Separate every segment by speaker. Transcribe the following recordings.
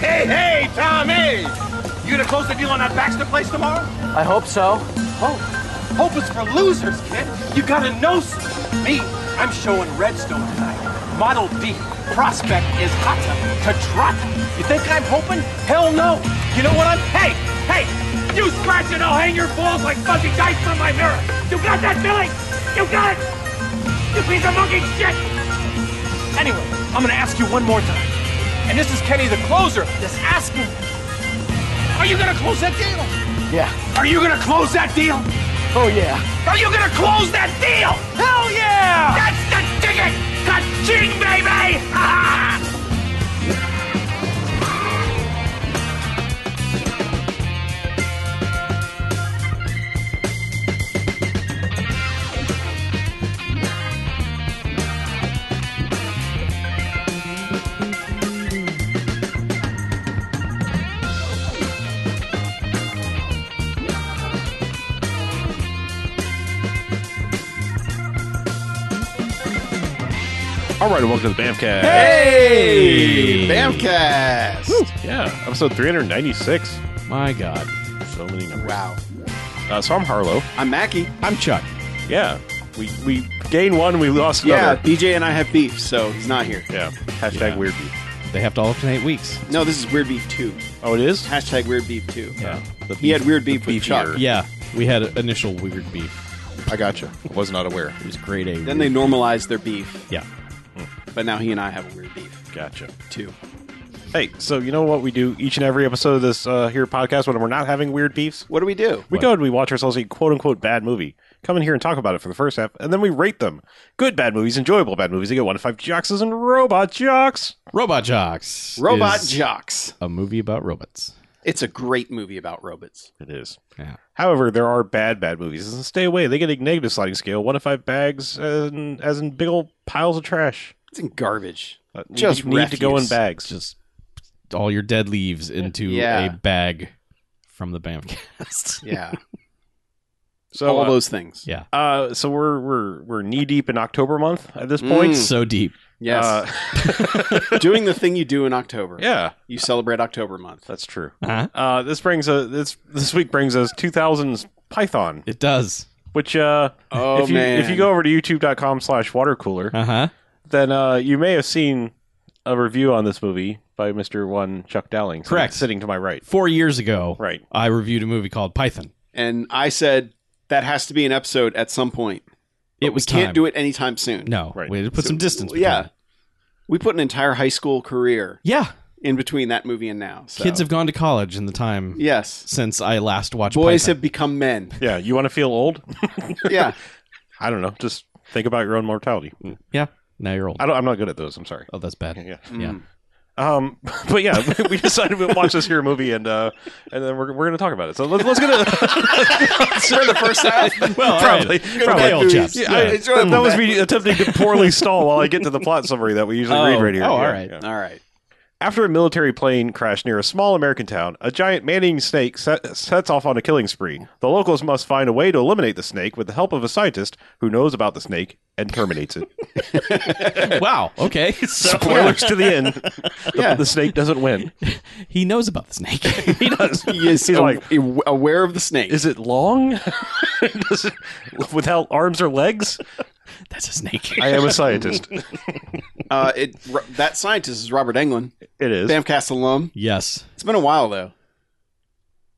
Speaker 1: hey, hey, Tommy! You gonna close the deal on that Baxter place tomorrow?
Speaker 2: I hope so.
Speaker 1: Hope. Hope is for losers, kid. You gotta know something. Me, I'm showing Redstone tonight. Model D. Prospect is hotter to trot. You think I'm hoping? Hell no. You know what I'm? Hey, hey, you scratch and I'll hang your balls like fuzzy dice from my mirror. You got that, Billy? You got it? You piece of monkey shit. Anyway, I'm gonna ask you one more time. And this is Kenny the closer that's asking. Are you gonna close that deal?
Speaker 2: Yeah.
Speaker 1: Are you gonna close that deal?
Speaker 2: Oh, yeah.
Speaker 1: Are you gonna close that deal?
Speaker 2: Hell yeah!
Speaker 1: That's the ticket! Ka-ching, baby!
Speaker 3: All right, and welcome to the Bamcast.
Speaker 4: Hey! Bamcast!
Speaker 3: Yeah, episode 396.
Speaker 4: My God.
Speaker 3: So many numbers.
Speaker 4: Wow.
Speaker 3: Uh, so I'm Harlow.
Speaker 4: I'm Mackie.
Speaker 5: I'm Chuck.
Speaker 3: Yeah, we we gain one, we lost
Speaker 4: Yeah,
Speaker 3: another.
Speaker 4: BJ and I have beef, so he's not here.
Speaker 3: Yeah. Hashtag
Speaker 5: Yeah.
Speaker 3: weird beef.
Speaker 5: They have to alternate weeks.
Speaker 4: No, this is Weird Beef 2.
Speaker 3: Oh, it is?
Speaker 4: Hashtag Weird Beef 2.
Speaker 5: Yeah.
Speaker 3: The
Speaker 4: He had Weird Beef
Speaker 3: the
Speaker 4: with Chuck.
Speaker 3: beefier.
Speaker 5: Yeah. We had initial weird beef.
Speaker 6: I gotcha. I was not aware.
Speaker 5: It was grade A.
Speaker 4: Then they normalized their beef,
Speaker 5: Yeah.
Speaker 4: but now he and I have a Weird Beef
Speaker 3: Gotcha.
Speaker 4: 2.
Speaker 3: Hey, so you know what we do each and every episode of this uh, here podcast when we're not having weird beefs?
Speaker 4: What do we do?
Speaker 3: We go and we watch ourselves a quote unquote bad movie, come in here and talk about it for the first half, and then we rate them. Good bad movies, enjoyable bad movies. They get one to five jocks and robot jocks.
Speaker 5: Robot Jocks.
Speaker 4: Robot
Speaker 5: is
Speaker 4: Jocks.
Speaker 5: A movie about robots.
Speaker 4: It's a great movie about robots.
Speaker 3: It is.
Speaker 5: Yeah.
Speaker 3: However, there are bad, bad movies. And stay away. They get a negative sliding scale, one to five bags, as in, as in big old piles of trash.
Speaker 4: It's in garbage.
Speaker 3: Uh, we
Speaker 4: Just
Speaker 3: need to go in
Speaker 4: refuse.
Speaker 3: bags.
Speaker 5: Just all your dead leaves into
Speaker 4: Yeah.
Speaker 5: a bag from the Bamcast.
Speaker 4: Yeah.
Speaker 3: so,
Speaker 4: All
Speaker 3: uh,
Speaker 4: those things.
Speaker 5: yeah.
Speaker 3: uh, so we're we're we're knee deep in October month at this point.
Speaker 4: Mm.
Speaker 5: So deep.
Speaker 4: Yes.
Speaker 3: Uh,
Speaker 4: Doing the thing you do in October.
Speaker 3: yeah,
Speaker 4: You celebrate October month.
Speaker 3: that's true.
Speaker 4: Uh-huh.
Speaker 5: Huh?
Speaker 3: Uh, this brings a this this week brings us 2000s Python,
Speaker 5: It does.
Speaker 3: which uh,
Speaker 4: Oh,
Speaker 3: if you
Speaker 4: man.
Speaker 3: if you go over to YouTube.com/slash water cooler,
Speaker 5: Uh
Speaker 4: Uh-huh.
Speaker 5: huh.
Speaker 3: then uh, you may have seen a review on this movie by Mister One Chuck Dowling, sitting-
Speaker 5: Correct.
Speaker 3: sitting to my right.
Speaker 5: Four years ago,
Speaker 3: Right.
Speaker 5: I reviewed a movie called Python.
Speaker 4: And I said, that has to be an episode at some point.
Speaker 5: it was
Speaker 4: we can't
Speaker 5: time.
Speaker 4: do it anytime soon.
Speaker 5: No.
Speaker 3: Right.
Speaker 5: We had to put some distance. between
Speaker 4: Yeah.
Speaker 5: it.
Speaker 4: We put an entire high school career
Speaker 5: Yeah.
Speaker 4: in between that movie and now. So.
Speaker 5: Kids have gone to college in the time
Speaker 4: Yes.
Speaker 5: since I last watched
Speaker 4: Boys
Speaker 5: Python.
Speaker 4: have become men.
Speaker 3: Yeah, you want to feel old?
Speaker 4: Yeah.
Speaker 3: I don't know. Just think about your own mortality. Mm.
Speaker 5: Yeah. Now you're old.
Speaker 3: I don't, I'm not good at those. I'm sorry.
Speaker 5: Oh, that's bad.
Speaker 3: Yeah.
Speaker 5: Yeah.
Speaker 3: Um, but yeah, we, we decided we'll watch this here movie and uh, and then we're, we're gonna talk about it. So let's let's get it.
Speaker 4: For the first half.
Speaker 5: Well,
Speaker 3: probably probably.
Speaker 5: Okay, old chaps.
Speaker 3: Yeah, I-
Speaker 5: Yeah. Mm.
Speaker 4: Enjoy them
Speaker 3: that was
Speaker 4: back.
Speaker 3: me attempting to poorly stall while I get to the plot summary that we usually read right here.
Speaker 5: oh, all
Speaker 3: Yeah,
Speaker 5: right.
Speaker 3: yeah.
Speaker 4: All right.
Speaker 3: After a military plane crash near a small American town, a giant man-eating snake set, sets off on a killing spree. The locals must find a way to eliminate the snake with the help of a scientist who knows about the snake and terminates it.
Speaker 5: wow. Okay. So
Speaker 3: Spoilers to the end. The,
Speaker 4: Yeah.
Speaker 3: the snake doesn't win.
Speaker 5: he knows about the snake.
Speaker 3: He does.
Speaker 4: He is
Speaker 3: He's
Speaker 4: a-
Speaker 3: like,
Speaker 4: a- aware of the snake.
Speaker 3: is it long? Does it, without arms or legs?
Speaker 5: That's a snake.
Speaker 3: I am a scientist.
Speaker 4: Uh, it, ro- that scientist is Robert Englund,
Speaker 3: It is.
Speaker 4: Bamcast alum.
Speaker 5: yes.
Speaker 4: It's been a while, though.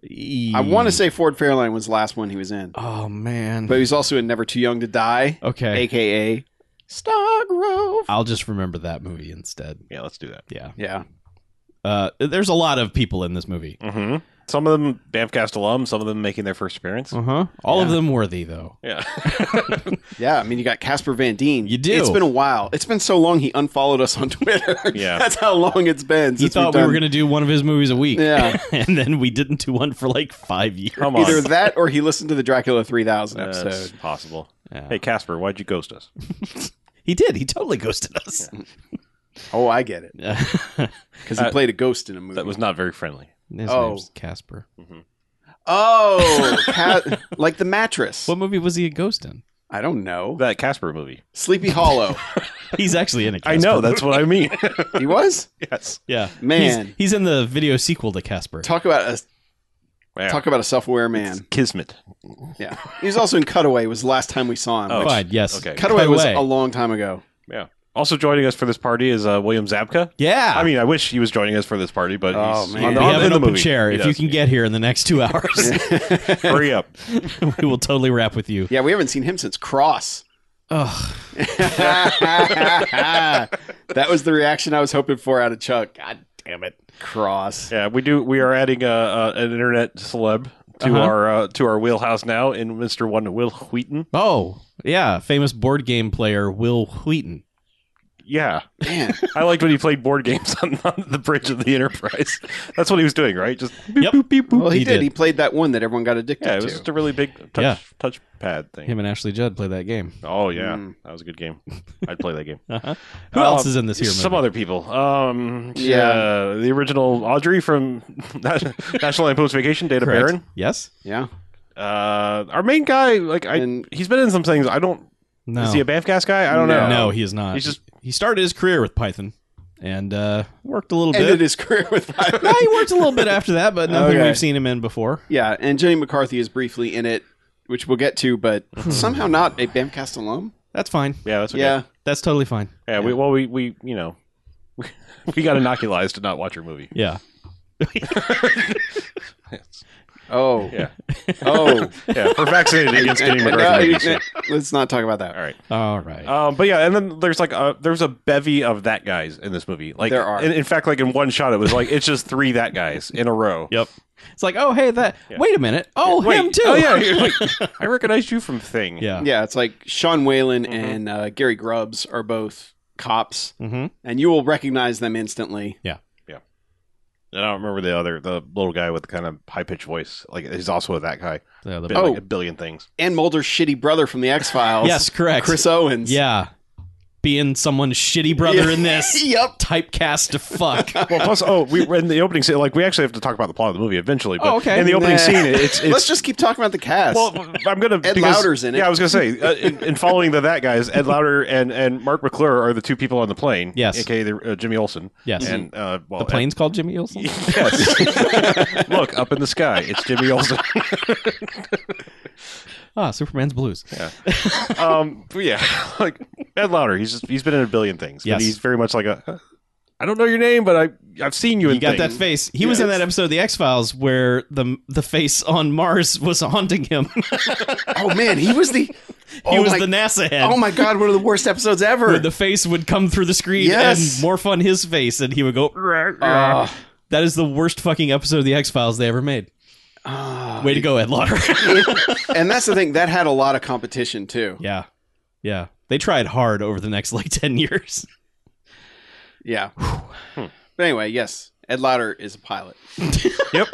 Speaker 4: I want to say Ford Fairline was the last one he was in.
Speaker 5: Oh man.
Speaker 4: But he was also in Never Too Young to Die,
Speaker 5: okay.
Speaker 4: a.k.a. Stargrove.
Speaker 5: I'll just remember that movie instead.
Speaker 3: Yeah, let's do that.
Speaker 5: Yeah.
Speaker 4: Yeah.
Speaker 5: Uh, there's a lot of people in this movie.
Speaker 3: hmm Some of them Bamcast alum, some of them making their first appearance.
Speaker 5: Uh
Speaker 4: Uh-huh.
Speaker 5: huh. All of
Speaker 4: Yeah.
Speaker 5: them worthy though.
Speaker 3: Yeah.
Speaker 4: Yeah, I mean, you got Casper Van Dien.
Speaker 5: You do.
Speaker 4: It's been a while. It's been so long. He unfollowed us on Twitter.
Speaker 3: Yeah.
Speaker 4: that's how long it's been.
Speaker 5: He
Speaker 4: Since
Speaker 5: thought we
Speaker 4: we've
Speaker 5: were
Speaker 4: done-
Speaker 5: gonna do one of his movies a week.
Speaker 4: Yeah.
Speaker 5: and then we didn't do one for like five years.
Speaker 3: Come on.
Speaker 4: either that or he listened to the Dracula three thousand
Speaker 3: That's
Speaker 4: episode.
Speaker 3: possible.
Speaker 5: Yeah.
Speaker 3: Hey, Casper, why'd you ghost us?
Speaker 5: He did. He totally ghosted us.
Speaker 4: Oh, I get it
Speaker 5: Uh,
Speaker 4: because he
Speaker 3: Uh,
Speaker 4: played a ghost in a movie.
Speaker 3: That was not very friendly.
Speaker 5: his
Speaker 4: Oh.
Speaker 5: name's Casper.
Speaker 4: oh, ca- like the mattress.
Speaker 5: What movie was he a ghost in?
Speaker 4: I don't know.
Speaker 3: That Casper movie.
Speaker 4: Sleepy Hollow.
Speaker 5: He's actually in it.
Speaker 3: I know. That's what I mean.
Speaker 4: He was?
Speaker 3: yes.
Speaker 5: Yeah,
Speaker 4: Man.
Speaker 5: he's, he's in the video sequel to Casper.
Speaker 4: Talk about a
Speaker 3: Wow.
Speaker 4: talk about a self-aware man.
Speaker 3: Kismet.
Speaker 4: Yeah. He was also in Cutaway was the last time we saw him.
Speaker 3: Oh.
Speaker 5: Fine, yes.
Speaker 3: Okay.
Speaker 4: Cutaway, was
Speaker 5: Cutaway.
Speaker 4: a long time ago.
Speaker 3: Yeah. Also joining us for this party is uh, William Zabka.
Speaker 5: Yeah,
Speaker 3: I mean, I wish he was joining us for this party, but
Speaker 4: Oh,
Speaker 3: he's
Speaker 4: man.
Speaker 3: on
Speaker 5: we
Speaker 3: the,
Speaker 5: have
Speaker 3: in
Speaker 5: an
Speaker 3: the
Speaker 5: open
Speaker 3: movie.
Speaker 5: chair.
Speaker 3: He
Speaker 5: If you
Speaker 3: does.
Speaker 5: can get here in the next two hours,
Speaker 3: hurry up.
Speaker 5: we will totally wrap with you.
Speaker 4: Yeah, we haven't seen him since Cross.
Speaker 5: Ugh.
Speaker 4: that was the reaction I was hoping for out of Chuck. God damn it. Cross.
Speaker 3: Yeah, we do. We are adding uh, uh, an internet celeb to
Speaker 5: Uh-huh.
Speaker 3: our uh, to our wheelhouse now in Mr. One Will Wheaton.
Speaker 5: Oh, yeah, famous board game player Will Wheaton.
Speaker 3: Yeah,
Speaker 4: Man.
Speaker 3: I liked when he played board games on, on the bridge of the Enterprise. That's what he was doing, right? Just beep,
Speaker 5: Yep.
Speaker 3: boop, beep, boop.
Speaker 4: Well, he,
Speaker 5: He
Speaker 4: did.
Speaker 5: did.
Speaker 4: He played that one that everyone got addicted
Speaker 3: Yeah, it
Speaker 4: to.
Speaker 3: was just a really big touch
Speaker 5: Yeah.
Speaker 3: touch pad thing.
Speaker 5: Him and Ashley Judd play that game.
Speaker 3: Oh yeah, that was a good game. I'd play that game.
Speaker 5: Uh-huh. Who
Speaker 3: Uh,
Speaker 5: else is in this here movie?
Speaker 3: Some other people. Um,
Speaker 4: Yeah.
Speaker 3: yeah, the original Audrey from National Lampoon's Vacation, Data
Speaker 5: Correct.
Speaker 3: Baron.
Speaker 5: Yes.
Speaker 4: yeah.
Speaker 3: Uh, our main guy, like I,
Speaker 4: And-
Speaker 3: he's been in some things. I don't.
Speaker 5: No.
Speaker 3: Is he a Banff Gas guy? I don't
Speaker 5: no.
Speaker 3: know.
Speaker 5: he is not.
Speaker 3: He's just-
Speaker 5: he started his career with Python and uh, worked a little
Speaker 4: Ended
Speaker 5: bit.
Speaker 4: his career with
Speaker 5: No, he worked a little bit after that, but nothing
Speaker 4: Okay.
Speaker 5: we've seen him in before.
Speaker 4: Yeah, and Jenny McCarthy is briefly in it, which we'll get to, but somehow not a Bamcast alum.
Speaker 5: That's fine.
Speaker 3: Yeah, that's okay.
Speaker 4: Yeah.
Speaker 3: Yeah,
Speaker 5: That's totally fine.
Speaker 3: We, well, we we you know, we got inoculized to not watch her movie.
Speaker 5: Yeah.
Speaker 4: Oh.
Speaker 3: Yeah.
Speaker 4: Oh.
Speaker 3: Yeah, we're vaccinated against getting
Speaker 4: No,
Speaker 3: McGregor.
Speaker 4: you-
Speaker 3: movies, so-
Speaker 4: let's not talk about that.
Speaker 3: All right.
Speaker 5: All right.
Speaker 3: Um, but yeah, and then there's like a there's a bevy of that guys in this movie. Like
Speaker 4: There are.
Speaker 3: In, in fact, like in one shot, it was like it's just three that guys in a row.
Speaker 5: yep. It's like, oh, hey, that. Wait a minute. Oh, him too.
Speaker 3: Oh yeah. wait, I recognized you from Thing.
Speaker 5: Yeah.
Speaker 4: Yeah, it's like Sean Whalen
Speaker 3: Mm-hmm.
Speaker 4: and uh, Gary Grubbs are both cops,
Speaker 5: Mm-hmm.
Speaker 4: and you will recognize them instantly.
Speaker 3: And I don't remember the other the little guy with the kind of high pitched voice. Like he's also a that guy.
Speaker 5: Yeah, the-
Speaker 3: Been
Speaker 4: Oh.
Speaker 3: like a billion things.
Speaker 4: And Mulder's shitty brother from the X Files.
Speaker 5: Yes, correct.
Speaker 4: Chris Owens.
Speaker 5: Yeah. Being someone's shitty brother in this.
Speaker 4: yep.
Speaker 5: Typecast to fuck.
Speaker 3: Well, plus, oh, we in the opening scene. Like we actually have to talk about the plot of the movie eventually. But
Speaker 5: Oh, okay.
Speaker 3: In the opening
Speaker 4: Nah.
Speaker 3: scene, it's it's
Speaker 4: Let's just keep talking about the cast.
Speaker 3: Well, I'm gonna
Speaker 4: Ed Lauder's in it.
Speaker 3: Yeah, I was gonna say uh, in, in following the that guys, Ed Lauder and and Mark McClure are the two people on the plane.
Speaker 5: Yes.
Speaker 3: aka the, uh, Jimmy Olsen.
Speaker 5: Yes.
Speaker 3: and uh, well,
Speaker 5: The plane's called Jimmy Olsen.
Speaker 3: Ed- yes. Look up in the sky. It's Jimmy Olsen.
Speaker 5: Ah, Superman's Blues.
Speaker 3: Um, but yeah, like Ed Lauder. He's just he's been in a billion things. but
Speaker 5: Yes.
Speaker 3: he's very much like a. "Huh, I don't know your name, but I I've seen you in
Speaker 5: You got that
Speaker 3: things.
Speaker 5: face. He was in that episode of The X Files where the the face on Mars was haunting him. he
Speaker 4: oh man, he was the he
Speaker 5: was the NASA head.
Speaker 4: Oh my god, one of the worst episodes ever.
Speaker 5: where the face would come through the screen
Speaker 4: Yes.
Speaker 5: and morph on his face, and he would go.
Speaker 4: Ah.
Speaker 5: That is the worst fucking episode of The X Files they ever made.
Speaker 4: Ah.
Speaker 5: Way to go, Ed Lauder.
Speaker 4: and that's the thing that had a lot of competition too.
Speaker 5: yeah, yeah. They tried hard over the next like ten years.
Speaker 4: Yeah.
Speaker 5: Hmm.
Speaker 4: But anyway, yes, Ed Lauder is a pilot.
Speaker 3: Yep.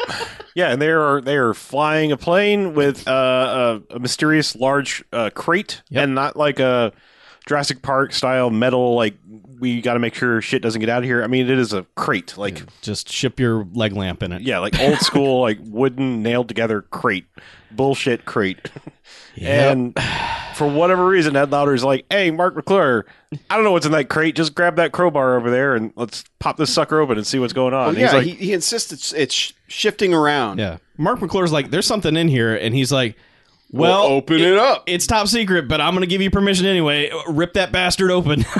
Speaker 3: Yeah, and they are they are flying a plane with uh, a, a mysterious large uh, crate,
Speaker 5: Yep.
Speaker 3: and not like a Jurassic Park style metal. Like we got to make sure shit doesn't get out of here. I mean, it is a crate, like yeah,
Speaker 5: Just ship your leg lamp in it.
Speaker 3: like old school, like wooden nailed together crate, bullshit crate. And for whatever reason, Ed Lauder's like, "Hey, Mark McClure, I don't know what's in that crate. Just grab that crowbar over there and let's pop this sucker open and see what's going on."
Speaker 4: Oh,
Speaker 3: And
Speaker 4: yeah,
Speaker 3: he's like,
Speaker 4: he, he insists it's, it's sh- shifting around.
Speaker 5: Yeah. Mark McClure's like, there's something in here, and he's like,
Speaker 4: Well,
Speaker 5: well,
Speaker 4: open it up.
Speaker 5: it's top secret, but I'm gonna give you permission anyway. Rip that bastard open.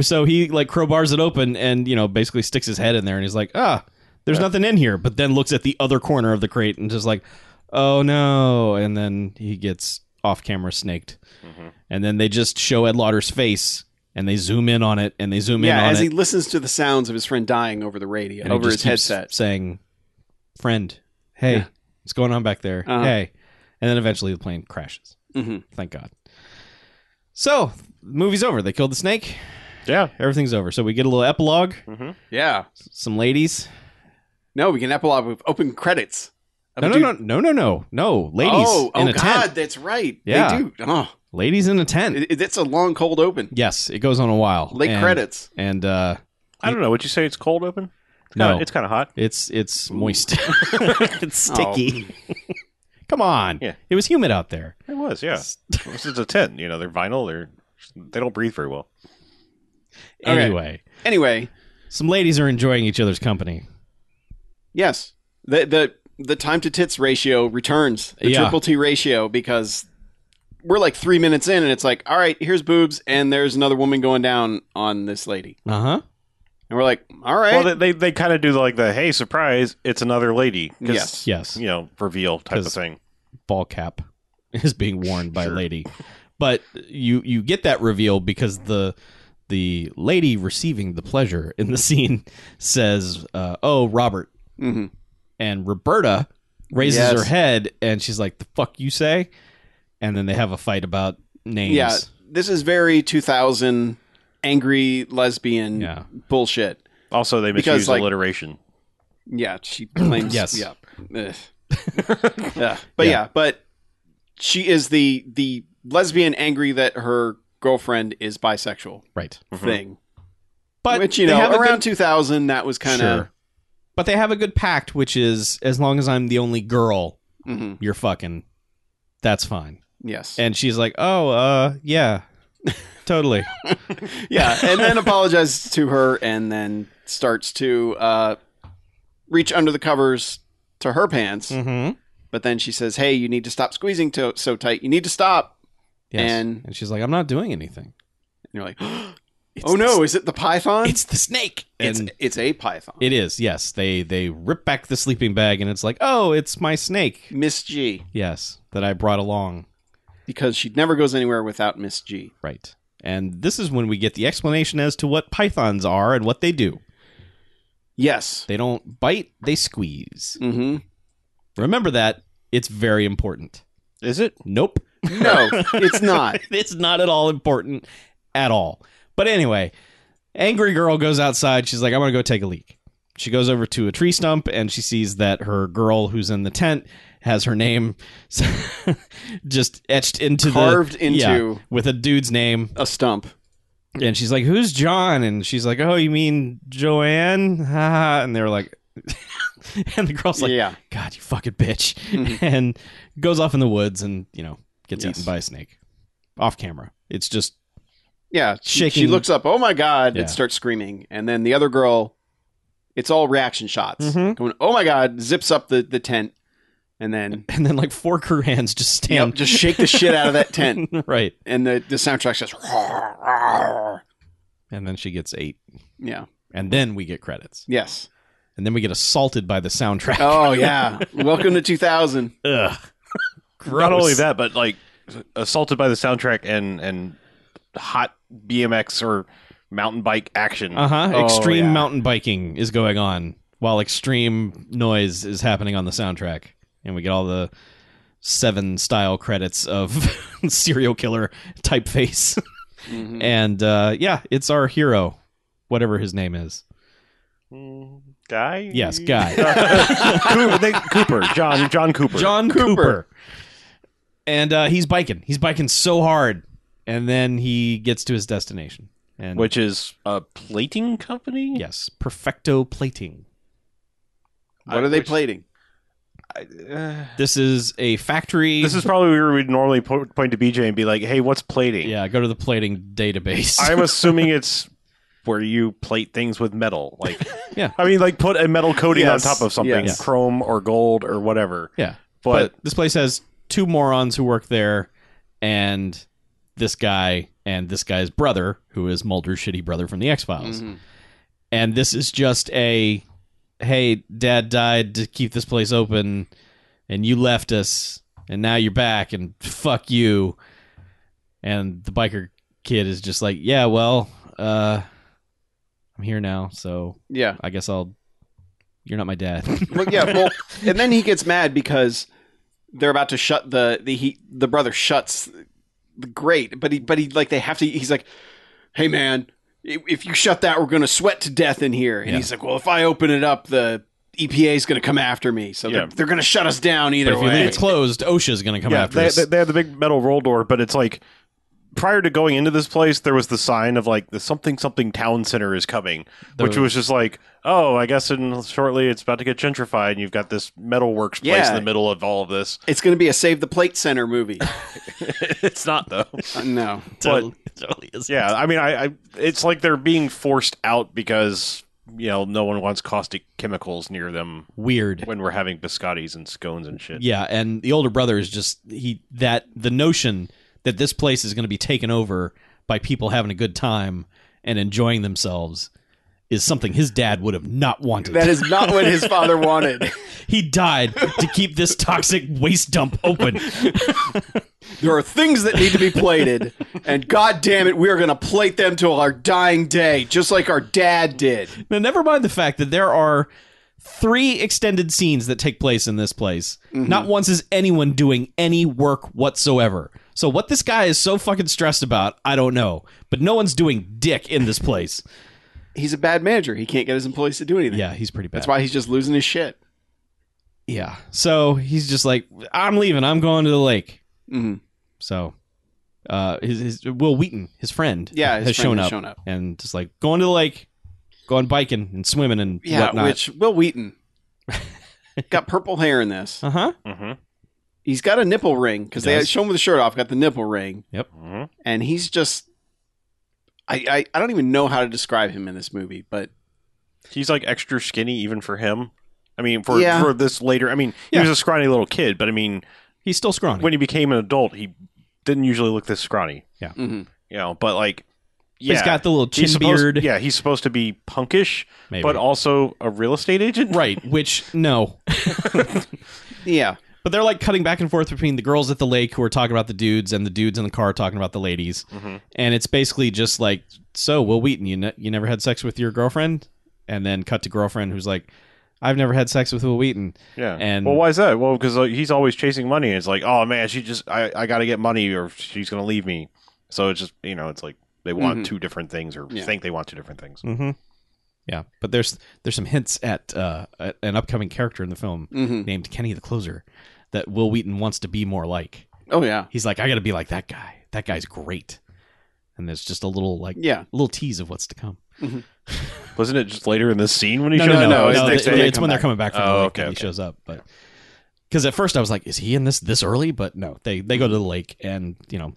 Speaker 5: so he like crowbars it open and you know basically sticks his head in there and he's like, ah, there's nothing in here. But then looks at the other corner of the crate and just like, oh no. And then he gets off camera snaked.
Speaker 4: Mm-hmm.
Speaker 5: And then they just show Ed Lauder's face and they zoom in on it and they zoom in
Speaker 4: yeah,
Speaker 5: on
Speaker 4: as
Speaker 5: it.
Speaker 4: he listens to the sounds of his friend dying over the radio,
Speaker 5: and he
Speaker 4: over
Speaker 5: just
Speaker 4: his
Speaker 5: keeps
Speaker 4: headset.
Speaker 5: saying, "Friend, hey, what's going on back there?
Speaker 4: Uh-huh.
Speaker 5: Hey," and then eventually the plane crashes.
Speaker 4: Mhm.
Speaker 5: Thank God. So, movie's over. They killed the snake.
Speaker 3: "Yeah,
Speaker 5: Everything's over. So we get a little epilogue.
Speaker 4: Mm-hmm. Yeah.
Speaker 5: Some ladies.
Speaker 4: No, we can epilogue with open credits.
Speaker 5: No, no, no, no, no, no, no. Ladies
Speaker 4: Oh, oh
Speaker 5: in a
Speaker 4: God,
Speaker 5: tent.
Speaker 4: that's right.
Speaker 5: Yeah.
Speaker 4: They do. Oh,
Speaker 5: Ladies in a tent.
Speaker 4: it, it's a long cold open.
Speaker 5: yes, it goes on a while.
Speaker 4: Late
Speaker 5: And-
Speaker 4: credits.
Speaker 5: And uh,
Speaker 3: I don't know. Would you say it's cold open?
Speaker 5: No.
Speaker 3: it's kind of hot."
Speaker 5: it's it's moist. it's sticky.
Speaker 4: Oh.
Speaker 5: Come on.
Speaker 3: Yeah.
Speaker 5: It was humid out there.
Speaker 3: It was, yeah. this is a tent. You know, they're vinyl. They're they don't breathe very well.
Speaker 4: Okay.
Speaker 5: Anyway,
Speaker 4: Anyway,
Speaker 5: some ladies are enjoying each other's company.
Speaker 4: yes, the the the time to tits ratio returns the
Speaker 5: Yeah.
Speaker 4: triple T ratio because we're like three minutes in and it's like, all right, here's boobs and there's another woman going down on this lady,
Speaker 5: Uh huh.
Speaker 4: and we're like, all right,
Speaker 3: Well, they they, they kind of do like the hey surprise, it's another lady. 'cause,
Speaker 4: Yes.
Speaker 5: Yes.
Speaker 3: You know, reveal type of
Speaker 5: 'Cause-
Speaker 3: thing.
Speaker 5: ball cap is being worn by a lady. But you you get that reveal because the the lady receiving the pleasure in the scene says, uh, "Oh, Robert,"
Speaker 4: Mhm.
Speaker 5: and Roberta raises
Speaker 4: Yes.
Speaker 5: her head and she's like, "The fuck you say?" And then they have a fight about names.
Speaker 4: yeah, this is very 2000 angry lesbian
Speaker 5: Yeah.
Speaker 4: bullshit.
Speaker 3: Also, they
Speaker 4: Because,
Speaker 3: misuse
Speaker 4: like-
Speaker 3: alliteration.
Speaker 4: Yeah, she claims.
Speaker 5: Yes.
Speaker 4: Yeah. Ugh. yeah. But yeah. but she is the the lesbian angry that her girlfriend is bisexual
Speaker 5: right.
Speaker 4: thing.
Speaker 5: But
Speaker 4: Which you
Speaker 5: they
Speaker 4: know,
Speaker 5: have a
Speaker 4: around
Speaker 5: good-
Speaker 4: 2000, that was kind of.
Speaker 5: Sure. But they have a good pact, which is as long as I'm the only girl, you're fucking. That's fine.
Speaker 4: Mm-hmm. Yes.
Speaker 5: And she's like, "Oh, uh, yeah, totally."
Speaker 4: yeah, and then apologizes to her, and then starts to uh, reach under the covers to her pants.
Speaker 5: mm-hmm.
Speaker 4: But then she says, "Hey, you need to stop squeezing to- so tight. You need to stop."
Speaker 5: Yes.
Speaker 4: And-
Speaker 5: And she's like, "I'm not doing anything."
Speaker 4: And you're like, "Oh no, is it the python?
Speaker 5: It's the snake.
Speaker 4: it's,
Speaker 5: And
Speaker 4: it's a python."
Speaker 5: it is. Yes, they they rip back the sleeping bag, and it's like, "Oh, it's my snake."
Speaker 4: Miss G.
Speaker 5: Yes, that I brought along.
Speaker 4: because she never goes anywhere without Miss G.
Speaker 5: Right. And this is when we get the explanation as to what pythons are and what they do.
Speaker 4: Yes.
Speaker 5: They don't bite; they squeeze.
Speaker 4: hmm
Speaker 5: Remember that. It's very important.
Speaker 3: Is it?
Speaker 5: Nope.
Speaker 4: No, it's not.
Speaker 5: it's not at all important at all. But anyway, angry girl goes outside. She's like, I'm going to go take a leak. She goes over to a tree stump and she sees that her girl who's in the tent has her name just etched into the-
Speaker 4: Carved into-
Speaker 5: yeah, with a dude's name.
Speaker 4: A stump.
Speaker 5: And she's like, "Who's John?" And she's like, "Oh, you mean Joanne?" Ha ha. And they're like, and the girl's like,
Speaker 4: Yeah. Mm-hmm.
Speaker 5: God, you fucking bitch," and goes off in the woods and you know gets
Speaker 4: Yes.
Speaker 5: eaten by a snake off camera. It's just
Speaker 4: Yeah. She, she
Speaker 5: Shaking-
Speaker 4: looks up, oh my God,
Speaker 5: Yeah.
Speaker 4: and starts screaming. And then the other girl, it's all reaction shots.
Speaker 5: Mm-hmm.
Speaker 4: Going, oh my God, zips up the, the tent and then
Speaker 5: and then like four crew hands just
Speaker 4: yep,
Speaker 5: stand
Speaker 4: just shake the shit out of that tent.
Speaker 5: right,
Speaker 4: And the, the soundtrack says, "Roar, roar."
Speaker 5: and then she gets eight,
Speaker 4: yeah.
Speaker 5: and then we get credits,
Speaker 4: Yes.
Speaker 5: and then we get assaulted by the soundtrack.
Speaker 4: Oh, yeah. Welcome to 2000.
Speaker 5: Ugh.
Speaker 3: Not only
Speaker 5: Gross.
Speaker 3: that, but like assaulted by the soundtrack and and hot BMX or mountain bike action.
Speaker 5: Uh huh.
Speaker 4: Oh,
Speaker 5: extreme
Speaker 4: yeah.
Speaker 5: mountain biking is going on while extreme noise is happening on the soundtrack, and we get all the seven style credits of serial killer typeface. And uh, yeah, it's our hero, whatever his name is.
Speaker 3: Guy.
Speaker 5: Yes, guy
Speaker 3: Cooper, they- Cooper. John. John Cooper.
Speaker 5: John Cooper. And uh, he's biking. He's biking so hard, and then he gets to his destination. And
Speaker 3: which is a plating company.
Speaker 5: yes, Perfecto Plating.
Speaker 4: What are they plating?
Speaker 5: This is a factory.
Speaker 3: This is probably where we'd normally po- point to BJ and be like, "Hey, what's plating?"
Speaker 5: yeah. Go to the plating database.
Speaker 3: I'm assuming it's where you plate things with metal. Like,
Speaker 5: Yeah.
Speaker 3: I mean, like put a metal coating
Speaker 4: Yes,
Speaker 3: on top of something,
Speaker 4: yes.
Speaker 3: chrome or gold or whatever.
Speaker 5: Yeah.
Speaker 3: But,
Speaker 5: But, this place has two morons who work there and this guy and this guy's brother, who is Mulder's shitty brother from the X
Speaker 4: Mm-hmm.
Speaker 5: Files. And this is just a hey, dad died to keep this place open and you left us and now you're back and fuck you. And the biker kid is just like, Yeah, well, uh I'm here now, so
Speaker 4: Yeah.
Speaker 5: I guess I'll you're not my dad.
Speaker 4: Well, yeah, well, and then he gets mad because they're about to shut the the he the brother shuts the grate, but he but he like they have to. He's like, "Hey man, i- if you shut that, we're gonna sweat to death in here." And
Speaker 5: Yeah.
Speaker 4: he's like, "Well, if I open it up, the EPA is gonna come after me, so they're,
Speaker 3: Yeah.
Speaker 4: they're gonna shut us down either
Speaker 5: But if you
Speaker 4: way."
Speaker 5: leave it closed, OSHA's going to come
Speaker 3: yeah,
Speaker 5: after
Speaker 3: they,
Speaker 5: us.
Speaker 3: they, they have the big metal roll door, but it's like prior to going into this place, there was the sign of like the something something town center is coming, which was just like, oh, I guess in shortly it's about to get gentrified, and you've got this metalworks place
Speaker 4: Yeah.
Speaker 3: in the middle of all of this.
Speaker 4: It's going to be a Save the Plate Center movie.
Speaker 3: it's not though.
Speaker 4: Uh, no.
Speaker 5: totally, totally is.
Speaker 3: yeah, I mean, I, I it's like they're being forced out because you know no one wants caustic chemicals near them
Speaker 5: Weird.
Speaker 3: when we're having biscottis and scones and shit.
Speaker 5: Yeah, and the older brother is just he that the notion that this place is going to be taken over by people having a good time and enjoying themselves is something his dad would have not wanted.
Speaker 4: That is not what his father wanted.
Speaker 5: he died to keep this toxic waste dump open.
Speaker 4: There are things that need to be plated, and god damn it, we are going to plate them till our dying day, just like our dad did.
Speaker 5: now, never mind the fact that there are three extended scenes that take place in this place.
Speaker 4: Mm-hmm.
Speaker 5: Not once is anyone doing any work whatsoever. So what this guy is so fucking stressed about, I don't know. But no one's doing dick in this place.
Speaker 4: He's a bad manager. He can't get his employees to do anything.
Speaker 5: Yeah, he's pretty bad.
Speaker 4: That's why he's just losing his shit.
Speaker 5: Yeah. So he's just like, I'm leaving. I'm going to the lake.
Speaker 4: Mhm.
Speaker 5: So, uh, his, his Will Wheaton, his friend,
Speaker 4: Yeah, his
Speaker 5: has,
Speaker 4: friend
Speaker 5: shown,
Speaker 4: has
Speaker 5: up
Speaker 4: shown up.
Speaker 5: and just like going to the lake, going biking and swimming and
Speaker 4: Yeah,
Speaker 5: whatnot.
Speaker 4: which Will Wheaton got purple hair in this.
Speaker 5: uh huh.
Speaker 3: Mm-hmm.
Speaker 4: He's got a nipple ring because they
Speaker 5: does.
Speaker 4: show him with the shirt off, got the nipple ring.
Speaker 5: Yep.
Speaker 3: Mm-hmm.
Speaker 4: And he's just. I, I, I don't even know how to describe him in this movie, but
Speaker 3: He's like extra skinny even for him. I mean, for
Speaker 4: Yeah.
Speaker 3: for this later, I mean, he
Speaker 5: Yeah.
Speaker 3: was a scrawny little kid, but I mean,
Speaker 5: He's still scrawny.
Speaker 3: when he became an adult, he didn't usually look this scrawny.
Speaker 5: Yeah.
Speaker 4: Mhm.
Speaker 3: You know, but like, yeah,
Speaker 5: He's got the little chin
Speaker 3: he's supposed-
Speaker 5: beard.
Speaker 3: Yeah, he's supposed to be punkish,
Speaker 5: Maybe.
Speaker 3: but also a real estate agent.
Speaker 5: Right. Which no.
Speaker 4: yeah.
Speaker 5: But they're like cutting back and forth between the girls at the lake who are talking about the dudes and the dudes in the car talking about the ladies. And it's basically just like, so Will Wheaton, you ne- you never had sex with your girlfriend, and then cut to girlfriend who's like, I've never had sex with Will Wheaton.
Speaker 3: Yeah.
Speaker 5: And
Speaker 3: well, why is that? Well, because like, he's always chasing money. And it's like, oh man, she just I I got to get money or she's gonna leave me. So it's just you know, it's like they want
Speaker 5: Mm-hmm.
Speaker 3: two different things or think they want two different things.
Speaker 5: yeah, but there's there's some hints at uh, at an upcoming character in the film
Speaker 4: mm-hmm.
Speaker 5: named Kenny the Closer that Will Wheaton wants to be more like.
Speaker 4: Oh, yeah.
Speaker 5: He's like, I got to be like that guy. That guy's great. And there's just a little like
Speaker 4: Yeah.
Speaker 5: little tease of what's to come.
Speaker 3: Wasn't it just later in the scene when he
Speaker 5: no,
Speaker 3: showed
Speaker 5: no, no,
Speaker 3: up?
Speaker 5: no,
Speaker 3: it's
Speaker 5: Oh, no,
Speaker 3: next
Speaker 5: they-
Speaker 3: day.
Speaker 5: it's when they're coming back from the
Speaker 3: Oh,
Speaker 5: lake
Speaker 3: okay,
Speaker 5: that he
Speaker 3: okay.
Speaker 5: shows up. But because at first I was like, is he in this this early? But no, they they go to the lake and you know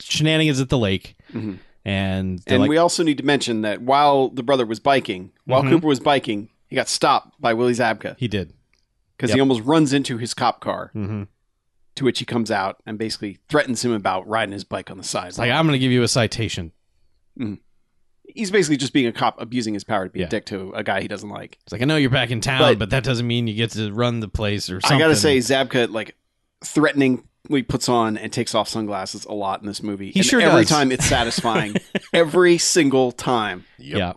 Speaker 5: shenanigans at the lake, and they're
Speaker 4: And
Speaker 5: like, Mm-hmm.
Speaker 4: we also need to mention that while the brother was biking, while Cooper was biking, he got stopped by Willie Zabka
Speaker 5: he did.
Speaker 4: because he almost runs into his cop car, to which he comes out and basically threatens him about riding his bike on the side.
Speaker 5: It's like I'm gonna give you a citation.
Speaker 4: he's basically just being a cop, abusing his power to be
Speaker 5: Yeah.
Speaker 4: a dick to a guy he doesn't like.
Speaker 5: It's like I know you're back in town, but,
Speaker 4: But-
Speaker 5: that doesn't mean you get to run the place or something.
Speaker 4: I gotta say, Zabka like threateningly puts on and takes off sunglasses a lot in this movie.
Speaker 5: He
Speaker 4: and
Speaker 5: sure
Speaker 4: every
Speaker 5: does.
Speaker 4: time it's satisfying, every single time.
Speaker 5: yeah,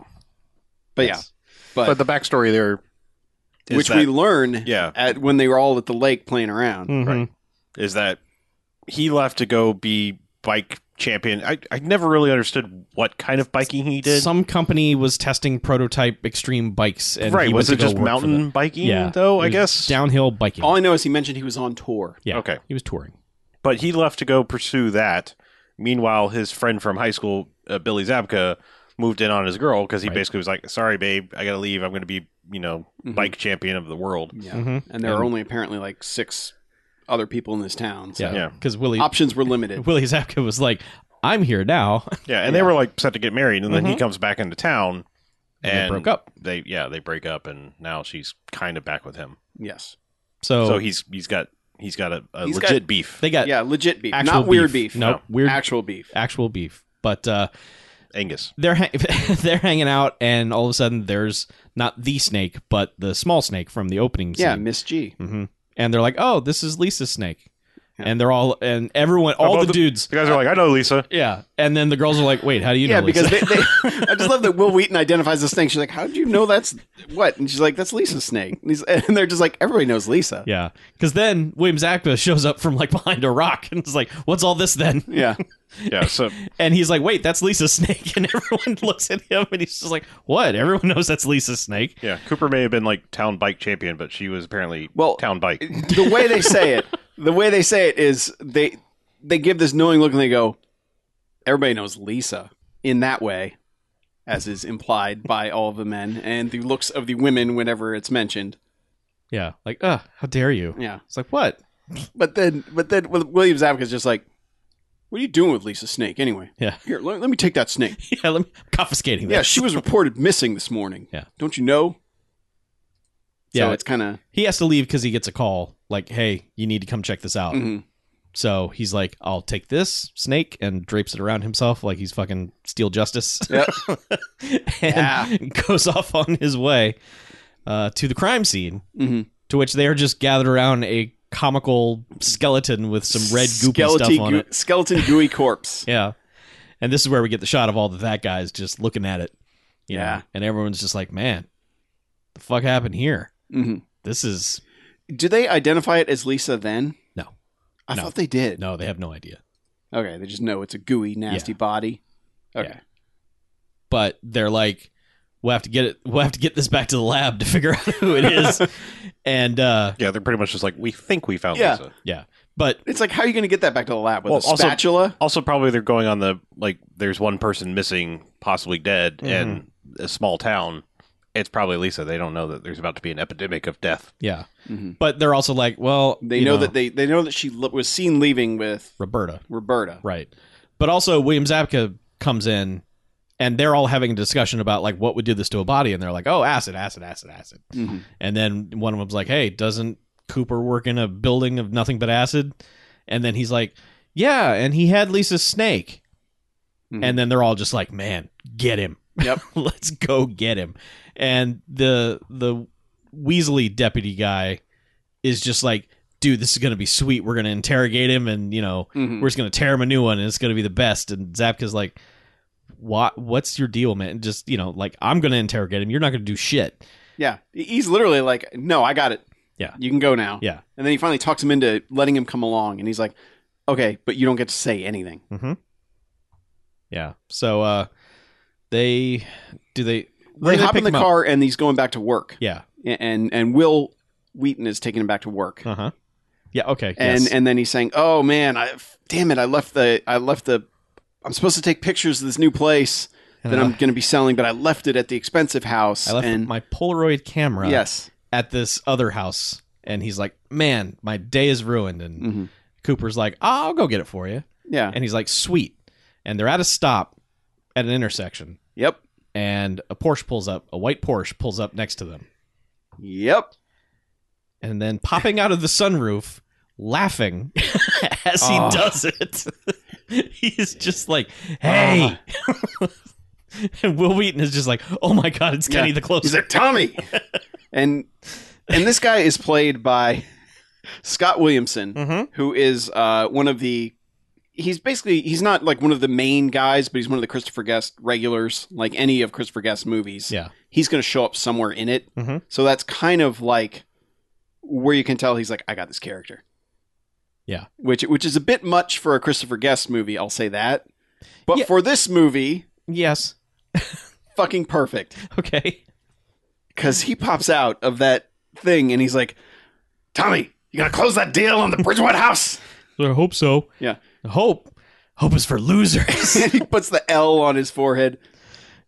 Speaker 4: But
Speaker 5: Yes.
Speaker 4: yeah,
Speaker 3: But
Speaker 4: but,
Speaker 3: the backstory there, is
Speaker 4: which
Speaker 3: that-
Speaker 4: we learn
Speaker 3: Yeah.
Speaker 4: at when they were all at the lake playing around.
Speaker 5: Mhm.
Speaker 3: is that he left to go be bike champion. I, I never really understood what kind of biking he did.
Speaker 5: Some company was testing prototype extreme bikes, and
Speaker 3: right?
Speaker 5: he
Speaker 3: Was
Speaker 5: went
Speaker 3: it
Speaker 5: to go
Speaker 3: just
Speaker 5: work for
Speaker 3: mountain
Speaker 5: them.
Speaker 3: biking?
Speaker 5: Yeah,
Speaker 3: though
Speaker 5: It
Speaker 3: I
Speaker 5: was
Speaker 3: guess.
Speaker 5: downhill biking.
Speaker 4: All I know is he mentioned he was on tour.
Speaker 5: yeah,
Speaker 3: Okay.
Speaker 5: He was touring.
Speaker 3: But he left to go pursue that. Meanwhile, his friend from high school, uh, Billy Zabka, moved in on his girl because he basically was like, "Sorry, babe, I gotta leave. I'm gonna be you know
Speaker 5: Mm-hmm.
Speaker 3: bike champion of the world."
Speaker 4: Yeah. And there are only apparently like six other people in this town. So
Speaker 5: Yeah,
Speaker 3: Yeah.
Speaker 5: because Willie
Speaker 4: options were limited.
Speaker 5: Willie Zabka was like, "I'm here now."
Speaker 3: Yeah, and they were like set to get married, and then
Speaker 5: Mm-hmm.
Speaker 3: he comes back into town,
Speaker 5: And
Speaker 3: and,
Speaker 5: they broke up.
Speaker 3: They yeah, they break up, and now she's kind of back with him.
Speaker 4: yes.
Speaker 5: So,
Speaker 3: So he's he's got he's got a, a
Speaker 4: He's
Speaker 3: legit
Speaker 4: got-
Speaker 3: beef
Speaker 5: they got
Speaker 4: Yeah, legit beef.
Speaker 5: actual
Speaker 4: Not weird beef.
Speaker 5: No, weird
Speaker 4: Actual beef.
Speaker 5: actual beef. But uh,
Speaker 3: Angus.
Speaker 5: they're ha- they're hanging out, and all of a sudden, there's not the snake, but the small snake from the opening.
Speaker 4: Yeah, Mm-hmm.
Speaker 5: scene.
Speaker 4: Miss G.
Speaker 5: hmm and they're like, "Oh, this is Lisa's snake," and they're all and everyone, all
Speaker 3: Well,
Speaker 5: the, dudes,
Speaker 3: The guys are like, I know Lisa.
Speaker 5: yeah. And then the girls are like, "Wait, how do you
Speaker 4: Yeah,
Speaker 5: know?"
Speaker 4: because
Speaker 5: Lisa?
Speaker 4: they, they, I just love that Will Wheaton identifies the snake. She's like, "How do you know that's what?" And she's like, "That's Lisa's snake." And, he's, and they're just like, "Everybody knows Lisa."
Speaker 5: yeah, because then William Zabka shows up from like behind a rock and is like, "What's all this then?"
Speaker 4: Yeah,
Speaker 3: Yeah, so
Speaker 5: And he's like, "Wait, that's Lisa's snake," and everyone looks at him and he's just like, "What?" Everyone knows that's Lisa's snake.
Speaker 3: yeah, Cooper may have been like town bike champion, but she was apparently
Speaker 4: Well,
Speaker 3: town bike.
Speaker 4: the way they say it, the way they say it is they they give this knowing look and they go, everybody knows Lisa in that way, as is implied by all of the men and the looks of the women whenever it's mentioned.
Speaker 5: Yeah, like, uh, how dare you?
Speaker 4: Yeah.
Speaker 5: It's like what?
Speaker 4: But then, but then Will- William Zabka's just like, "What are you doing with Lisa Snake anyway?
Speaker 5: Yeah.
Speaker 4: here, let, let me take that snake.
Speaker 5: Yeah, let me confiscating that.
Speaker 4: Yeah, she was reported missing this morning.
Speaker 5: Yeah.
Speaker 4: don't you know?
Speaker 5: Yeah,
Speaker 4: so it's kind of
Speaker 5: he has to leave because he gets a call like, "Hey, you need to come check this out."
Speaker 4: Mhm.
Speaker 5: So he's like, "I'll take this snake," and drapes it around himself like he's fucking Steel Justice.
Speaker 4: Yep. Yeah.
Speaker 5: and goes off on his way uh, to the crime scene,
Speaker 4: Mhm.
Speaker 5: to which they are just gathered around a comical skeleton with some red goopy
Speaker 4: skeleton,
Speaker 5: stuff on
Speaker 4: goo-
Speaker 5: it.
Speaker 4: skeleton gooey corpse.
Speaker 5: Yeah, and this is where we get the shot of all the that guys just looking at it. you know,
Speaker 4: Yeah.
Speaker 5: and everyone's just like, "Man, the fuck happened here?
Speaker 4: hmm
Speaker 5: This is
Speaker 4: Do they identify it as Lisa then?
Speaker 5: No.
Speaker 4: I
Speaker 5: No.
Speaker 4: thought they did.
Speaker 5: no, they have no idea."
Speaker 4: Okay, they just know it's a gooey, nasty
Speaker 5: Yeah.
Speaker 4: body. Okay.
Speaker 5: Yeah. but they're like we'll have to get it we'll have to get this back to the lab to figure out who it is and uh
Speaker 3: Yeah, they're pretty much just like, we think we found
Speaker 4: Yeah.
Speaker 3: Lisa.
Speaker 5: yeah but
Speaker 4: It's like, how are you going to get that back to the lab with
Speaker 3: Well,
Speaker 4: a
Speaker 3: also-
Speaker 4: spatula?
Speaker 3: Also, probably they're going on the like. There's one person missing, possibly dead,
Speaker 4: Mm-hmm.
Speaker 3: and a small town. It's probably Lisa. They don't know that there's about to be an epidemic of death.
Speaker 5: yeah
Speaker 4: Mhm.
Speaker 5: but they're also like well
Speaker 4: They
Speaker 5: you
Speaker 4: know, that they they know that she li- was seen leaving with
Speaker 5: roberta
Speaker 4: Roberta.
Speaker 5: right but also william zabka comes in and they're all having a discussion about like what would do this to a body and they're like oh acid acid acid acid
Speaker 4: Mhm.
Speaker 5: and then one of them's like hey doesn't cooper work in a building of nothing but acid and then he's like yeah and he had lisa's snake
Speaker 4: Mhm.
Speaker 5: and then they're all just like man get him
Speaker 4: Yep.
Speaker 5: let's go get him and the the weasley deputy guy is just like dude this is gonna be sweet we're gonna interrogate him and you know
Speaker 4: Mhm.
Speaker 5: we're just gonna tear him a new one and it's gonna be the best and zapka's like what what's your deal man And just you know like i'm gonna interrogate him you're not gonna do shit
Speaker 4: Yeah. He's literally like, no, I got it.
Speaker 5: Yeah.
Speaker 4: You can go now.
Speaker 5: yeah
Speaker 4: And then he finally talks him into letting him come along. And he's like, okay, but you don't get to say anything.
Speaker 5: yeah so uh they do they where
Speaker 4: they
Speaker 5: do
Speaker 4: hop in
Speaker 5: pick
Speaker 4: the
Speaker 5: him up?
Speaker 4: car and he's going back to work.
Speaker 5: yeah
Speaker 4: And, and Will Wheaton is taking him back to work.
Speaker 5: uh-huh yeah okay
Speaker 4: and
Speaker 5: yes.
Speaker 4: and then he's saying, "Oh man, I f- damn it, I left the I left the I'm supposed to take pictures of this new place that
Speaker 5: I
Speaker 4: I'm
Speaker 5: left-
Speaker 4: going to be selling, but I left it at the expensive house."
Speaker 5: Uh. i left
Speaker 4: and
Speaker 5: my polaroid camera
Speaker 4: yes,
Speaker 5: at this other house and he's like man my day is ruined and
Speaker 4: Mhm.
Speaker 5: cooper's like i'll go get it for you
Speaker 4: yeah,
Speaker 5: and he's like sweet and they're at a stop at an intersection
Speaker 4: yep,
Speaker 5: and a porsche pulls up a white porsche pulls up next to them
Speaker 4: yep,
Speaker 5: and then popping out of the sunroof laughing Ah. as he
Speaker 4: Oh.
Speaker 5: does it he's just like hey and will wheaton is just like oh my god it's kenny
Speaker 4: Yeah.
Speaker 5: the closer
Speaker 4: He's like Tommy, and and this guy is played by Scott Williamson,
Speaker 5: Mhm.
Speaker 4: who is uh, one of the. He's basically he's not like one of the main guys, but he's one of the Christopher Guest regulars, like any of Christopher Guest movies.
Speaker 5: yeah
Speaker 4: he's going to show up somewhere in it.
Speaker 5: Mhm.
Speaker 4: So that's kind of like where you can tell he's like, I got this character.
Speaker 5: Yeah.
Speaker 4: Which which is a bit much for a Christopher Guest movie, I'll say that. But
Speaker 5: Yeah.
Speaker 4: for this movie,
Speaker 5: yes
Speaker 4: fucking perfect
Speaker 5: okay
Speaker 4: because he pops out of that thing and he's like, Tommy, you got to close that deal on the Bridgewood house.
Speaker 5: i hope so
Speaker 4: Yeah.
Speaker 5: hope hope is for losers
Speaker 4: and he puts the L on his forehead.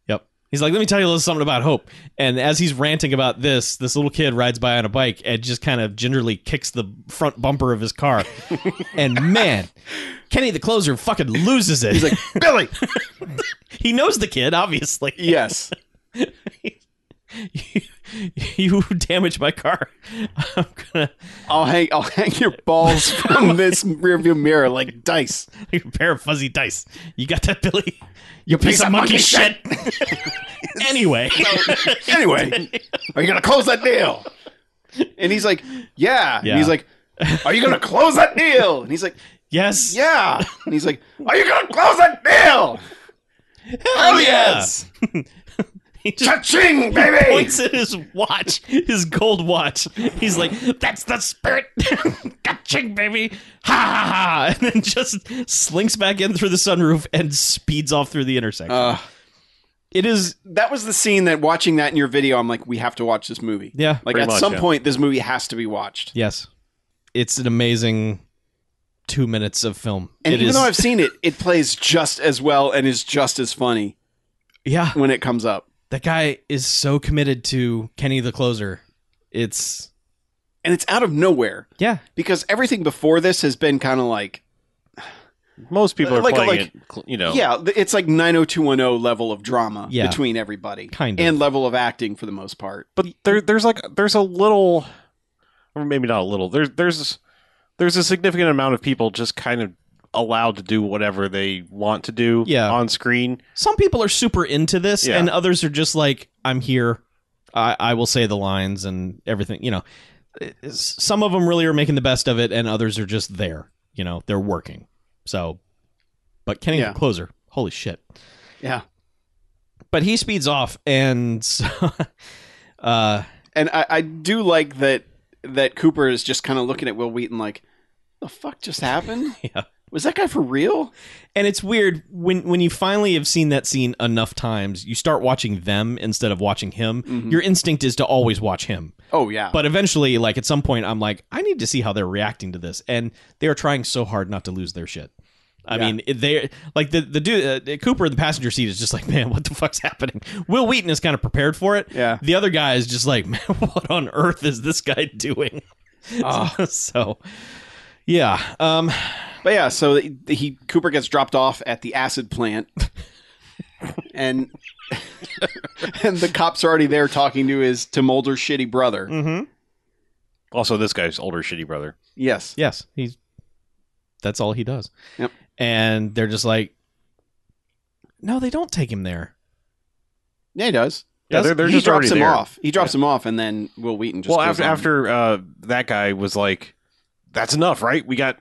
Speaker 5: Yep. He's like, let me tell you a little something about hope. And as he's ranting about this, this little kid rides by on a bike and just kind of gingerly kicks the front bumper of his car. and man, Kenny the closer fucking loses it.
Speaker 4: He's like, Billy.
Speaker 5: he knows the kid, obviously.
Speaker 4: yes.
Speaker 5: you damaged my car. I'm gonna
Speaker 4: I'll hang I'll hang your balls from this rearview mirror like dice.
Speaker 5: like a pair of fuzzy dice. You got that, Billy?
Speaker 4: You piece,
Speaker 5: of monkey shit. anyway.
Speaker 4: anyway, are you going to close that deal? And he's like, yeah. And
Speaker 5: Yeah.
Speaker 4: he's like, are you going to close that deal? And he's like,
Speaker 5: yes.
Speaker 4: yeah. And he's like, are you going to close that deal? Hell Oh, yes.
Speaker 5: Oh, He just
Speaker 4: Cha-ching, baby.
Speaker 5: points at his watch, his gold watch. He's like, "That's the spirit, catching baby!" Ha ha ha! And then just slinks back in through the sunroof and speeds off through the intersection.
Speaker 4: Uh,
Speaker 5: it is,
Speaker 4: that was the scene that watching that in your video, I'm like, we have to watch this movie.
Speaker 5: yeah,
Speaker 4: Like
Speaker 3: Pretty
Speaker 4: at
Speaker 3: much,
Speaker 4: some
Speaker 3: yeah.
Speaker 4: point, this movie has to be watched.
Speaker 5: yes, it's an amazing two minutes of film.
Speaker 4: And
Speaker 5: It
Speaker 4: even
Speaker 5: is-
Speaker 4: though I've seen it, it plays just as well and is just as funny
Speaker 5: yeah,
Speaker 4: when it comes up.
Speaker 5: that guy is so committed to Kenny the Closer. It's
Speaker 4: And it's out of nowhere
Speaker 5: yeah,
Speaker 4: because everything before this has been kind of like,
Speaker 3: Most people are
Speaker 4: Like-
Speaker 3: playing
Speaker 4: like-
Speaker 3: it, cl- you know.
Speaker 4: yeah, th- it's like 90210 level of drama
Speaker 5: Oh. Yeah.
Speaker 4: between everybody.
Speaker 5: Kind of.
Speaker 4: And level of acting for the most part.
Speaker 3: but there there's like there's a little or maybe not a little there's there's there's a significant amount of people just kind of allowed to do whatever they want to do
Speaker 5: Yeah.
Speaker 3: on screen
Speaker 5: some people are super into this,
Speaker 3: Yeah.
Speaker 5: and others are just like, I'm here. I, I will say the lines and everything. You know, It's- some of them really are making the best of it, and others are just there. You know, they're working. So, but Kenny
Speaker 4: Yeah.
Speaker 5: the Closer, holy shit!
Speaker 4: Yeah.
Speaker 5: But he speeds off, and so, uh,
Speaker 4: And I, I do like that that Cooper is just kind of looking at Will Wheaton like, the fuck just happened?
Speaker 5: Yeah.
Speaker 4: Was that guy for real?
Speaker 5: and it's weird when when you finally have seen that scene enough times, you start watching them instead of watching him. Your instinct is to always watch him.
Speaker 4: Oh, yeah.
Speaker 5: But eventually, like at some point, I'm like, I need to see how they're reacting to this, and they are trying so hard not to lose their shit. I mean, they like the the dude uh, Cooper in the passenger seat is just like, man, what the fuck's happening? Will Wheaton is kind of prepared for it.
Speaker 4: Yeah.
Speaker 5: The other guy is just like, man, what on earth is this guy doing?
Speaker 4: Ah.
Speaker 5: so, yeah, um,
Speaker 4: But yeah, so he, he Cooper gets dropped off at the acid plant, and and the cops are already there talking to his to Mulder's shitty brother.
Speaker 5: Mm-hmm.
Speaker 3: also this guy's older shitty brother
Speaker 4: Yes,
Speaker 5: yes, he's that's all he does.
Speaker 4: Yep.
Speaker 5: And they're just like, no, they don't take him there.
Speaker 4: yeah, he does.
Speaker 3: yeah they're, they're
Speaker 4: he
Speaker 3: just
Speaker 4: drops
Speaker 3: already
Speaker 4: him
Speaker 3: there
Speaker 4: off. He drops him off, and then Will Wheaton just
Speaker 3: well
Speaker 4: goes
Speaker 3: after after
Speaker 4: on.
Speaker 3: uh that guy was like that's enough right we got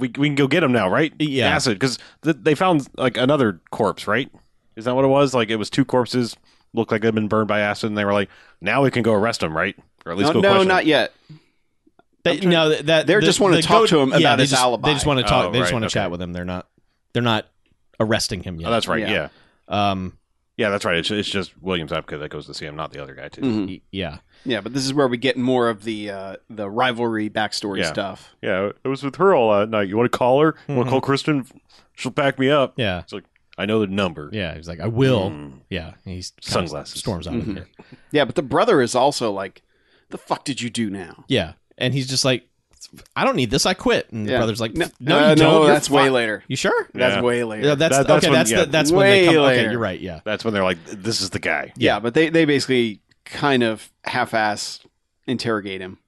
Speaker 3: we, we can go get him now right
Speaker 5: Yeah.
Speaker 3: acid because th- they found like another corpse right is that what it was like it was two corpses looked like they'd been burned by acid and they were like now we can go arrest him right or at least go
Speaker 4: no, no,
Speaker 3: question him.
Speaker 4: not yet.
Speaker 5: They, no, th- that
Speaker 4: they
Speaker 5: the-
Speaker 4: just wanna
Speaker 5: the
Speaker 4: talk to him
Speaker 5: yeah,
Speaker 4: about
Speaker 5: they
Speaker 4: his
Speaker 5: just-
Speaker 4: alibi.
Speaker 5: They just want to talk.
Speaker 3: Oh,
Speaker 5: they just
Speaker 3: right,
Speaker 5: want to
Speaker 3: okay.
Speaker 5: chat with him. They're not. They're not arresting him yet.
Speaker 3: oh that's right
Speaker 4: Yeah.
Speaker 3: yeah.
Speaker 5: um.
Speaker 3: Yeah, that's right. It's, it's just Williams Apka that goes to see him, not the other guy too.
Speaker 4: Mhm.
Speaker 5: y- Yeah.
Speaker 4: Yeah, but this is where we get more of the uh, the rivalry backstory
Speaker 3: Yeah.
Speaker 4: stuff.
Speaker 3: Yeah, I was with her all that night. You want to call her? You
Speaker 4: Mm-hmm.
Speaker 3: want to call Kristen? She'll back me up.
Speaker 5: Yeah.
Speaker 3: It's like I know the number.
Speaker 5: Yeah. He's like, I will.
Speaker 3: Mm.
Speaker 5: Yeah. and He's kinda
Speaker 3: Sunglasses.
Speaker 5: Storms out of
Speaker 4: Mm-hmm.
Speaker 5: here.
Speaker 4: Yeah, but the brother is also like, the fuck did you do now?
Speaker 5: Yeah. And he's just like, I don't need this. I quit. And
Speaker 4: Yeah.
Speaker 5: the brother's like, No,
Speaker 4: Uh,
Speaker 5: you don't. You're
Speaker 4: that's way
Speaker 5: fi-
Speaker 4: later.
Speaker 5: You sure?
Speaker 3: Yeah.
Speaker 4: That's way later.
Speaker 5: Yeah, that's
Speaker 3: That- that's
Speaker 5: okay.
Speaker 3: when-
Speaker 5: that's
Speaker 3: yeah.
Speaker 5: the, that's when they
Speaker 4: Way
Speaker 5: come. Okay,
Speaker 4: later.
Speaker 5: you're right. Yeah.
Speaker 3: That's when they're like, "This is the guy."
Speaker 4: Yeah, but they, they basically kind of half ass interrogate him.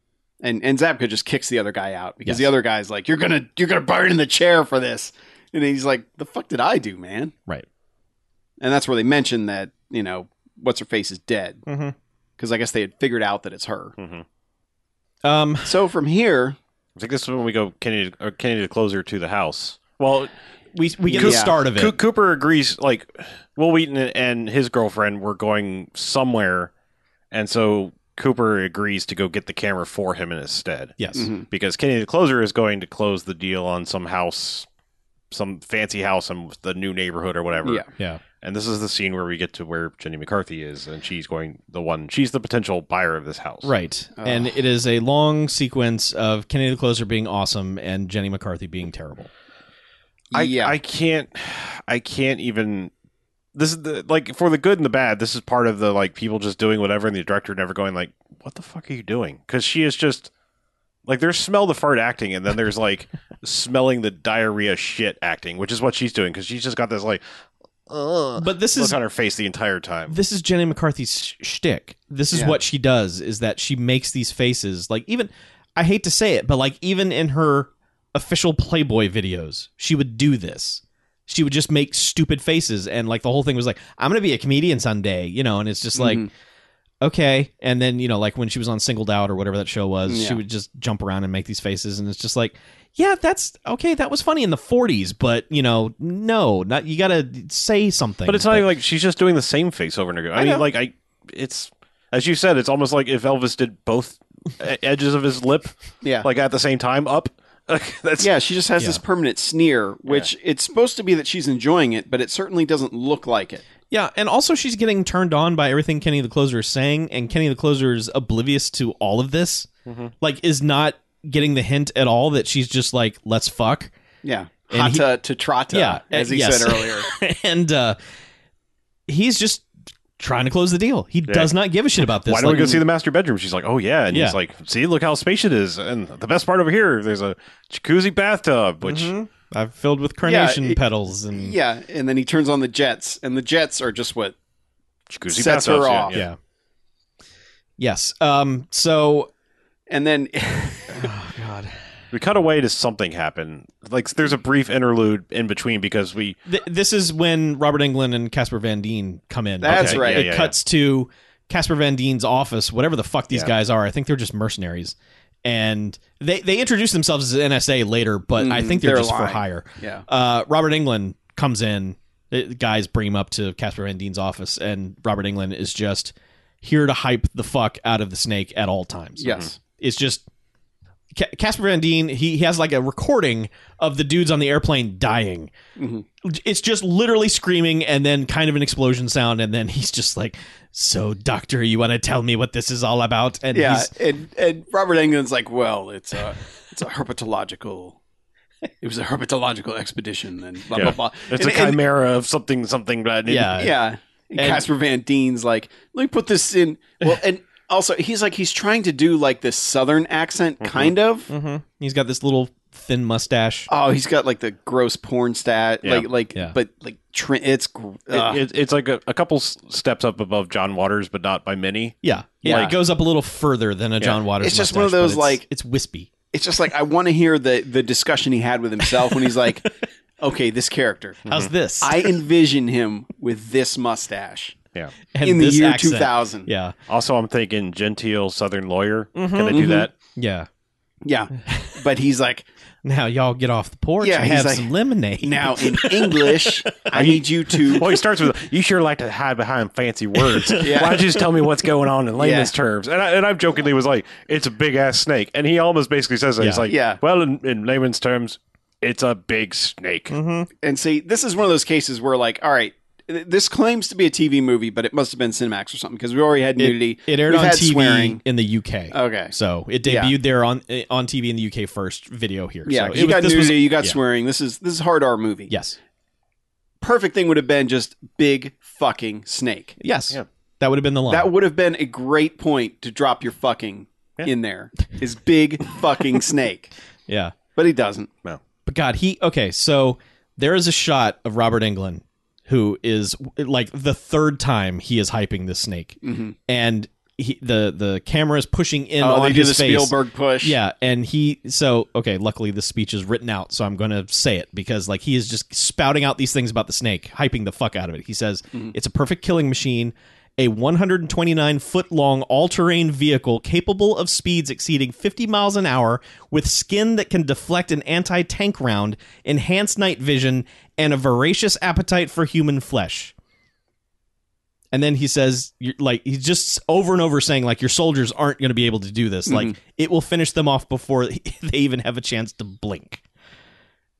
Speaker 4: And and Zabka just kicks the other guy out because the
Speaker 5: Yes.
Speaker 4: other guy's like, You're gonna you're gonna burn in the chair for this. And he's like, The fuck did I do, man?
Speaker 5: Right.
Speaker 4: And that's where they mention that, you know, what's her face is dead.
Speaker 5: Mhm.
Speaker 4: Because I guess they had figured out that it's her.
Speaker 5: Um.
Speaker 4: So from here,
Speaker 3: I think this is when we go Kennedy or Kennedy to closer to the house. Well,
Speaker 5: We we get the
Speaker 4: Yeah.
Speaker 5: start of it.
Speaker 3: Coo- Cooper agrees. Like Will Wheaton and his girlfriend were going somewhere, and so Cooper agrees to go get the camera for him in his stead.
Speaker 5: Yes.
Speaker 4: Mm-hmm.
Speaker 3: because Kenny the Closer is going to close the deal on some house, some fancy house in the new neighborhood or whatever.
Speaker 4: Yeah.
Speaker 5: Yeah.
Speaker 3: And this is the scene where we get to where Jenny McCarthy is, and she's going the one. She's the potential buyer of this house.
Speaker 5: Right. And it is a long sequence of Kennedy the Closer being awesome and Jenny McCarthy being terrible.
Speaker 3: I,
Speaker 4: yeah.
Speaker 3: I can't. I can't even. This is the like for the good and the bad. This is part of the like people just doing whatever, and the director never going like, "What the fuck are you doing?" Because she is just like there's smell the fart acting, and then there's like smelling the diarrhea shit acting, which is what she's doing because she's just got this like
Speaker 5: But this
Speaker 3: Uh,
Speaker 5: is
Speaker 3: look on her face the entire time.
Speaker 5: this is Jenny McCarthy's sh- shtick. This is
Speaker 4: Yeah.
Speaker 5: what she does: is that she makes these faces. Like even, I hate to say it, but like even in her official Playboy videos, she would do this. She would just make stupid faces, and like the whole thing was like, "I'm gonna be a comedian someday," you know. And it's just like,
Speaker 4: Mm-hmm.
Speaker 5: okay. And then you know, like when she was on Singled Out or whatever that show was, she
Speaker 4: Yeah.
Speaker 5: would just jump around and make these faces, and it's just like, yeah, that's okay. That was funny in the '40s, but you know, no, not you gotta say something.
Speaker 3: but it's not even like she's just doing the same face over and over. I, mean, like I, it's as you said, it's almost like if Elvis did both e- edges of his lip,
Speaker 4: Yeah.
Speaker 3: like at the same time up. That's
Speaker 4: yeah, she just has this permanent sneer, which it's supposed to be that she's enjoying it, but it certainly doesn't look like it.
Speaker 5: Yeah, and also she's getting turned on by everything
Speaker 3: Mm-hmm.
Speaker 5: Kenny the Closer is saying, and Kenny the Closer is oblivious to all of this. Like, is not getting the hint at all that she's just like, let's fuck.
Speaker 4: Yeah.
Speaker 5: And he-
Speaker 4: Hata to Trata,
Speaker 5: Yeah,
Speaker 4: as
Speaker 5: uh,
Speaker 4: he
Speaker 5: yes.
Speaker 4: said earlier.
Speaker 5: and uh, he's just trying to close the deal. He does not give a shit about this.
Speaker 3: Why don't we
Speaker 5: Like,
Speaker 3: go see the master bedroom? She's like, oh yeah, and
Speaker 5: Yeah.
Speaker 3: he's like, see, look how spacious it is, and the best part over here, there's a jacuzzi bathtub, which
Speaker 4: Mm-hmm.
Speaker 5: I've filled with carnation
Speaker 4: it-
Speaker 5: petals and
Speaker 4: Yeah, and then he turns on the jets, and the jets are just what
Speaker 3: jacuzzi
Speaker 4: Sets her
Speaker 3: bathtubs, yeah,
Speaker 4: off.
Speaker 3: yeah.
Speaker 5: yeah. Yes. Um. So
Speaker 4: and then
Speaker 3: We cut away to something happen. Like there's a brief interlude in between because we
Speaker 5: th- this is when Robert Englund and Casper Van Dien come in.
Speaker 4: That's Okay, right. yeah,
Speaker 5: It
Speaker 3: yeah,
Speaker 5: cuts to Casper Van Dien's office, whatever the fuck these guys are. I think they're just mercenaries, and they they introduce themselves as NSA later, but I think they're,
Speaker 4: Mm-hmm. they're
Speaker 5: just for
Speaker 4: lying.
Speaker 5: hire.
Speaker 4: Yeah.
Speaker 5: Uh, Robert England comes in. The guys bring him up to Casper Van Dien's office, and Robert England is just here to hype the fuck out of the snake at all times.
Speaker 4: yes.
Speaker 5: It's just Ca- Casper Van Dien. He, he has like a recording of the dudes on the airplane dying.
Speaker 4: Mm-hmm.
Speaker 5: It's just literally screaming and then kind of an explosion sound, and then he's just like, "So, doctor, you want to tell me what this is all about?" And
Speaker 4: Yeah,
Speaker 5: he's,
Speaker 4: and and Robert Englund's like, well, it's a it's a herpetological. It was a herpetological expedition, and blah
Speaker 3: Yeah.
Speaker 4: blah blah.
Speaker 3: it's
Speaker 4: and,
Speaker 3: a chimera of something something. Blah, blah,
Speaker 5: yeah,
Speaker 4: And, yeah, and,
Speaker 5: And-
Speaker 4: Casper Van Dien's like, let me put this in. Well, and also he's like he's trying to do like this southern accent, kind of.
Speaker 5: Mhm. He's got this little thin mustache.
Speaker 4: Oh, he's got like the gross porn stat,
Speaker 3: Yeah.
Speaker 4: like like,
Speaker 5: Yeah.
Speaker 4: but like tr- it's. gr-
Speaker 3: blah.
Speaker 4: ugh.
Speaker 3: It, it's like a, a couple s- steps up above John Waters, but not by many.
Speaker 5: Yeah, yeah. It goes up a little further than a John Waters.
Speaker 4: It's just one of
Speaker 5: mustache,
Speaker 4: those,
Speaker 5: but it's-
Speaker 4: like-
Speaker 5: it's wispy.
Speaker 4: it's just like I want to hear the the discussion he had with himself when he's like, "Okay, this character,
Speaker 5: How's this?
Speaker 4: Mm-hmm. I envision him with this mustache
Speaker 3: Yeah.
Speaker 5: And
Speaker 4: in the
Speaker 5: this
Speaker 4: year
Speaker 5: accent.
Speaker 4: 2000."
Speaker 5: Yeah,
Speaker 3: Also, I'm thinking genteel Southern lawyer. Can they do that?
Speaker 5: yeah.
Speaker 4: yeah. But he's like,
Speaker 5: Now y'all get off the porch
Speaker 4: Yeah,
Speaker 5: and
Speaker 4: he's
Speaker 5: have
Speaker 4: like-
Speaker 5: some lemonade.
Speaker 4: "Now in English, I need you to."
Speaker 3: Well, he starts with, "You sure like to hide behind fancy words. Why don't you just tell me what's going on in layman's
Speaker 4: Yeah.
Speaker 3: terms?" And I, and I jokingly was like, "It's a big ass snake," and he almost basically says that. He's
Speaker 5: Yeah.
Speaker 3: like,
Speaker 4: Yeah.
Speaker 3: well, in, in layman's terms, it's a big snake."
Speaker 4: And see, this is one of those cases where, like, all right. th- This claims to be a TV movie, but it must have been Cinemax or something because we already had nudity.
Speaker 5: It aired
Speaker 4: We've
Speaker 5: on
Speaker 4: had
Speaker 5: TV
Speaker 4: swearing.
Speaker 5: in the UK.
Speaker 4: Okay.
Speaker 5: so it
Speaker 4: Yeah.
Speaker 5: debuted there on eh, on TV in the UK first. Video here.
Speaker 4: Yeah,
Speaker 5: so it
Speaker 4: you
Speaker 5: was-
Speaker 4: got
Speaker 5: this
Speaker 4: nudity,
Speaker 5: was-
Speaker 4: you got
Speaker 5: yeah.
Speaker 4: swearing. This is this is hard R movie.
Speaker 5: Yes,
Speaker 4: perfect thing would have been just big fucking snake.
Speaker 5: yes. That would have been the line.
Speaker 4: That would have been a great point to drop your fucking in there. Is big fucking snake.
Speaker 5: yeah,
Speaker 4: But he doesn't.
Speaker 5: but God, he okay. So there is a shot of Robert Englund, who is like the third time he is hyping this snake, and he, the the camera is pushing in
Speaker 4: Mm-hmm. Oh,
Speaker 5: on
Speaker 4: they do
Speaker 5: his
Speaker 4: the
Speaker 5: face.
Speaker 4: Spielberg push.
Speaker 5: Yeah, and he so okay. Luckily, the speech is written out, so I'm going to say it because like he is just spouting out these things about the snake, hyping the fuck out of it. He says it's a perfect killing machine, a 129 foot long all terrain vehicle capable of speeds exceeding 50 miles an hour, with skin that can deflect an anti tank round, enhanced night vision, and a voracious appetite for human flesh. And then he says, you're, like, he's just over and over saying, like, your soldiers aren't going to be able to do this. Like,
Speaker 4: Mm-hmm.
Speaker 5: it will finish them off before they even have a chance to blink.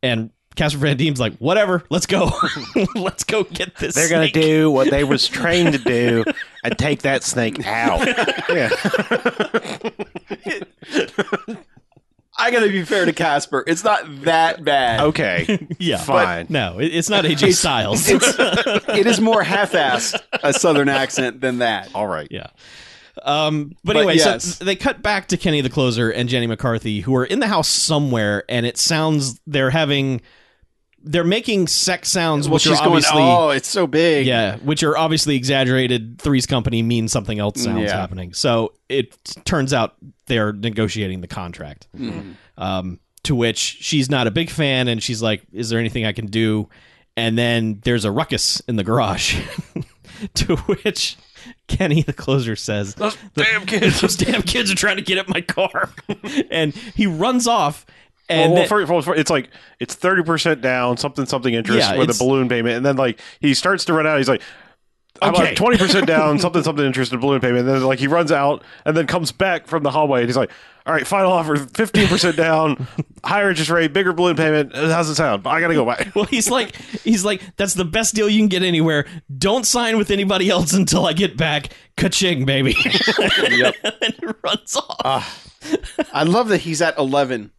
Speaker 5: And Casper Van Dien's like, whatever, let's go. let's go get this.
Speaker 3: They're gonna
Speaker 5: snake."
Speaker 3: do what they was trained to do and take that snake out. yeah.
Speaker 4: I gotta be fair to Casper. It's not that bad.
Speaker 3: Okay.
Speaker 5: Yeah.
Speaker 3: Fine.
Speaker 5: No, it- it's not AJ Styles.
Speaker 4: It's it is more half assed a southern accent than that.
Speaker 3: All right.
Speaker 5: Yeah. Um, but,
Speaker 4: But
Speaker 5: anyway,
Speaker 4: yes.
Speaker 5: so they cut back to Kenny the Closer and Jenny McCarthy, who are in the house somewhere, and it sounds they're having they're making sex sounds,
Speaker 4: Well
Speaker 5: which are
Speaker 4: she's going,
Speaker 5: obviously
Speaker 4: Oh, it's so big.
Speaker 5: yeah, which are obviously exaggerated. Three's Company means something else sounds
Speaker 4: Yeah.
Speaker 5: happening. So it turns out they're negotiating the contract.
Speaker 4: Hmm.
Speaker 5: Um, to which she's not a big fan, and she's like, "Is there anything I can do?" And then there's a ruckus in the garage. to which Kenny the closer says, "Those damn kids! Those damn kids are trying to get at my car!" and he runs off. And
Speaker 3: well, well,
Speaker 5: then-
Speaker 3: first- well, first- it's like it's thirty percent down, something something interest
Speaker 5: Yeah,
Speaker 3: with a
Speaker 5: it's-
Speaker 3: balloon payment, and then like he starts to run out. He's like, "I'm
Speaker 5: Okay.
Speaker 3: twenty percent down, something something interest and balloon payment." And then like he runs out and then comes back from the hallway, and he's like, "All right, final offer, fifteen percent down, higher interest rate, bigger balloon payment. How's it sound? I gotta go back."
Speaker 5: Well, he's like, he's like, that's the best deal you can get anywhere. Don't sign with
Speaker 4: Ah.
Speaker 5: anybody else until I get back. Ka-ching, baby. and he runs off.
Speaker 4: I love that he's at 11.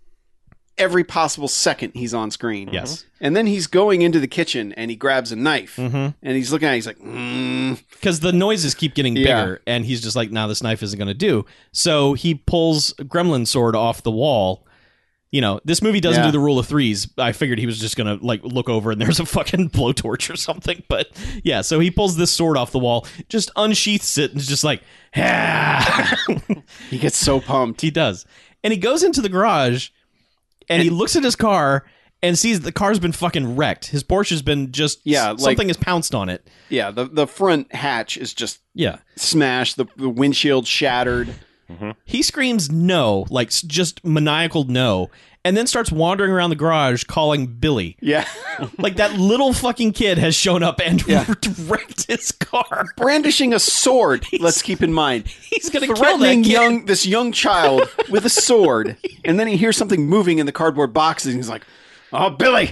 Speaker 4: Every possible second he's on screen. Mm-hmm.
Speaker 5: Yes.
Speaker 4: And then he's going into the kitchen and he grabs a knife
Speaker 5: Mm-hmm.
Speaker 4: and he's looking at it. He's like, mm.
Speaker 5: because the noises keep getting
Speaker 4: Yeah.
Speaker 5: bigger, and he's just like, "Now this knife isn't going to do." So he pulls a Gremlin sword off the wall. You know, this movie doesn't
Speaker 4: Yeah.
Speaker 5: do the rule of threes. I figured he was just going to like look over and there's a fucking blowtorch or something. But yeah, so he pulls this sword off the wall, just unsheaths it, and is just like, "Ah!"
Speaker 4: he gets so pumped.
Speaker 5: he does, and he goes into the garage, and he looks at his car. And sees the car's been fucking wrecked. His Porsche has been just
Speaker 4: Yeah, like-
Speaker 5: something has pounced on it.
Speaker 4: Yeah, the, the front hatch is just
Speaker 5: Yeah,
Speaker 4: smashed, the, the windshield shattered.
Speaker 5: He screams no, like s- just maniacal no, and then starts wandering around the garage calling Billy.
Speaker 4: Yeah.
Speaker 5: Like that little fucking kid has shown up and wrecked his car.
Speaker 4: Brandishing a sword, let's keep in mind.
Speaker 5: He's gonna kill that
Speaker 4: Threatening
Speaker 5: kid.
Speaker 4: young this young child with a sword. And then he hears something moving in the cardboard box and he's like, Oh Billy.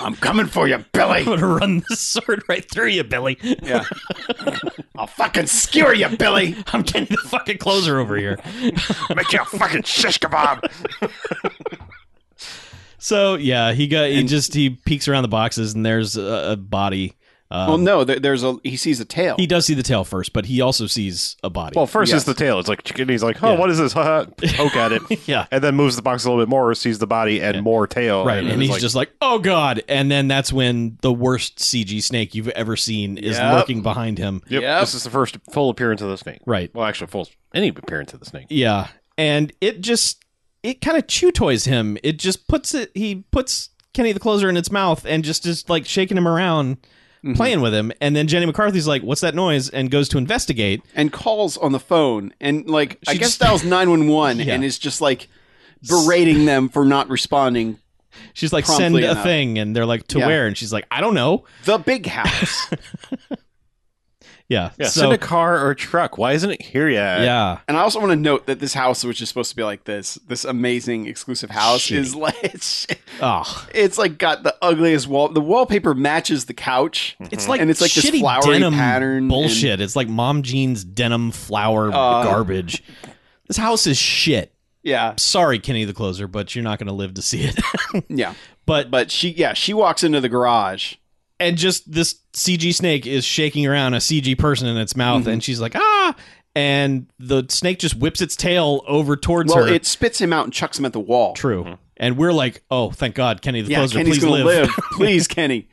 Speaker 4: I'm coming for you, Billy.
Speaker 5: I'm gonna run this sword right through you, Billy.
Speaker 4: Yeah. I'll fucking skewer you, Billy.
Speaker 5: I'm getting the fucking closer over here.
Speaker 6: Make you a fucking shish kebab.
Speaker 5: So yeah, he got he just he peeks around the boxes and there's a, a body.
Speaker 4: Well, no, there, there's a he sees a tail.
Speaker 5: He does see the tail first, but he also sees a body.
Speaker 3: Well, first
Speaker 4: Yes.
Speaker 3: is the tail. It's like chicken. He's like, oh,
Speaker 5: Yeah.
Speaker 3: what is this? Ha, ha. Poke at it.
Speaker 5: Yeah.
Speaker 3: And then moves the box a little bit more, sees the body and more tail.
Speaker 5: Right, and
Speaker 3: it's
Speaker 5: he's
Speaker 3: like,
Speaker 5: just like, "Oh God!" And then that's when the worst CG snake you've ever seen is
Speaker 4: Yep.
Speaker 5: lurking behind him.
Speaker 3: Yep,
Speaker 4: Yep.
Speaker 3: This is the first full appearance of the snake.
Speaker 5: Right.
Speaker 3: Well, actually, full any appearance of the snake.
Speaker 5: Yeah, and it just it kind of chew toys him. It just puts it. He puts Kenny the Closer in its mouth and just is like shaking him around, playing with him. And then Jenny McCarthy's like, "What's that noise?" and goes to investigate.
Speaker 4: and calls on the phone and like I
Speaker 5: She
Speaker 4: guess
Speaker 5: just-
Speaker 4: dials nine one one and is just like berating them for not responding.
Speaker 5: She's like,
Speaker 4: Promptly
Speaker 5: "Send a
Speaker 4: enough.
Speaker 5: thing," and they're like, "To
Speaker 4: Yeah.
Speaker 5: where?" And she's like, "I don't know."
Speaker 4: The big house.
Speaker 5: Yeah.
Speaker 3: Yeah.
Speaker 5: so
Speaker 3: Send a car or truck. Why isn't it here yet?
Speaker 5: yeah,
Speaker 4: and I also want to note that this house, which is supposed to be like this, this amazing exclusive house, is like it's,
Speaker 5: oh,
Speaker 4: it's like got the ugliest wall. The wallpaper matches the couch.
Speaker 5: it's like
Speaker 4: and it's like this
Speaker 5: shitty
Speaker 4: flowery
Speaker 5: denim
Speaker 4: pattern and- Uh.
Speaker 5: bullshit. It's like mom jeans, denim, flower, garbage. This house is shit.
Speaker 4: yeah,
Speaker 5: Sorry, Kenny the Closer, but you're not going to live to see it.
Speaker 4: yeah.
Speaker 5: but
Speaker 4: But she, yeah, she walks into the garage.
Speaker 5: and just this CG snake is shaking around a CG person in its
Speaker 4: Mm-hmm.
Speaker 5: mouth, and she's like, ah. And the snake just whips its tail over towards
Speaker 4: Well,
Speaker 5: her.
Speaker 4: it spits him out and chucks him at the wall.
Speaker 5: true. And we're like, oh, thank God, Kenny the
Speaker 4: Yeah,
Speaker 5: Closer,
Speaker 4: Kenny's
Speaker 5: please
Speaker 4: gonna
Speaker 5: live.
Speaker 4: live. please, Kenny.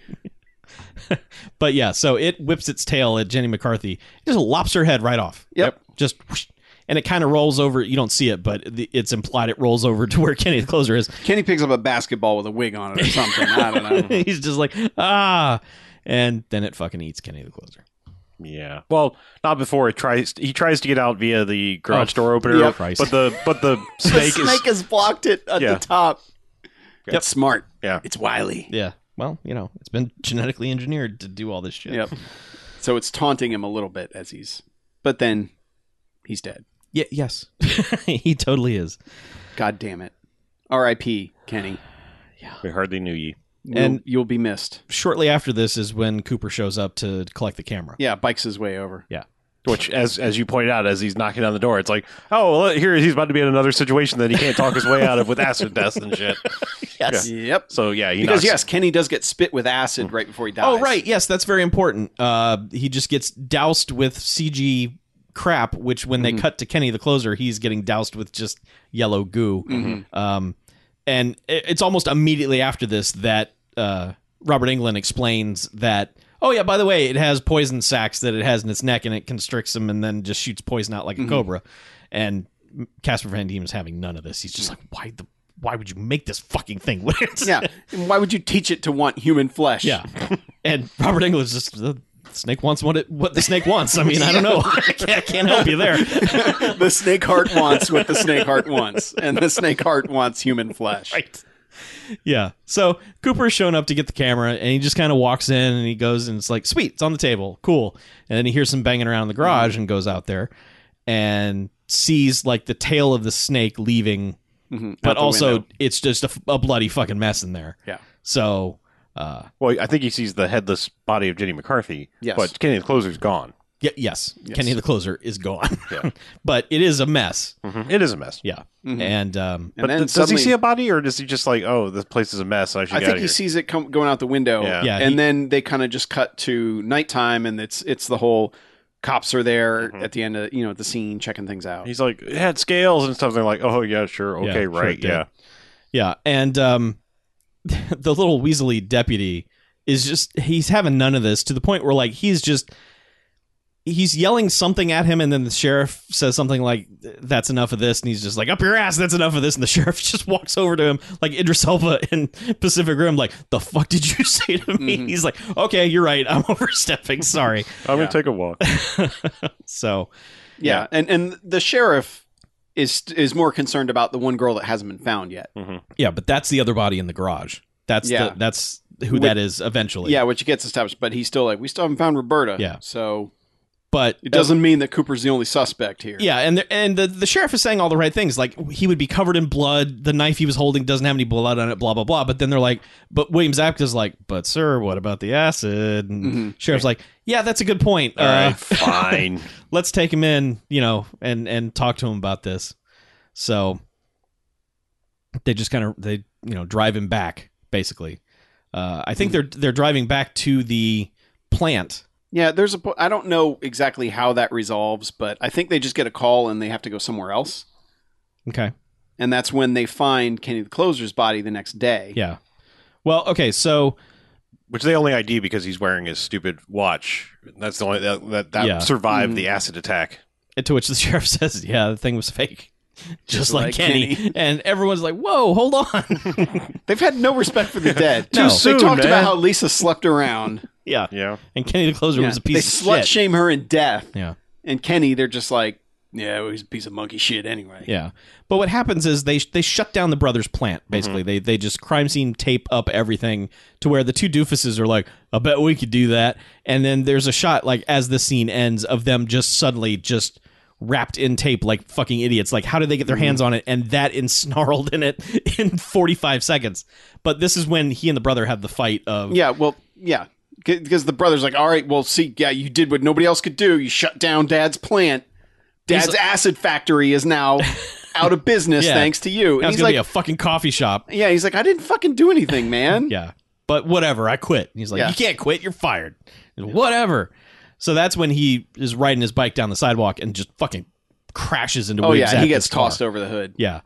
Speaker 5: But yeah, so it whips its tail at Jenny McCarthy, it just lops her head right off.
Speaker 4: Yep.
Speaker 5: Just, whoosh. and it kind of rolls over. You don't see it, but the- it's implied it rolls over to where Kenny the Closer is.
Speaker 4: Kenny picks up a basketball with a wig on it or something. I don't know.
Speaker 5: He's just like, ah. And then it fucking eats Kenny the Closer.
Speaker 3: Yeah. Well, not before it tries. He tries to get out via the garage door opener.
Speaker 4: Yep.
Speaker 5: Christ.
Speaker 3: But the but the snake, is
Speaker 4: has blocked it at
Speaker 3: Yeah.
Speaker 4: top. It's smart.
Speaker 3: yeah.
Speaker 4: It's wily.
Speaker 5: Yeah. Well, you know, it's been genetically engineered to do all this shit.
Speaker 4: Yep. so it's taunting him a little bit as he's, but then he's dead.
Speaker 5: Yeah, yes. he totally is.
Speaker 4: God damn it. R.I.P. Kenny.
Speaker 3: We hardly knew ye.
Speaker 4: and
Speaker 5: And-
Speaker 4: you'll be missed.
Speaker 5: Shortly after this is when Cooper shows up to collect the camera.
Speaker 4: Yeah, bikes his way over.
Speaker 3: Which, as as you pointed out, as he's knocking on the door, it's like, oh, well, here he's about to be in another situation that he can't talk his way out of with acid death and shit. Yes.
Speaker 4: Yep.
Speaker 3: So yeah, he
Speaker 4: Because
Speaker 3: knocks-
Speaker 4: yes, Kenny does get spit with acid right before he dies.
Speaker 5: Oh, right. Yes, that's very important. Uh, he just gets doused with CG crap, which when
Speaker 4: Mm-hmm.
Speaker 5: they cut to Kenny the closer, he's getting doused with just yellow goo.
Speaker 4: Mm-hmm.
Speaker 5: Um, and it- it's almost immediately after this that uh, Robert England explains that. Oh yeah, by the way, it has poison sacs that it has in its neck, and it constricts him, and then just shoots poison out like
Speaker 4: Mm-hmm.
Speaker 5: a cobra. And Casper Van Diem is having none of this. He's just like, why the, why would you make this fucking thing?
Speaker 4: Yeah. And Why would you teach it to want human flesh?
Speaker 5: Yeah. and Robert Englund's just the snake wants what it what the snake wants. I mean, I don't know. I can't, I can't help you there.
Speaker 4: the snake heart wants what the snake heart wants, and the snake heart wants human flesh.
Speaker 5: Right. Yeah. So Cooper's shown up to get the camera and he just kind of walks in and he goes and it's like, sweet, it's on the table. Cool. And then he hears some banging around in the garage and goes out there and sees like the tail of the snake leaving. But
Speaker 4: Mm-hmm. the
Speaker 5: also,
Speaker 4: window.
Speaker 5: it's just a, f- a bloody fucking mess in there.
Speaker 4: Yeah.
Speaker 5: So, uh,
Speaker 3: Well, I think he sees the headless body of Jenny McCarthy.
Speaker 4: Yes.
Speaker 3: But Kenny the Closer's gone.
Speaker 5: Y- yes, Kenny the Closer is gone. but it is a mess.
Speaker 3: It is a mess.
Speaker 5: Yeah.
Speaker 4: Mm-hmm.
Speaker 5: And um,
Speaker 4: And
Speaker 3: But
Speaker 4: then
Speaker 3: th- does
Speaker 4: suddenly-
Speaker 3: he see a body, or does he just like, oh, this place is a mess. I should
Speaker 4: I
Speaker 3: get
Speaker 4: think
Speaker 3: out of
Speaker 4: he
Speaker 3: here.
Speaker 4: sees it come, going out the window,
Speaker 3: Yeah.
Speaker 5: Yeah,
Speaker 4: and
Speaker 5: he-
Speaker 4: then they kind of just cut to nighttime, and it's it's the whole cops are there at the end of you know at the scene checking things out.
Speaker 3: He's like, it had scales and stuff. They're like, oh yeah, sure,
Speaker 5: Yeah,
Speaker 3: okay,
Speaker 5: sure it
Speaker 3: right,
Speaker 5: did.
Speaker 3: yeah.
Speaker 5: yeah, and um, the little Weasley deputy is just he's having none of this to the point where like he's just he's yelling something at him and then the sheriff says something like that's enough of this and he's just like up your ass that's enough of this and the sheriff just walks over to him like Idris Elba in Pacific Rim like the fuck did you say to me
Speaker 4: Mm-hmm.
Speaker 5: he's like okay you're right I'm overstepping sorry
Speaker 3: I'm gonna take a walk.
Speaker 5: so
Speaker 4: yeah. and and the sheriff is is more concerned about the one girl that hasn't been found yet.
Speaker 5: yeah but that's the other body in the garage that's
Speaker 4: Yeah.
Speaker 5: the, that's who that is eventually
Speaker 4: Yeah, which gets established, but he's still like, we still haven't found Roberta.
Speaker 5: Yeah.
Speaker 4: so
Speaker 5: but
Speaker 4: it doesn't mean that Cooper's the only suspect here.
Speaker 5: Yeah, and the, and the the sheriff is saying all the right things. Like he would be covered in blood. The knife he was holding doesn't have any blood on it. Blah blah blah. But then they're like, but William Zabka's like, but sir, what about the acid? And sheriff's like, yeah, that's a good point.
Speaker 3: Mm-hmm. All
Speaker 5: uh,
Speaker 3: right, fine.
Speaker 5: Let's take him in, you know, and and talk to him about this. So they just kind of they you know drive him back basically. Uh, I think they're
Speaker 3: Mm-hmm.
Speaker 5: they're driving back to the plant.
Speaker 4: yeah. There's a. po- I don't know exactly how that resolves, but I think they just get a call and they have to go somewhere else,
Speaker 5: Okay.
Speaker 4: and that's when they find Kenny the Closer's body the next day.
Speaker 5: Yeah. Well, okay, so
Speaker 3: Which they only ID because he's wearing his stupid watch. That's the only that that, that
Speaker 5: Yeah.
Speaker 3: survived
Speaker 4: Hmm.
Speaker 3: the acid attack.
Speaker 5: And to which the sheriff says, "Yeah, the thing was fake, just, like,
Speaker 4: like
Speaker 5: Kenny.
Speaker 4: Kenny.
Speaker 5: And everyone's like, "Whoa, hold on!"
Speaker 4: They've had no respect for the dead.
Speaker 5: No.
Speaker 4: They
Speaker 3: soon,
Speaker 4: talked
Speaker 3: man.
Speaker 4: about how Lisa slept around.
Speaker 5: yeah.
Speaker 3: Yeah,
Speaker 5: and Kenny the closer was a
Speaker 4: They
Speaker 5: piece of
Speaker 4: slut
Speaker 5: shit.
Speaker 4: shame her in death.
Speaker 5: yeah,
Speaker 4: And Kenny, they're just like, yeah, well, he's a piece of monkey shit anyway.
Speaker 5: yeah. But what happens is they they shut down the brothers' plant.
Speaker 4: Mm-hmm.
Speaker 5: Basically, they they just crime scene tape up everything to where the two doofuses are like, "I bet we could do that." And then there's a shot like as the scene ends of them just suddenly just wrapped in tape like fucking idiots like how did they get their
Speaker 4: Mm-hmm.
Speaker 5: hands on it and that ensnarled in it in 45 seconds but this is when he and the brother had the fight of
Speaker 4: Yeah, well, yeah. Because the brother's like, all right, well, see, yeah, you did what nobody else could do. You shut down dad's plant. Dad's
Speaker 5: like-
Speaker 4: acid factory is now out of business
Speaker 5: Yeah.
Speaker 4: thanks to you. And
Speaker 5: That was
Speaker 4: he's
Speaker 5: gonna
Speaker 4: like,
Speaker 5: be a fucking coffee shop.
Speaker 4: yeah, he's like, I didn't fucking do anything, man.
Speaker 5: Yeah. But whatever, I quit. And he's like,
Speaker 4: Yeah.
Speaker 5: You can't quit, you're fired. And whatever. So that's when he is riding his bike down the sidewalk and just fucking crashes into
Speaker 4: Oh,
Speaker 5: William
Speaker 4: yeah, he
Speaker 5: Zabka's
Speaker 4: gets
Speaker 5: car.
Speaker 4: tossed over the hood.
Speaker 5: Yeah.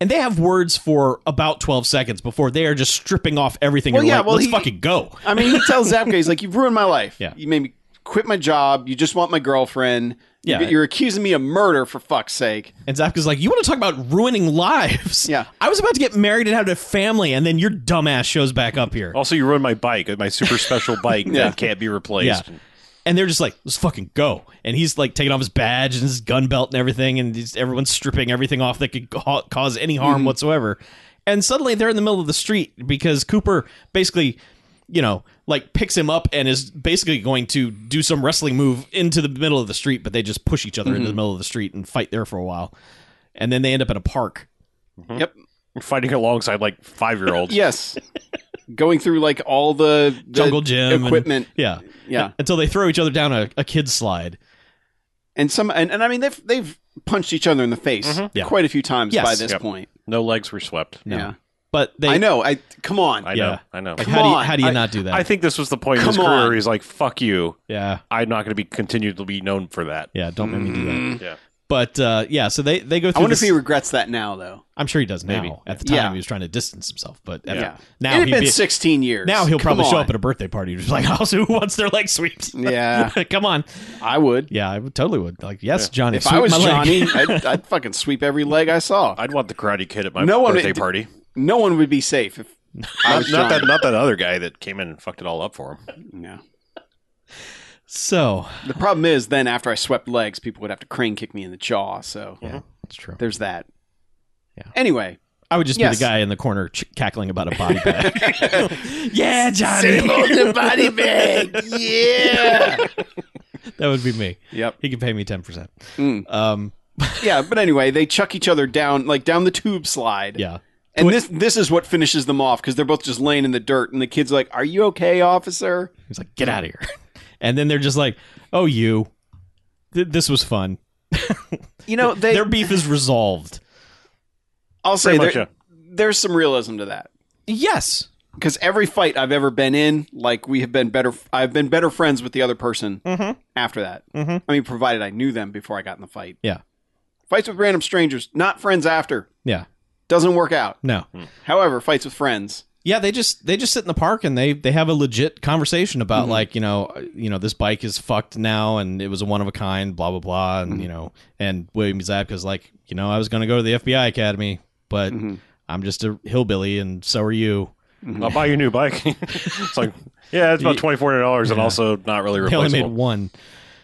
Speaker 5: And they have words for about twelve seconds before they are just stripping off everything
Speaker 4: Well,
Speaker 5: and
Speaker 4: yeah,
Speaker 5: like,
Speaker 4: well,
Speaker 5: let's
Speaker 4: he-
Speaker 5: fucking go.
Speaker 4: I mean, he tells Zapka, he's like, you've ruined my life.
Speaker 5: Yeah.
Speaker 4: You made me quit my job. You just want my girlfriend.
Speaker 5: Yeah.
Speaker 4: You're, you're accusing me of murder for fuck's sake.
Speaker 5: And Zapka's like, You want to talk about ruining lives?
Speaker 4: Yeah.
Speaker 5: I was about to get married and have a family, and then your dumbass shows back up here.
Speaker 3: Also, you ruined my bike, my super special bike
Speaker 4: Yeah.
Speaker 3: that can't be replaced.
Speaker 5: Yeah. And they're just like, let's fucking go. And he's like taking off his badge and his gun belt and everything, and he's, everyone's stripping everything off that could ca- cause any harm
Speaker 4: Mm-hmm.
Speaker 5: whatsoever. And suddenly they're in the middle of the street because Cooper basically, you know, like picks him up and is basically going to do some wrestling move into the middle of the street, but they just push each other into the
Speaker 4: Mm-hmm.
Speaker 5: middle of the street and fight there for a while. And then they end up at a park. Mm-hmm.
Speaker 4: Yep.
Speaker 3: Fighting alongside like five year olds.
Speaker 4: Yes. Going through like all the, the
Speaker 5: Jungle gym and-
Speaker 4: equipment.
Speaker 5: Yeah.
Speaker 4: yeah.
Speaker 5: Until they throw each other down a, a kid's slide.
Speaker 4: And some and, and I mean they've they've punched each other in the face
Speaker 5: Yeah.
Speaker 4: quite a few times
Speaker 5: Mm-hmm. Yes.
Speaker 4: by this
Speaker 3: Yep.
Speaker 4: point.
Speaker 3: No legs were swept.
Speaker 4: Yeah.
Speaker 5: But they
Speaker 4: I know. I come on.
Speaker 3: I
Speaker 5: Yeah.
Speaker 3: know. I know.
Speaker 5: Like,
Speaker 4: Come
Speaker 5: how do you,
Speaker 4: on.
Speaker 5: how do you
Speaker 3: I-
Speaker 5: not do that?
Speaker 3: I think this was the point in his
Speaker 4: Come
Speaker 3: career
Speaker 4: on.
Speaker 3: where he's like, "Fuck you!
Speaker 5: yeah.
Speaker 3: I'm not going to be continued to be known for that."
Speaker 5: Yeah, don't make me do that.
Speaker 4: Hmm.
Speaker 3: Yeah.
Speaker 5: But uh, yeah, so they they go
Speaker 4: I
Speaker 5: through.
Speaker 4: wonder
Speaker 5: this-
Speaker 4: if he regrets that now though.
Speaker 5: I'm sure he does now.
Speaker 3: Maybe.
Speaker 5: At the time,
Speaker 4: Yeah.
Speaker 5: he was trying to distance himself, but at-
Speaker 4: Yeah.
Speaker 5: now
Speaker 4: it had
Speaker 5: he'd
Speaker 4: been
Speaker 5: be,
Speaker 4: sixteen years.
Speaker 5: now he'll
Speaker 4: Come
Speaker 5: probably show
Speaker 4: on.
Speaker 5: up at a birthday party. Just like, also, who wants their leg sweeps?
Speaker 4: Yeah.
Speaker 5: come on.
Speaker 4: I would.
Speaker 5: Yeah, I would, totally would. Like, yes, Johnny.
Speaker 4: If
Speaker 5: sweep
Speaker 4: I was
Speaker 5: my leg.
Speaker 4: Johnny, I'd, I'd fucking sweep every leg I saw.
Speaker 3: I'd want the Karate Kid at my
Speaker 4: No one-
Speaker 3: birthday party.
Speaker 4: no one would be safe if I was
Speaker 3: Not
Speaker 4: Johnny.
Speaker 3: that, not that other guy that came in and fucked it all up for him.
Speaker 4: No.
Speaker 5: so
Speaker 4: The problem is then after I swept legs, people would have to crane kick me in the jaw, so
Speaker 5: it's true.
Speaker 4: there's that.
Speaker 5: Yeah.
Speaker 4: Anyway,
Speaker 5: I would just be
Speaker 4: Yes.
Speaker 5: the guy in the corner ch- cackling about a body bag. yeah, Johnny.
Speaker 4: the body bag. Yeah.
Speaker 5: that would be me.
Speaker 4: Yep.
Speaker 5: He could pay me ten percent.
Speaker 4: Mm.
Speaker 5: Um,
Speaker 4: Yeah, but anyway, they chuck each other down like down the tube slide.
Speaker 5: yeah.
Speaker 4: And this this is what finishes them off because they're both just laying in the dirt, and the kid's like, "Are you okay, officer?"
Speaker 5: He's like, get out of here. And then they're just like, oh, you. Th- this was fun.
Speaker 4: You know, they.
Speaker 5: Their beef is resolved.
Speaker 4: I'll say
Speaker 3: Pretty much,
Speaker 4: there- there's some realism to that
Speaker 5: Yes.
Speaker 4: because every fight I've ever been in, like we have been better. I've been better friends with the other person after that. Mm-hmm. I mean, provided I knew them before I got in the fight.
Speaker 5: Yeah.
Speaker 4: Fights with random strangers, not friends after,
Speaker 5: Yeah.
Speaker 4: doesn't work out.
Speaker 5: No.
Speaker 4: However, fights with friends,
Speaker 5: Yeah, they just they just sit in the park and they they have a legit conversation about like you know uh, you know this bike is fucked now and it was a one of a kind blah blah blah and you know and William Zabka's like you know I was gonna go to the FBI academy but I'm just a hillbilly and so are you
Speaker 3: I'll buy you a new bike. it's like, yeah, it's about twenty four hundred dollars, and also not really
Speaker 5: they only made
Speaker 3: replaceable.
Speaker 5: one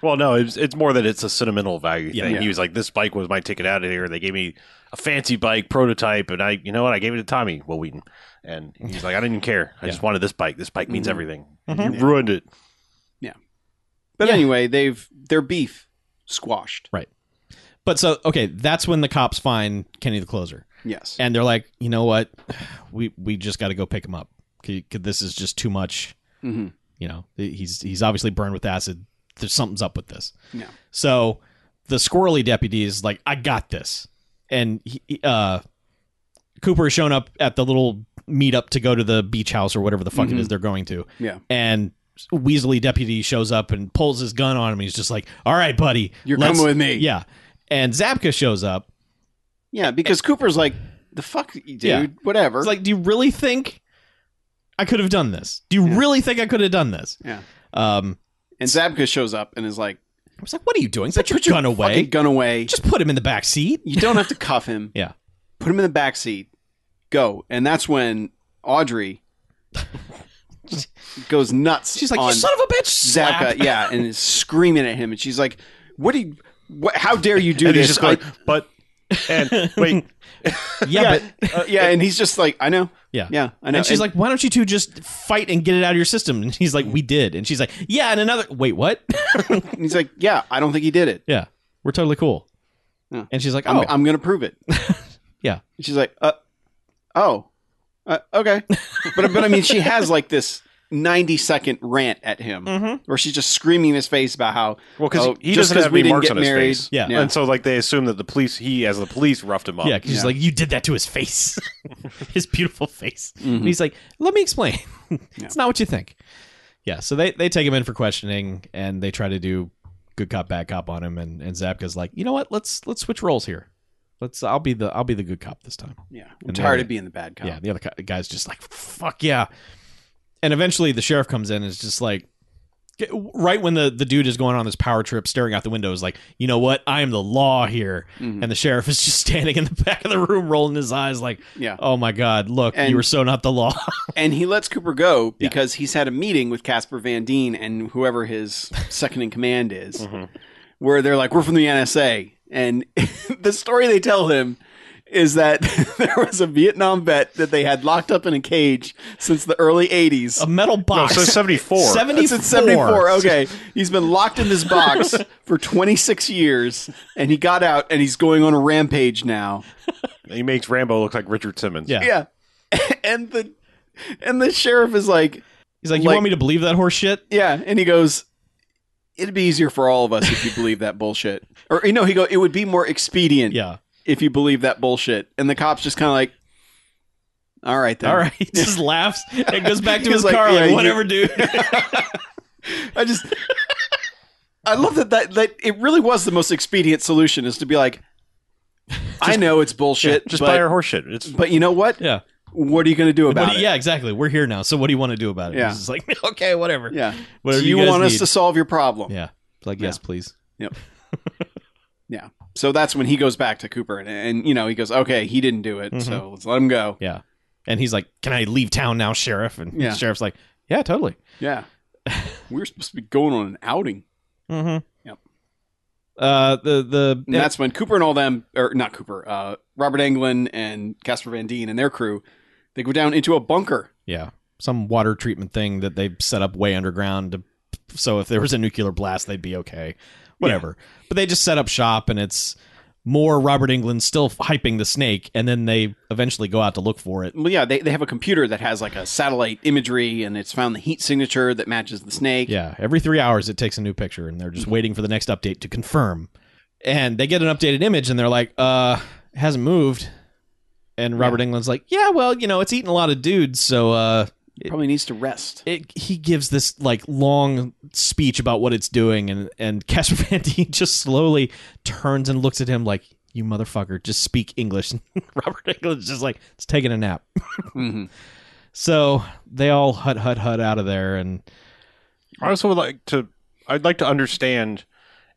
Speaker 3: Well, no, it's it's more that it's a sentimental value
Speaker 5: Yeah.
Speaker 3: thing.
Speaker 4: Yeah.
Speaker 3: He was like, this bike was my ticket out of here. They gave me a fancy bike prototype, and I, you know what, I gave it to Tommy Will Wheaton, and he's like, I didn't care. I just wanted this bike. This bike
Speaker 4: Mm-hmm.
Speaker 3: means everything. You ruined it.
Speaker 4: but anyway, they've their beef squashed.
Speaker 5: but so okay that's when the cops find Kenny the closer
Speaker 4: Yes.
Speaker 5: and they're like you know what we we just got to go pick him up because this is just too much
Speaker 4: hmm
Speaker 5: you know he's he's obviously burned with acid there's something's up with this
Speaker 4: Yeah.
Speaker 5: so the squirrely deputy is like i got this and he, he- uh cooper is shown up at the little meetup to go to the beach house or whatever the fuck it is they're going to
Speaker 4: Mm-hmm. Yeah.
Speaker 5: and weasley deputy shows up and pulls his gun on him he's just like all right buddy
Speaker 4: You're
Speaker 5: let's-"
Speaker 4: coming with me.
Speaker 5: yeah and zapka shows up
Speaker 4: Yeah, because Cooper's like, the fuck, dude,
Speaker 5: Yeah.
Speaker 4: whatever.
Speaker 5: it's like do you really think i could have done this do you really think i could have done this
Speaker 4: yeah.
Speaker 5: um
Speaker 4: And Zabka shows up and is like,
Speaker 5: i was like what are you doing
Speaker 4: like
Speaker 5: put, your gun away
Speaker 4: fucking gun away.
Speaker 5: just put him in the back seat
Speaker 4: you don't have to cuff him.
Speaker 5: Yeah.
Speaker 4: Put him in the back seat. Go. And that's when Audrey goes nuts.
Speaker 5: She's like,
Speaker 4: on
Speaker 5: you son of a bitch! Slap.
Speaker 4: Zabka. Yeah, and is screaming at him. And she's like, what do you, what, how dare you do
Speaker 3: and
Speaker 4: this?
Speaker 3: he's just going, but and wait,
Speaker 5: Yeah,
Speaker 4: I-
Speaker 5: but
Speaker 4: yeah, uh, yeah, and he's just like, I know.
Speaker 5: yeah,
Speaker 4: Yeah, I know.
Speaker 5: And she's like, "Why don't you two just fight and get it out of your system?" And he's like, "We did." And she's like, "Yeah." And another, wait, what?
Speaker 4: and he's like, yeah, I don't think he did it.
Speaker 5: yeah, we're totally cool.
Speaker 4: Yeah.
Speaker 5: And she's like,
Speaker 4: I'm,
Speaker 5: "Oh,
Speaker 4: I'm going to prove it.
Speaker 5: Yeah.
Speaker 4: And she's like, uh, oh, uh, okay. But, but I mean, she has like this 90 second rant at him where she's just screaming in his face about how,
Speaker 3: Mm-hmm. well, because
Speaker 4: oh,
Speaker 3: he,
Speaker 4: just
Speaker 3: doesn't
Speaker 4: 'cause
Speaker 3: have
Speaker 4: we
Speaker 3: any
Speaker 4: didn't
Speaker 3: marks
Speaker 4: get
Speaker 3: on his
Speaker 4: married.
Speaker 3: face.
Speaker 5: Yeah.
Speaker 4: Yeah.
Speaker 3: and so like they assume that the police, he as the police, roughed him up.
Speaker 5: yeah." 'cause she's
Speaker 4: Yeah.
Speaker 5: like, "You did that to his face, his beautiful face."
Speaker 3: Mm-hmm.
Speaker 5: And he's like, "Let me explain. it's not what you think." Yeah. So they they take him in for questioning, and they try to do good cop bad cop on him, and and Zapka's like, "You know what? Let's let's switch roles here. Let's I'll be the I'll be the good cop this time."
Speaker 4: yeah, I'm
Speaker 5: And
Speaker 4: tired
Speaker 5: then-
Speaker 4: of being the bad cop.
Speaker 5: Yeah, the other cu- guy's just like, fuck yeah. And eventually the sheriff comes in and is just like, get- right when the, the dude is going on this power trip, staring out the window, is like, you know what? I am the law here. And the sheriff is just standing in the back of the room, rolling his eyes, like,
Speaker 4: Yeah.
Speaker 5: oh my God, look,
Speaker 4: And-
Speaker 5: you were so not the law.
Speaker 4: And he lets Cooper go because he's had a meeting with Casper Van Deen and whoever his second in command is, where they're like, we're from the NSA. And the story they tell him is that there was a Vietnam vet that they had locked up in a cage since the early 80s.
Speaker 5: A metal box.
Speaker 3: Oh, so seventy four.
Speaker 5: 74.
Speaker 4: That's in 74. Okay. He's been locked in this box for 26 years and he got out and he's going on a rampage now.
Speaker 3: He makes Rambo look like Richard Simmons.
Speaker 5: Yeah.
Speaker 4: Yeah. And the and the sheriff is like,
Speaker 5: He's like, you
Speaker 4: Like-
Speaker 5: want me to believe that horse shit?
Speaker 4: yeah, and he goes It'd be easier for all of us if you believe that bullshit. Or you know, he go it would be more expedient
Speaker 5: Yeah.
Speaker 4: if you believe that bullshit. And the cops just kind of like All right then.
Speaker 5: All right. He just laughs and goes back to
Speaker 4: He's
Speaker 5: his
Speaker 4: like,
Speaker 5: car,
Speaker 4: yeah,
Speaker 5: like,
Speaker 4: you-
Speaker 5: whatever, dude.
Speaker 4: I just I love that, that that it really was the most expedient solution is to be like I know it's bullshit.
Speaker 3: just
Speaker 4: but,
Speaker 3: buy our horse shit. It's
Speaker 4: but you know what?
Speaker 5: yeah.
Speaker 4: What are you going to do
Speaker 5: What
Speaker 4: about
Speaker 5: do-
Speaker 4: it?
Speaker 5: yeah, exactly. We're here now. So what do you want to do about it?
Speaker 4: Yeah.
Speaker 5: It's just like, okay, whatever.
Speaker 4: Yeah.
Speaker 5: Whatever
Speaker 4: so
Speaker 5: you
Speaker 4: you,
Speaker 5: guys
Speaker 4: want us
Speaker 5: need.
Speaker 4: to solve your problem.
Speaker 5: Yeah. It's like,
Speaker 4: Yeah.
Speaker 5: yes, please.
Speaker 4: Yeah. So that's when he goes back to Cooper and, and you know, he goes, "Okay, he didn't do it.
Speaker 5: Mm-hmm.
Speaker 4: So let's let him go."
Speaker 5: Yeah. And he's like, can I leave town now, sheriff? And
Speaker 4: Yeah.
Speaker 5: the sheriff's like, yeah, totally.
Speaker 4: Yeah. we were supposed to be going on an outing.
Speaker 5: Mm-hmm.
Speaker 4: Yep.
Speaker 5: Uh, the, the,
Speaker 4: And that's when Cooper and all them or not Cooper, uh Robert Englund and Casper Van Dien and their crew, they go down into a bunker.
Speaker 5: yeah, some water treatment thing that they set up way underground to, so if there was a nuclear blast, they'd be okay. Whatever. But they just set up shop and it's more Robert England still hyping the snake, and then they eventually go out to look for it.
Speaker 4: Well, yeah, they, they have a computer that has like a satellite imagery, and it's found the heat signature that matches the snake.
Speaker 5: Yeah, every three hours it takes a new picture, and they're just waiting for the next update to confirm. And they get an updated image, and they're like, "Uh, it hasn't moved." And Robert England's like, "Yeah, well, you know, it's eating a lot of dudes, so uh,
Speaker 4: Probably needs to rest.
Speaker 5: it, he gives this like long speech about what it's doing, and and Casper Van Dien just slowly turns and looks at him like, "You motherfucker, just speak English." And Robert Englund's just like, "It's taking a nap."
Speaker 4: Mhm.
Speaker 5: So they all hut hut hut out of there, and
Speaker 3: I also would like to. I'd like to understand.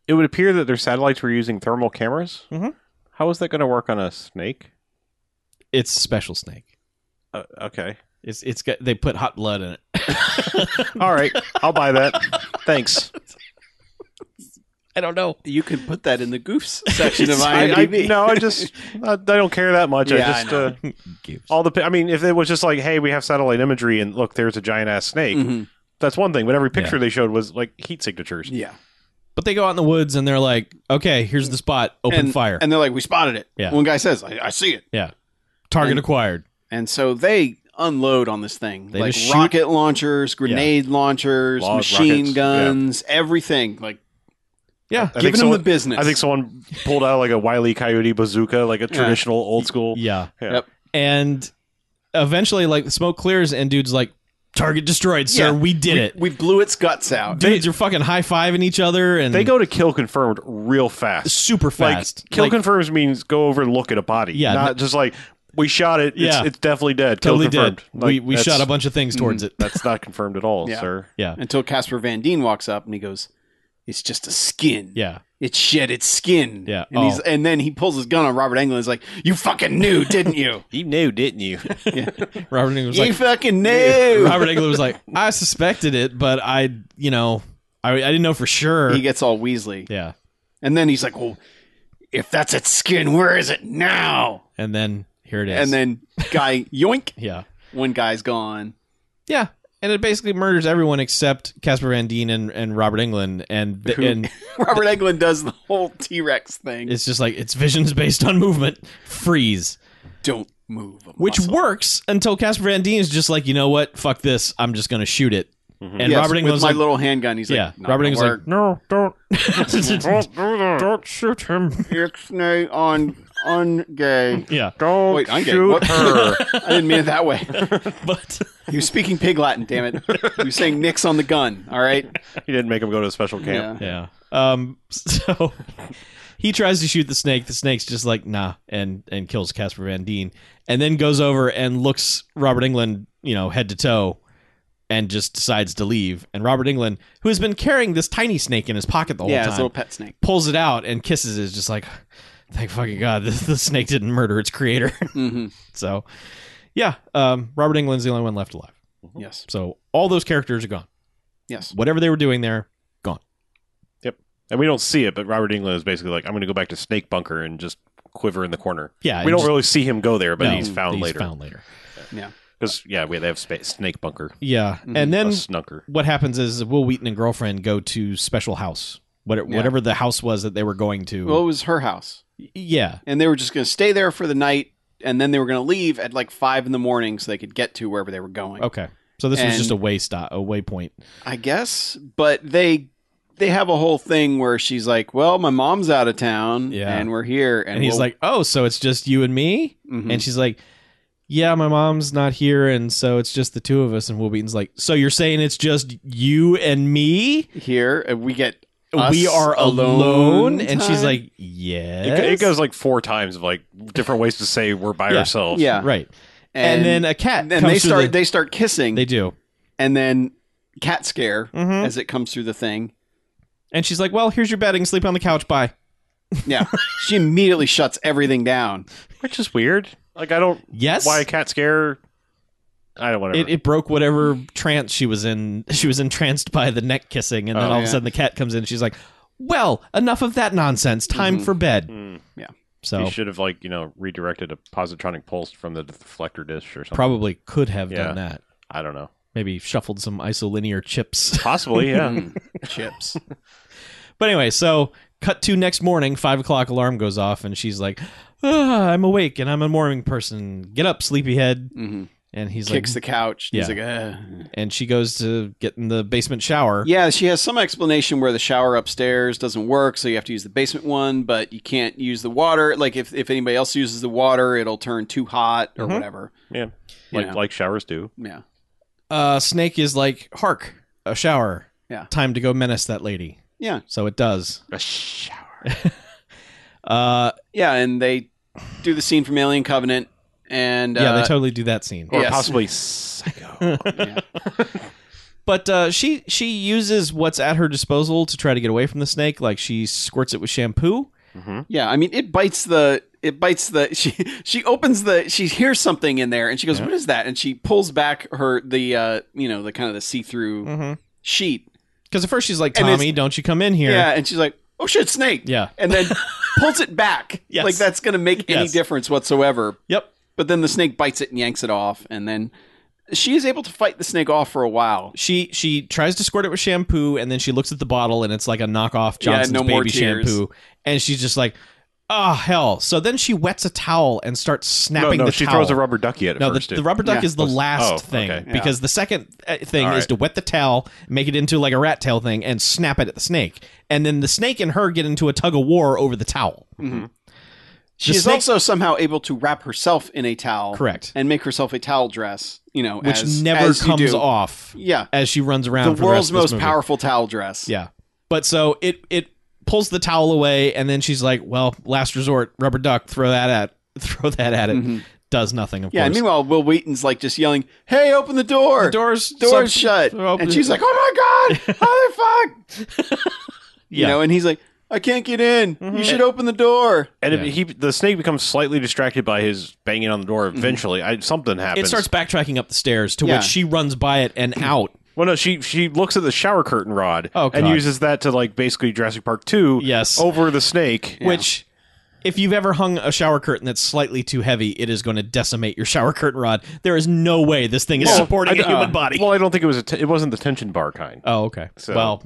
Speaker 3: It would appear that their satellites were using thermal cameras.
Speaker 5: Mhm.
Speaker 3: How is that going to work on a snake?
Speaker 5: it's a special snake.
Speaker 3: Uh, okay.
Speaker 5: It's it's got they put hot blood in it.
Speaker 3: All right. I'll buy that. Thanks.
Speaker 5: I don't know.
Speaker 4: You can put that in the goofs section of
Speaker 3: I, I,
Speaker 4: IMDb.
Speaker 3: no, I just I, I don't care that much. I
Speaker 4: Yeah, I
Speaker 3: just
Speaker 4: know.
Speaker 3: uh, all the. pi- I mean, if it was just like, hey, we have satellite imagery, and look, there's a giant ass snake.
Speaker 5: Mm.
Speaker 4: Mhm.
Speaker 3: That's one thing. But every picture they showed was like heat signatures.
Speaker 4: Yeah.
Speaker 5: But they go out in the woods and they're like, "Okay, here's the spot. Open
Speaker 4: and,
Speaker 5: fire.
Speaker 4: And they're like, we spotted it.
Speaker 5: Yeah.
Speaker 4: One guy says, I, I see it.
Speaker 5: Target
Speaker 4: and-
Speaker 5: acquired."
Speaker 4: And so they unload on this thing.
Speaker 5: They
Speaker 4: like
Speaker 5: just shoot-
Speaker 4: rocket launchers, grenade launchers,
Speaker 3: Log
Speaker 4: machine
Speaker 3: rockets, yeah.
Speaker 4: guns, everything. Like
Speaker 5: Yeah,
Speaker 3: I think
Speaker 4: giving them
Speaker 3: someone-
Speaker 4: the business.
Speaker 3: I think someone pulled out like a wily coyote bazooka, like a traditional old school.
Speaker 5: yeah.
Speaker 3: Yeah.
Speaker 4: Yep.
Speaker 5: And eventually, like the smoke clears, and dude's like, "Target destroyed, sir.
Speaker 4: Yeah.
Speaker 5: we did it."
Speaker 4: We blew its guts out.
Speaker 5: Dudes are fucking high fiving each other, and
Speaker 3: They go to kill confirmed real fast.
Speaker 5: mm. super fast.
Speaker 3: Like kill
Speaker 5: Like,
Speaker 3: confirms means go over and look at a body.
Speaker 5: Yeah,
Speaker 3: Not
Speaker 5: th-
Speaker 3: just like we shot it. It's,
Speaker 5: Yeah.
Speaker 3: it's definitely dead.
Speaker 5: totally
Speaker 3: kill confirmed.
Speaker 5: did.
Speaker 3: Like,
Speaker 5: we we
Speaker 3: that's-
Speaker 5: shot a bunch of things towards it.
Speaker 3: That's not confirmed at all,
Speaker 4: Yeah.
Speaker 3: sir.
Speaker 5: Yeah,
Speaker 4: Until Casper Van Dien walks up and he goes, It's just a skin.
Speaker 5: yeah.
Speaker 4: It shed its skin.
Speaker 5: Yeah.
Speaker 4: And he's
Speaker 5: Oh.
Speaker 4: and then he pulls his gun on Robert Englund. He's like, You fucking knew, didn't you?
Speaker 3: You knew, didn't you?
Speaker 5: Robert Englund was
Speaker 4: you
Speaker 5: like,
Speaker 4: fucking knew.
Speaker 5: Robert Englund was like, I suspected it, but I, you know, I I didn't know for sure.
Speaker 4: he gets all Weasley.
Speaker 5: yeah,
Speaker 4: And then he's like, Well, if that's its skin, where is it now?
Speaker 5: and then here it is,
Speaker 4: And then guy yoink.
Speaker 5: yeah.
Speaker 4: One guy's gone.
Speaker 5: Yeah. And it basically murders everyone except Casper Van Dien and, and Robert England. And, th- and
Speaker 4: Robert Englund does the whole T Rex thing.
Speaker 5: it's just like, its vision's based on movement. Freeze.
Speaker 4: Don't move. a
Speaker 5: Which
Speaker 4: muscle.
Speaker 5: works until Casper Van Dien is just like, you know what? Fuck this. I'm just going to shoot it. And
Speaker 4: Mm-hmm. Yes,
Speaker 5: Robert
Speaker 4: with
Speaker 5: England's
Speaker 4: my
Speaker 5: like,
Speaker 4: little handgun. He's
Speaker 5: yeah.
Speaker 4: like, "Not
Speaker 5: Robert
Speaker 4: gonna work.
Speaker 5: England's like, no, don't.
Speaker 6: Don't
Speaker 5: shoot him.
Speaker 4: It's no on on gay.
Speaker 5: Yeah.
Speaker 4: Wait, I'm gay.
Speaker 6: shoot
Speaker 4: Whoops.
Speaker 6: her.
Speaker 4: I didn't mean it that way.
Speaker 5: But
Speaker 4: He was speaking pig Latin. Damn it. He was saying Nick's on the gun. All right.
Speaker 3: you didn't make him go to a special camp.
Speaker 5: Yeah. Um. So he tries to shoot the snake. The snake's just like nah, and and kills Casper Van Dien, and then goes over and looks Robert England, you know, head to toe, and just decides to leave. And Robert England, who has been carrying this tiny snake in his pocket the whole
Speaker 4: yeah,
Speaker 5: time,
Speaker 4: his little pet snake.
Speaker 5: pulls it out and kisses it. It's Just like thank fucking god, the, the snake didn't murder its creator.
Speaker 4: hmm
Speaker 5: so yeah, um, Robert England's the only one left alive.
Speaker 4: Yes.
Speaker 5: So all those characters are gone.
Speaker 4: Yes.
Speaker 5: Whatever they were doing there,
Speaker 3: And we don't see it, but Robert England is basically like, I'm going to go back to Snake Bunker and just quiver in the corner.
Speaker 5: yeah,
Speaker 3: we
Speaker 5: and
Speaker 3: don't
Speaker 5: just-
Speaker 3: really see him go there, but
Speaker 5: no,
Speaker 3: he's found later.
Speaker 5: Found later.
Speaker 3: Because, yeah, we, they have spa- Snake Bunker.
Speaker 5: Yeah,
Speaker 4: Mhm.
Speaker 5: and
Speaker 3: A
Speaker 5: then
Speaker 3: snunker.
Speaker 5: what happens is Will Wheaton and girlfriend go to special house, what,
Speaker 4: Yeah.
Speaker 5: whatever the house was that they were going to.
Speaker 4: Well, it was her house.
Speaker 5: yeah,
Speaker 4: And they were just going to stay there for the night. And then they were going to leave at like five in the morning so they could get to wherever they were going.
Speaker 5: okay. So this was
Speaker 4: And-
Speaker 5: just a way stop, a waypoint.
Speaker 4: I guess, but they they have a whole thing where she's like, "Well, my mom's out of town,
Speaker 5: Yeah.
Speaker 4: and we're here," and,
Speaker 5: And he's
Speaker 4: we'll-
Speaker 5: like, "Oh, so it's just you and me?"
Speaker 4: Mhm.
Speaker 5: And she's like, "Yeah, my mom's not here, and so it's just the two of us." And Will Wheaton's like, "So you're saying it's just you and me?
Speaker 4: "Here, and we get us
Speaker 5: we are alone?"
Speaker 4: alone
Speaker 5: And she's
Speaker 4: time?
Speaker 5: like, "Yes."
Speaker 3: It, it goes like four times of like different ways to say we're by
Speaker 5: Yeah.
Speaker 3: ourselves.
Speaker 4: yeah,"
Speaker 5: right, and, then a cat.
Speaker 4: and
Speaker 5: comes
Speaker 4: they
Speaker 5: through
Speaker 4: start
Speaker 5: the-
Speaker 4: they start kissing,
Speaker 5: they do.
Speaker 4: and then cat scare
Speaker 5: Mhm.
Speaker 4: as it comes through the thing.
Speaker 5: And she's like, "Well, here's your bedding. Sleep on the couch. Bye."
Speaker 4: Yeah, she immediately shuts everything down.
Speaker 3: Which is weird. Like, I don't.
Speaker 5: Yes.
Speaker 3: Why a cat scare? I don't whatever.
Speaker 5: it, it broke whatever trance she was in. She was entranced by the neck kissing, and then
Speaker 3: Oh,
Speaker 5: all of
Speaker 4: yeah.
Speaker 5: a sudden the cat comes in. and She's like, "Well, enough of that nonsense. Time for bed."
Speaker 3: Mm.
Speaker 5: So
Speaker 3: He should have like you know redirected a positronic pulse from the deflector dish or something.
Speaker 5: probably could have
Speaker 3: Yeah.
Speaker 5: done that.
Speaker 3: I don't know.
Speaker 5: Maybe shuffled some isolinear chips.
Speaker 3: Possibly, yeah.
Speaker 4: Chips.
Speaker 5: but anyway, so Cut to next morning, five o'clock alarm goes off, and she's like, ah, "I'm awake and I'm a morning person. Get up, sleepyhead." Mm-hmm. And he's
Speaker 4: Kicks the
Speaker 5: like,
Speaker 4: couch. and He's like,
Speaker 5: Yeah.
Speaker 4: "Ugh."
Speaker 5: and she goes to get in the basement shower.
Speaker 4: Yeah, she has some explanation where the shower upstairs doesn't work, so you have to use the basement one, but you can't use the water. Like if, if anybody else uses the water, it'll turn too hot or
Speaker 5: Mm-hmm.
Speaker 4: whatever.
Speaker 3: Yeah. Like
Speaker 4: Yeah.
Speaker 3: like showers do.
Speaker 4: Yeah.
Speaker 5: Uh, Snake is like, "Hark, a shower.
Speaker 4: Yeah.
Speaker 5: time to go menace that lady."
Speaker 4: Yeah.
Speaker 5: So it does.
Speaker 4: A shower.
Speaker 5: Uh,
Speaker 4: Yeah, and they do the scene from Alien Covenant and
Speaker 5: yeah,
Speaker 4: uh,
Speaker 5: they totally do that scene.
Speaker 3: Or
Speaker 4: Yes.
Speaker 3: possibly psycho.
Speaker 5: But uh, she she uses what's at her disposal to try to get away from the snake. Like she squirts it with shampoo.
Speaker 4: Yeah, I mean it bites the it bites the she she opens the she hears something in there and she goes, What is that? And she pulls back her the uh you know, the kind of the see through
Speaker 5: Mm-hmm.
Speaker 4: sheet.
Speaker 5: Because at first she's like,
Speaker 4: And it's-
Speaker 5: "Tommy, don't you come in here."
Speaker 4: Yeah, and she's like, Oh shit, snake.
Speaker 5: Yeah.
Speaker 4: And then pulls it back.
Speaker 5: Yes.
Speaker 4: Like that's gonna make any
Speaker 5: Yes.
Speaker 4: difference whatsoever.
Speaker 5: Yep.
Speaker 4: But then the snake bites it and yanks it off, and then she is able to fight the snake off for a while.
Speaker 5: She she tries to squirt it with shampoo, and then she looks at the bottle, and it's like a knockoff Johnson's
Speaker 4: no
Speaker 5: baby
Speaker 4: more tears.
Speaker 5: shampoo, and she's just like, "Oh hell!" So then she wets a towel and starts
Speaker 3: no,
Speaker 5: snapping.
Speaker 3: no,
Speaker 5: the
Speaker 3: she
Speaker 5: towel.
Speaker 3: throws a rubber ducky at it
Speaker 5: No,
Speaker 3: first.
Speaker 5: the,
Speaker 3: too.
Speaker 5: the rubber duck
Speaker 4: Yeah.
Speaker 5: is the last
Speaker 3: Oh,
Speaker 5: thing
Speaker 3: okay.
Speaker 5: because the second uh, thing
Speaker 3: All
Speaker 5: is
Speaker 3: right.
Speaker 5: to wet the towel, make it into like a rat tail thing, and snap it at the snake, and then the snake and her get into a tug of war over the towel.
Speaker 4: Mm-hmm. She
Speaker 5: The
Speaker 4: is
Speaker 5: snake-
Speaker 4: also somehow able to wrap herself in a towel,
Speaker 5: Correct.
Speaker 4: and make herself a towel dress. You know,
Speaker 5: which
Speaker 4: as-
Speaker 5: never
Speaker 4: as you
Speaker 5: comes
Speaker 4: do.
Speaker 5: off.
Speaker 4: Yeah.
Speaker 5: as she runs
Speaker 4: The
Speaker 5: around. for
Speaker 4: world's
Speaker 5: rest of this
Speaker 4: most
Speaker 5: movie.
Speaker 4: powerful towel dress.
Speaker 5: Yeah, but so it it pulls the towel away, and then she's like, "Well, last resort, rubber duck. Throw that at throw that at it. Does nothing. Of
Speaker 4: Mm-hmm. yeah.
Speaker 5: course.
Speaker 4: And meanwhile, Will Wheaton's like just yelling, "Hey, open the door!
Speaker 5: The doors
Speaker 4: doors
Speaker 5: sub-
Speaker 4: shut!"
Speaker 5: open-
Speaker 4: And she's like, "Oh my god! How the fuck?" You
Speaker 5: Yeah.
Speaker 4: know, and he's like, "I can't get in.
Speaker 3: Mm-hmm.
Speaker 4: You should open the door."
Speaker 3: and if
Speaker 5: Yeah.
Speaker 3: he the snake becomes slightly distracted by his banging on the door eventually. I, something happens.
Speaker 5: Mm-hmm. it starts backtracking up the stairs, to
Speaker 4: Yeah.
Speaker 5: which she runs by it and out.
Speaker 3: Well, no, she she looks at the shower curtain rod
Speaker 5: Oh,
Speaker 3: and
Speaker 5: God.
Speaker 3: uses that to like basically Jurassic Park two,
Speaker 5: Yes.
Speaker 3: over the snake.
Speaker 5: Which, if you've ever hung a shower curtain that's slightly too heavy, it is going to decimate your shower curtain rod. There is no way this thing is
Speaker 3: Well,
Speaker 5: supporting
Speaker 3: I-
Speaker 5: a human
Speaker 3: uh,
Speaker 5: body.
Speaker 3: Well, I don't think it was a t- it wasn't the tension bar kind.
Speaker 5: oh, okay.
Speaker 3: So-
Speaker 5: Well,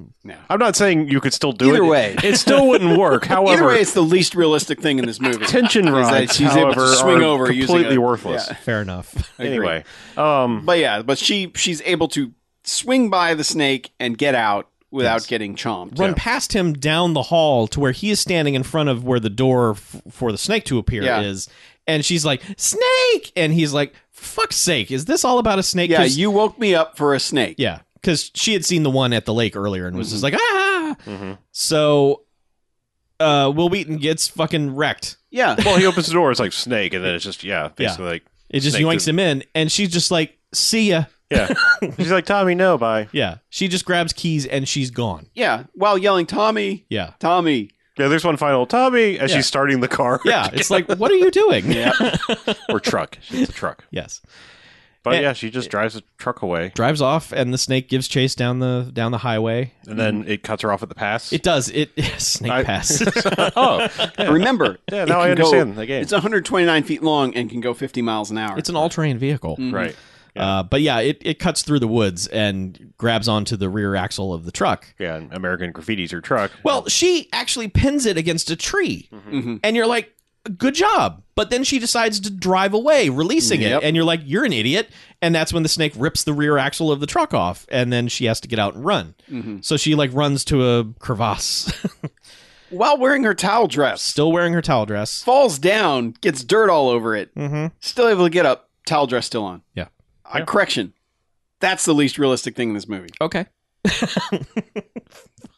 Speaker 3: I'm not saying you could still do it.
Speaker 4: Either way.
Speaker 3: it still wouldn't work. However,
Speaker 4: Either way, it's the least realistic thing in this movie.
Speaker 3: tension
Speaker 4: that
Speaker 3: rods,
Speaker 4: she's able to
Speaker 3: however,
Speaker 4: swing
Speaker 3: are
Speaker 4: over using
Speaker 3: completely
Speaker 4: a-
Speaker 3: worthless.
Speaker 4: yeah.
Speaker 5: fair enough.
Speaker 3: Anyway, um,
Speaker 4: But yeah, but she she's able to swing by the snake and get out without getting chomped.
Speaker 5: Run past him down the hall to where he is standing in front of where the door f- for the snake to appear
Speaker 4: Yeah.
Speaker 5: is. And she's like, Snake! And he's like, fuck's sake, is this all about a snake?
Speaker 4: Yeah,
Speaker 5: 'Cause-
Speaker 4: you woke me up for a snake.
Speaker 5: Yeah, because she had seen the one at the lake earlier and was just like, ah. So, uh, Will Wheaton gets fucking wrecked.
Speaker 4: Yeah.
Speaker 3: well, he opens the door. It's like snake, and then it's just yeah, basically like
Speaker 5: It just
Speaker 3: Snake
Speaker 5: yoinks
Speaker 3: did-
Speaker 5: him in, and she's just like, see ya.
Speaker 3: yeah. she's like Tommy, no, bye.
Speaker 5: Yeah, she just grabs keys and she's gone.
Speaker 4: Yeah. While yelling, Tommy,
Speaker 5: Yeah.
Speaker 4: Tommy.
Speaker 3: Yeah, there's one final Tommy as
Speaker 5: Yeah.
Speaker 3: she's starting the car.
Speaker 5: Yeah, it's like, what are you doing? Yeah.
Speaker 3: or truck. It's a truck.
Speaker 5: yes.
Speaker 3: But
Speaker 5: And-
Speaker 3: yeah, she just drives the truck away,
Speaker 5: Drives off, and the snake gives chase down the down the highway.
Speaker 3: and then it cuts her off at the pass.
Speaker 5: Mm-hmm. It does. It snake
Speaker 3: I-
Speaker 5: passes.
Speaker 3: oh,
Speaker 4: Remember.
Speaker 3: Yeah,
Speaker 4: it
Speaker 3: now I
Speaker 4: can
Speaker 3: understand
Speaker 4: go,
Speaker 3: the game.
Speaker 4: It's 129 feet long and can go 50 miles an hour.
Speaker 5: it's an all-terrain vehicle.
Speaker 3: right.
Speaker 5: Uh, but yeah, it, it cuts through the woods and grabs onto the rear axle of the truck.
Speaker 3: Yeah, and American graffiti's her truck.
Speaker 5: Well, she actually pins it against a tree.
Speaker 4: Mm-hmm.
Speaker 5: And you're like, good job. But then she decides to drive away, releasing
Speaker 4: Yep.
Speaker 5: it. And you're like, you're an idiot. And that's when the snake rips the rear axle of the truck off. And then she has to get out and run.
Speaker 4: Mm-hmm.
Speaker 5: So she like runs to a crevasse,
Speaker 4: while wearing her towel dress,
Speaker 5: still wearing her towel dress.
Speaker 4: falls down, gets dirt all over it,
Speaker 5: Mhm.
Speaker 4: still able to get up, towel dress still on.
Speaker 5: Yeah.
Speaker 4: Uh, Correction. That's the least realistic thing in this movie.
Speaker 5: Okay.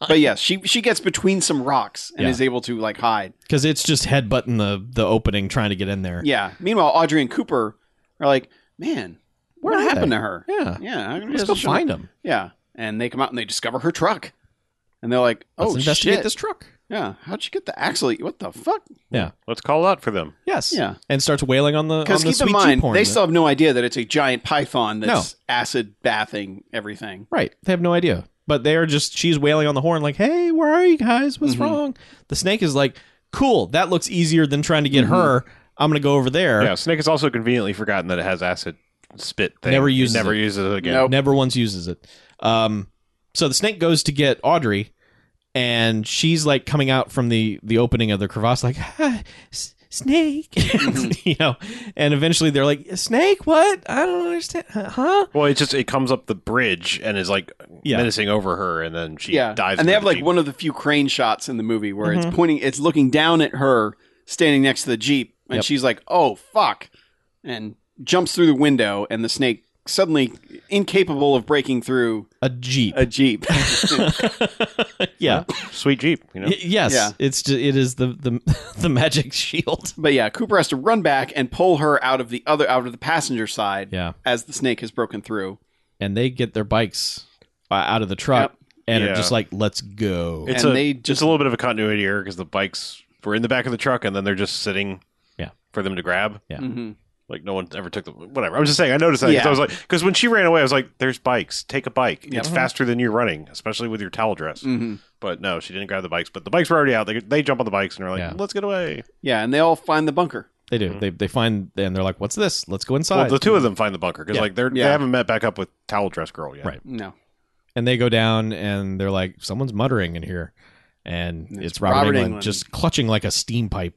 Speaker 4: But yes, she she gets between some rocks and
Speaker 5: Yeah.
Speaker 4: is able to like hide.
Speaker 5: Because it's just headbutting the, the opening, trying to get in there.
Speaker 4: Yeah. Meanwhile, Audrey and Cooper are like, man,
Speaker 5: Where
Speaker 4: what
Speaker 5: are
Speaker 4: happened
Speaker 5: they?
Speaker 4: to her?
Speaker 5: Yeah.
Speaker 4: Yeah.
Speaker 5: Let's go find them.
Speaker 4: Yeah. And they come out and they discover her truck. And they're like, oh,
Speaker 5: Let's investigate
Speaker 4: shit.
Speaker 5: this truck.
Speaker 4: Yeah. How'd you get the axle? What the fuck?
Speaker 5: Yeah.
Speaker 3: Let's call out for them.
Speaker 5: Yes.
Speaker 4: Yeah.
Speaker 5: And starts wailing on the on
Speaker 4: Because
Speaker 5: the
Speaker 4: keep
Speaker 5: sweet
Speaker 4: in
Speaker 5: Jeep
Speaker 4: mind,
Speaker 5: horn
Speaker 4: they
Speaker 5: that-
Speaker 4: still have no idea that it's a giant python that's acid bathing everything.
Speaker 5: Right. They have no idea. But they are just she's wailing on the horn like, "Hey, where are you guys? What's wrong?" The snake is like, "Cool, that looks easier than trying to get her. I'm going to go over there."
Speaker 3: Yeah, Snake has also conveniently forgotten that it has acid spit thing.
Speaker 5: Never
Speaker 3: It
Speaker 5: uses
Speaker 3: never
Speaker 5: it.
Speaker 3: uses it again.
Speaker 4: Nope.
Speaker 5: Never once uses it. Um so the snake goes to get Audrey and she's like coming out from the the opening of the crevasse like ah, s- snake you know and eventually they're like snake what i don't understand huh
Speaker 3: Well, it just it comes up the bridge and is like
Speaker 5: Yeah.
Speaker 3: menacing over her, and then she
Speaker 4: yeah,
Speaker 3: dives.
Speaker 4: and
Speaker 3: into
Speaker 4: they have
Speaker 3: the
Speaker 4: like
Speaker 3: Jeep.
Speaker 4: one of the few crane shots in the movie where it's pointing, it's looking down at her standing next to the jeep, and
Speaker 5: Yep.
Speaker 4: she's like, "Oh fuck," and jumps through the window, and the snake suddenly incapable of breaking through
Speaker 5: a jeep
Speaker 4: a jeep.
Speaker 5: yeah
Speaker 3: sweet Jeep. You know,
Speaker 5: Y- yes
Speaker 4: Yeah.
Speaker 5: it's ju- it is the the, the magic shield
Speaker 4: but yeah, Cooper has to run back and pull her out of the other out of the passenger side
Speaker 5: yeah
Speaker 4: as the snake has broken through.
Speaker 5: and they get their bikes uh, out of the truck and are
Speaker 3: Yeah.
Speaker 5: just like let's go
Speaker 3: it's
Speaker 4: and
Speaker 3: a
Speaker 4: they
Speaker 3: it's
Speaker 4: just-
Speaker 3: a little bit of a continuity error because the bikes were in the back of the truck, and then they're just sitting.
Speaker 5: Yeah.
Speaker 3: For them to grab.
Speaker 5: Yeah.
Speaker 4: Mhm.
Speaker 3: Like no one ever took the whatever. I was just saying. I noticed that 'cause
Speaker 4: Yeah.
Speaker 3: I was like, because when she ran away, I was like, "There's bikes. Take a bike.
Speaker 4: Yeah.
Speaker 3: It's faster than you running, especially with your towel dress."
Speaker 4: Mhm.
Speaker 3: But no, she didn't grab the bikes. But the bikes were already out. They, they jump on the bikes and are like,
Speaker 5: Yeah.
Speaker 3: "Let's get away."
Speaker 4: Yeah, and they all find the bunker.
Speaker 5: they do they, they find and they're like what's this let's go inside
Speaker 3: Well, the two of them find the bunker because
Speaker 5: Yeah.
Speaker 3: like they're
Speaker 4: Yeah.
Speaker 3: they haven't met back up with towel dress girl yet.
Speaker 5: Right.
Speaker 4: No,
Speaker 5: and they go down and they're like someone's muttering in here and it's, robert,
Speaker 4: Robert
Speaker 5: Englund
Speaker 4: Englund.
Speaker 5: just clutching like a steam pipe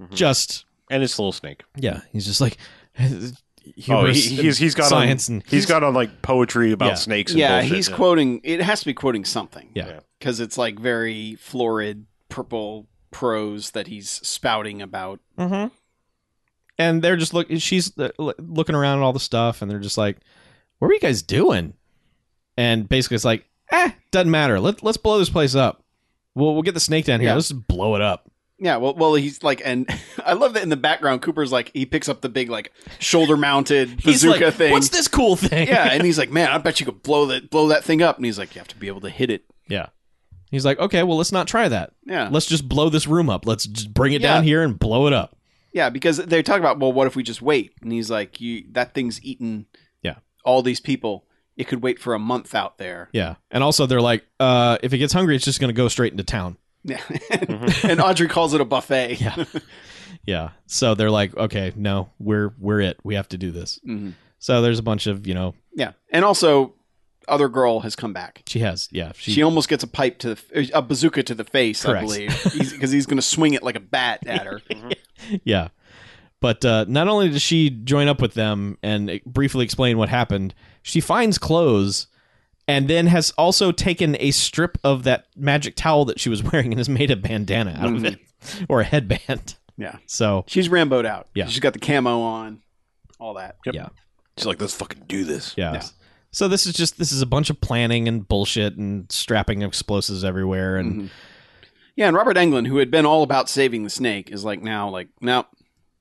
Speaker 3: Mm-hmm.
Speaker 5: just
Speaker 3: And it's the little snake.
Speaker 5: yeah he's just like
Speaker 3: Oh,
Speaker 5: humorous
Speaker 3: he, he's he's got
Speaker 5: science
Speaker 3: on,
Speaker 5: and
Speaker 3: he's got on like poetry about
Speaker 5: Yeah.
Speaker 3: snakes. And
Speaker 4: yeah,
Speaker 3: bullshit.
Speaker 4: he's quoting. It has to be quoting something.
Speaker 5: yeah,
Speaker 3: Yeah.
Speaker 4: because it's like very florid purple prose that he's spouting about.
Speaker 5: Mm-hmm. and they're just look she's uh, l- looking around at all the stuff and they're just like what are you guys doing and basically it's like eh doesn't matter Let, let's blow this place up we'll, we'll get the snake down here
Speaker 4: Yeah.
Speaker 5: let's just blow it up
Speaker 4: Yeah, well, well, he's like, and I love that in the background, Cooper's like, he picks up the big like shoulder-mounted
Speaker 5: He's
Speaker 4: bazooka
Speaker 5: like,
Speaker 4: thing.
Speaker 5: what's this cool thing
Speaker 4: yeah, and he's like, man, I bet you could blow that blow that thing up. And he's like, you have to be able to hit it.
Speaker 5: yeah he's like okay well let's not try that
Speaker 4: Yeah,
Speaker 5: let's just blow this room up. Let's just bring it
Speaker 4: Yeah.
Speaker 5: down here and blow it up.
Speaker 4: yeah, because they talk about, well, what if we just wait? And he's like, you that thing's eaten.
Speaker 5: Yeah.
Speaker 4: all these people. It could wait for a month out there.
Speaker 5: Yeah. And also they're like, uh, if it gets hungry, it's just gonna go straight into town.
Speaker 4: Yeah, and Audrey calls it a buffet.
Speaker 5: Yeah. Yeah. So they're like, okay, no, we're we're it. We have to do this.
Speaker 4: Mhm.
Speaker 5: So there's a bunch of, you know,
Speaker 4: yeah, and also, other girl has come back.
Speaker 5: she has, yeah, she,
Speaker 4: She, almost gets a pipe to the, er, a bazooka to the face,
Speaker 5: Correct.
Speaker 4: I believe, because he's, going to swing it like a bat at her.
Speaker 5: yeah. But uh, not only does she join up with them and e- briefly explain what happened, she finds clothes and then has also taken a strip of that magic towel that she was wearing and has made a bandana out of it or a headband.
Speaker 4: yeah,
Speaker 5: So,
Speaker 4: she's ramboed out.
Speaker 5: Yeah.
Speaker 4: she's got the camo on, all that.
Speaker 5: yeah.
Speaker 3: She's like, "Let's fucking do this."
Speaker 5: Yeah.
Speaker 4: Yeah.
Speaker 5: So this is just this is a bunch of planning and bullshit and strapping explosives everywhere and
Speaker 4: Yeah, and Robert Englund, who had been all about saving the snake, is like now like no,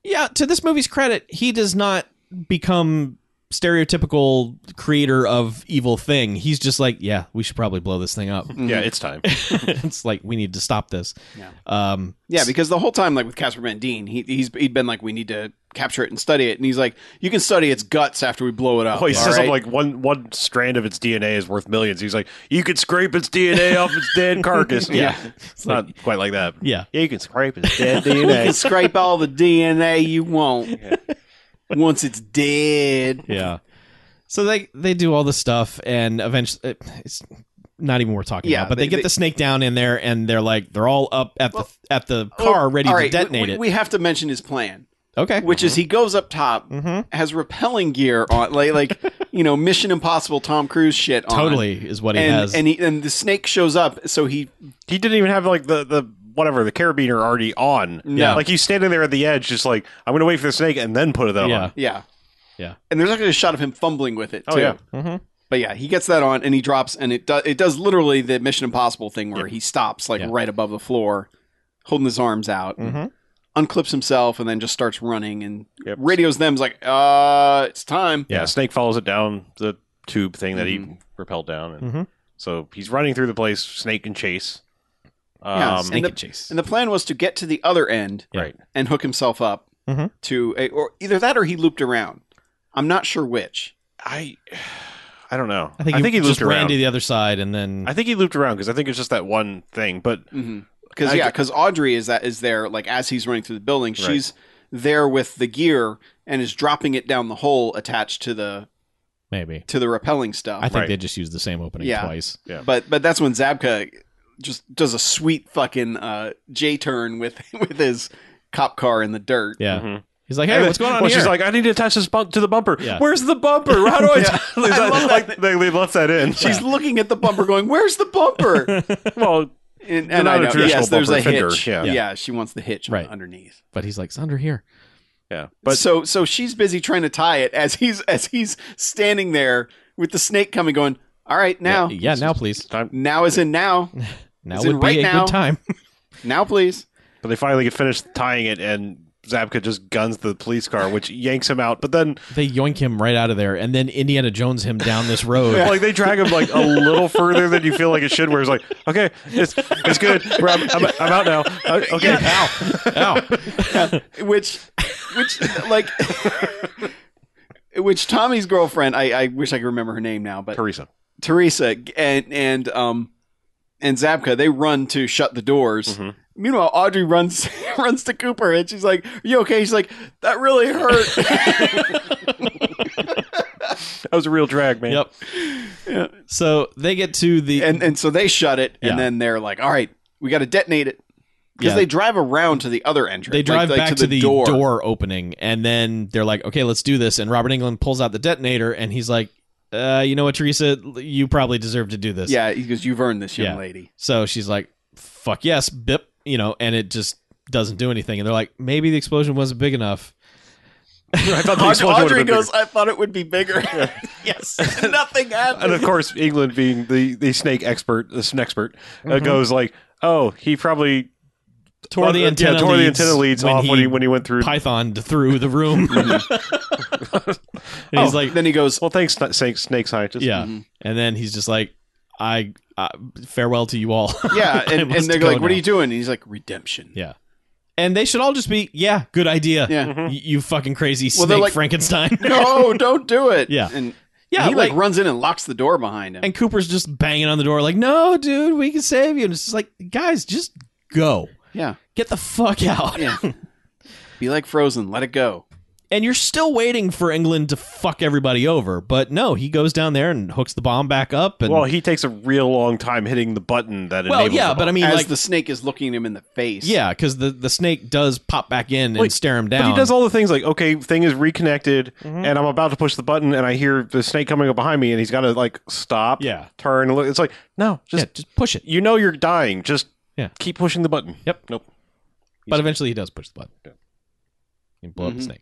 Speaker 5: yeah, to this movie's credit, he does not become stereotypical creator of evil thing. He's just like, yeah, we should probably blow this thing up.
Speaker 3: Yeah, it's time.
Speaker 5: it's like we need to stop this.
Speaker 4: Yeah.
Speaker 5: Um
Speaker 4: yeah, because the whole time like with Casper Van Dien, he he's he'd been like we need to capture it and study it, and he's like you can study its guts after we blow it up.
Speaker 5: Oh,
Speaker 3: Well, Oh, he
Speaker 4: all
Speaker 3: says something
Speaker 4: right?
Speaker 3: like one one strand of its DNA is worth millions. He's like, "You could scrape its DNA off its dead carcass."
Speaker 4: Yeah.
Speaker 3: it's not quite like that.
Speaker 5: Yeah.
Speaker 3: yeah, you can scrape its dead
Speaker 4: you can
Speaker 3: DNA.
Speaker 4: scrape all the DNA you want once it's dead.
Speaker 5: yeah. So they they do all this stuff and eventually it's not even worth talking
Speaker 4: Yeah,
Speaker 5: about. But they,
Speaker 4: they-
Speaker 5: get
Speaker 4: they-
Speaker 5: the snake down in there and they're like they're all up at the at the car ready
Speaker 4: oh, All
Speaker 5: to
Speaker 4: right, we-
Speaker 5: detonate
Speaker 4: we-
Speaker 5: it.
Speaker 4: We have to mention his plan.
Speaker 5: okay.
Speaker 4: which is he goes up top,
Speaker 5: Mm-hmm.
Speaker 4: has repelling gear on, like, like you know, Mission Impossible Tom Cruise shit. On,
Speaker 5: totally is what he
Speaker 4: and
Speaker 5: has.
Speaker 4: and, he, and the snake shows up, so he
Speaker 3: he didn't even have like the the whatever the carabiner already on.
Speaker 4: No.
Speaker 3: like he's standing there at the edge, just like I'm going to wait for the snake and then put it on.
Speaker 5: yeah,
Speaker 4: yeah
Speaker 5: Yeah.
Speaker 4: and there's actually a shot of him fumbling with it.
Speaker 3: Oh
Speaker 4: too.
Speaker 3: yeah.
Speaker 5: Mm-hmm.
Speaker 4: but yeah, he gets that on and he drops, and it does it does literally the Mission Impossible thing where he stops like
Speaker 5: Yeah.
Speaker 4: right above the floor, holding his arms out.
Speaker 5: Um, Mm-hmm.
Speaker 4: Unclips himself and then just starts running and
Speaker 3: Yep.
Speaker 4: radios them's like, uh, it's time.
Speaker 3: Yeah, Mm-hmm. Snake follows it down the tube thing that he repelled down, and so he's running through the place, Snake and Chase. Um,
Speaker 4: Yeah,
Speaker 5: snake
Speaker 4: the-
Speaker 5: and chase.
Speaker 4: And the plan was to get to the other end
Speaker 3: Right.
Speaker 4: and hook himself up
Speaker 5: Mhm.
Speaker 4: to a, or either that or he looped around. I'm not sure which.
Speaker 3: Um, I, I don't know.
Speaker 5: I think he,
Speaker 3: looped
Speaker 5: just ran
Speaker 3: around.
Speaker 5: to the other side and then
Speaker 3: I think he looped around because I think it's just that one thing. But
Speaker 4: Because
Speaker 3: I
Speaker 4: yeah,
Speaker 3: ju-
Speaker 4: because Audrey is that is there like as he's running through the building, she's there with the gear and is dropping it down the hole attached to the
Speaker 5: maybe.
Speaker 4: to the repelling stuff.
Speaker 5: I think
Speaker 3: Right.
Speaker 5: they just used the same opening
Speaker 4: Yeah.
Speaker 5: twice.
Speaker 4: but but that's when Zabka just does a sweet fucking uh, J turn with with his cop car in the dirt.
Speaker 5: Yeah. He's like, hey, what's going on
Speaker 3: Mm-hmm. Well,
Speaker 5: here?
Speaker 3: she's like, I need to attach this bump to the bumper.
Speaker 5: Yeah.
Speaker 3: Where's the bumper? How do I? like, they, they left that in.
Speaker 4: She's looking at the bumper, going, "Where's the bumper?"
Speaker 3: well,
Speaker 4: and,
Speaker 3: They're
Speaker 4: and
Speaker 3: not
Speaker 4: I
Speaker 3: a
Speaker 4: know,
Speaker 3: traditional
Speaker 4: yes, there's a
Speaker 3: bumper fender,
Speaker 4: hitch.
Speaker 3: yeah.
Speaker 4: Yeah. she wants the hitch
Speaker 5: Right.
Speaker 4: underneath.
Speaker 5: but he's like, it's under here.
Speaker 3: yeah, but
Speaker 4: so so she's busy trying to tie it as he's as he's standing there with the snake coming, going, "All right, now,
Speaker 5: Yeah, now please.
Speaker 4: now is in now,
Speaker 5: Now
Speaker 4: Is it
Speaker 5: would
Speaker 4: right
Speaker 5: be a
Speaker 4: now?
Speaker 5: good time.
Speaker 4: now please."
Speaker 3: but they finally get finished tying it, and Zabka just guns the police car, which yanks him out. But then,
Speaker 5: they yoink him right out of there, and then Indiana Jones him down this road.
Speaker 3: like, they drag him like a little further than you feel like it should. Where it's like, okay, it's it's good. We're- I'm, I'm, I'm out now. Uh, okay,
Speaker 5: Ow.
Speaker 4: which which like which Tommy's girlfriend I, I wish I could remember her name now but
Speaker 3: Teresa.
Speaker 4: Teresa and and um and Zabka they run to shut the doors
Speaker 3: Mm-hmm.
Speaker 4: meanwhile Audrey runs runs to Cooper and she's like are you okay she's like that really hurt
Speaker 3: That was a real drag, man.
Speaker 5: Yep. So they get to the
Speaker 4: and and so they shut it and
Speaker 5: Yeah.
Speaker 4: then they're like all right we got to detonate it because
Speaker 5: Yeah.
Speaker 4: they drive around to the other entrance
Speaker 5: they
Speaker 4: like-
Speaker 5: drive
Speaker 4: like,
Speaker 5: back to the, door. opening, and then they're like, "Okay, let's do this." And Robert England pulls out the detonator, and he's like, uh, "You know what, Teresa? You probably deserve to do this."
Speaker 4: yeah he goes you've earned this young
Speaker 5: Yeah.
Speaker 4: lady
Speaker 5: So she's like, "Fuck yes, bip," you know, and it just doesn't do anything. And they're like, "Maybe the explosion wasn't big enough."
Speaker 3: I thought the
Speaker 4: Aud-
Speaker 3: explosion would've
Speaker 4: Audrey
Speaker 3: been
Speaker 4: goes uh,
Speaker 3: bigger.
Speaker 4: I thought it would be bigger yes nothing happened
Speaker 3: and of course, England being the the snake expert, the snexpert, uh, goes like, oh, he probably
Speaker 5: Mm-hmm. Tore the
Speaker 3: Yeah,
Speaker 5: antenna.
Speaker 3: tore the
Speaker 5: leads
Speaker 3: antenna leads off when he when he went through.
Speaker 5: python through the room. and Mhm. he's like,
Speaker 4: then he goes
Speaker 3: Well, thanks, sna- snake, snake scientist.
Speaker 5: Yeah, and then he's just like, "I uh, farewell to you all."
Speaker 4: yeah
Speaker 5: I
Speaker 4: and,
Speaker 5: must
Speaker 4: and they're
Speaker 5: go
Speaker 4: like what are
Speaker 5: now."
Speaker 4: you doing and he's like redemption
Speaker 5: Yeah, and they should all just be, "Yeah, good idea."
Speaker 4: Yeah.
Speaker 5: Y- you fucking crazy
Speaker 4: Well, they're
Speaker 5: snake
Speaker 4: like-
Speaker 5: Frankenstein.
Speaker 4: no don't do it
Speaker 5: Yeah.
Speaker 4: and
Speaker 5: Yeah,
Speaker 4: he like,
Speaker 5: like-
Speaker 4: runs in and locks the door behind him
Speaker 5: and Cooper's just banging on the door like, "No, dude, we can save you." And it's just like, guys, just go.
Speaker 4: yeah
Speaker 5: Get the fuck out.
Speaker 4: yeah be like frozen let it go
Speaker 5: And you're still waiting for England to fuck everybody over. But no, he goes down there and hooks the bomb back up. And
Speaker 3: Well, he takes a real long time hitting the button that.
Speaker 5: Well,
Speaker 3: enables
Speaker 5: yeah,
Speaker 3: the
Speaker 5: but I mean,
Speaker 4: as
Speaker 5: like,
Speaker 4: the snake is looking him in the face
Speaker 5: yeah, because the, the snake does pop back in and
Speaker 3: Like,
Speaker 5: stare him down.
Speaker 3: But he does all the things like, okay, thing is reconnected,
Speaker 4: Mm-hmm.
Speaker 3: and I'm about to push the button, and I hear the snake coming up behind me, and he's got to like stop,
Speaker 5: Yeah.
Speaker 3: turn. Look. It's like, no, just
Speaker 5: yeah, just push it.
Speaker 3: you know you're dying, just
Speaker 5: Yeah.
Speaker 3: keep pushing the button.
Speaker 5: Yep.
Speaker 3: Nope.
Speaker 5: But eventually he does push the button. And blow
Speaker 3: Mm-hmm.
Speaker 5: up the snake.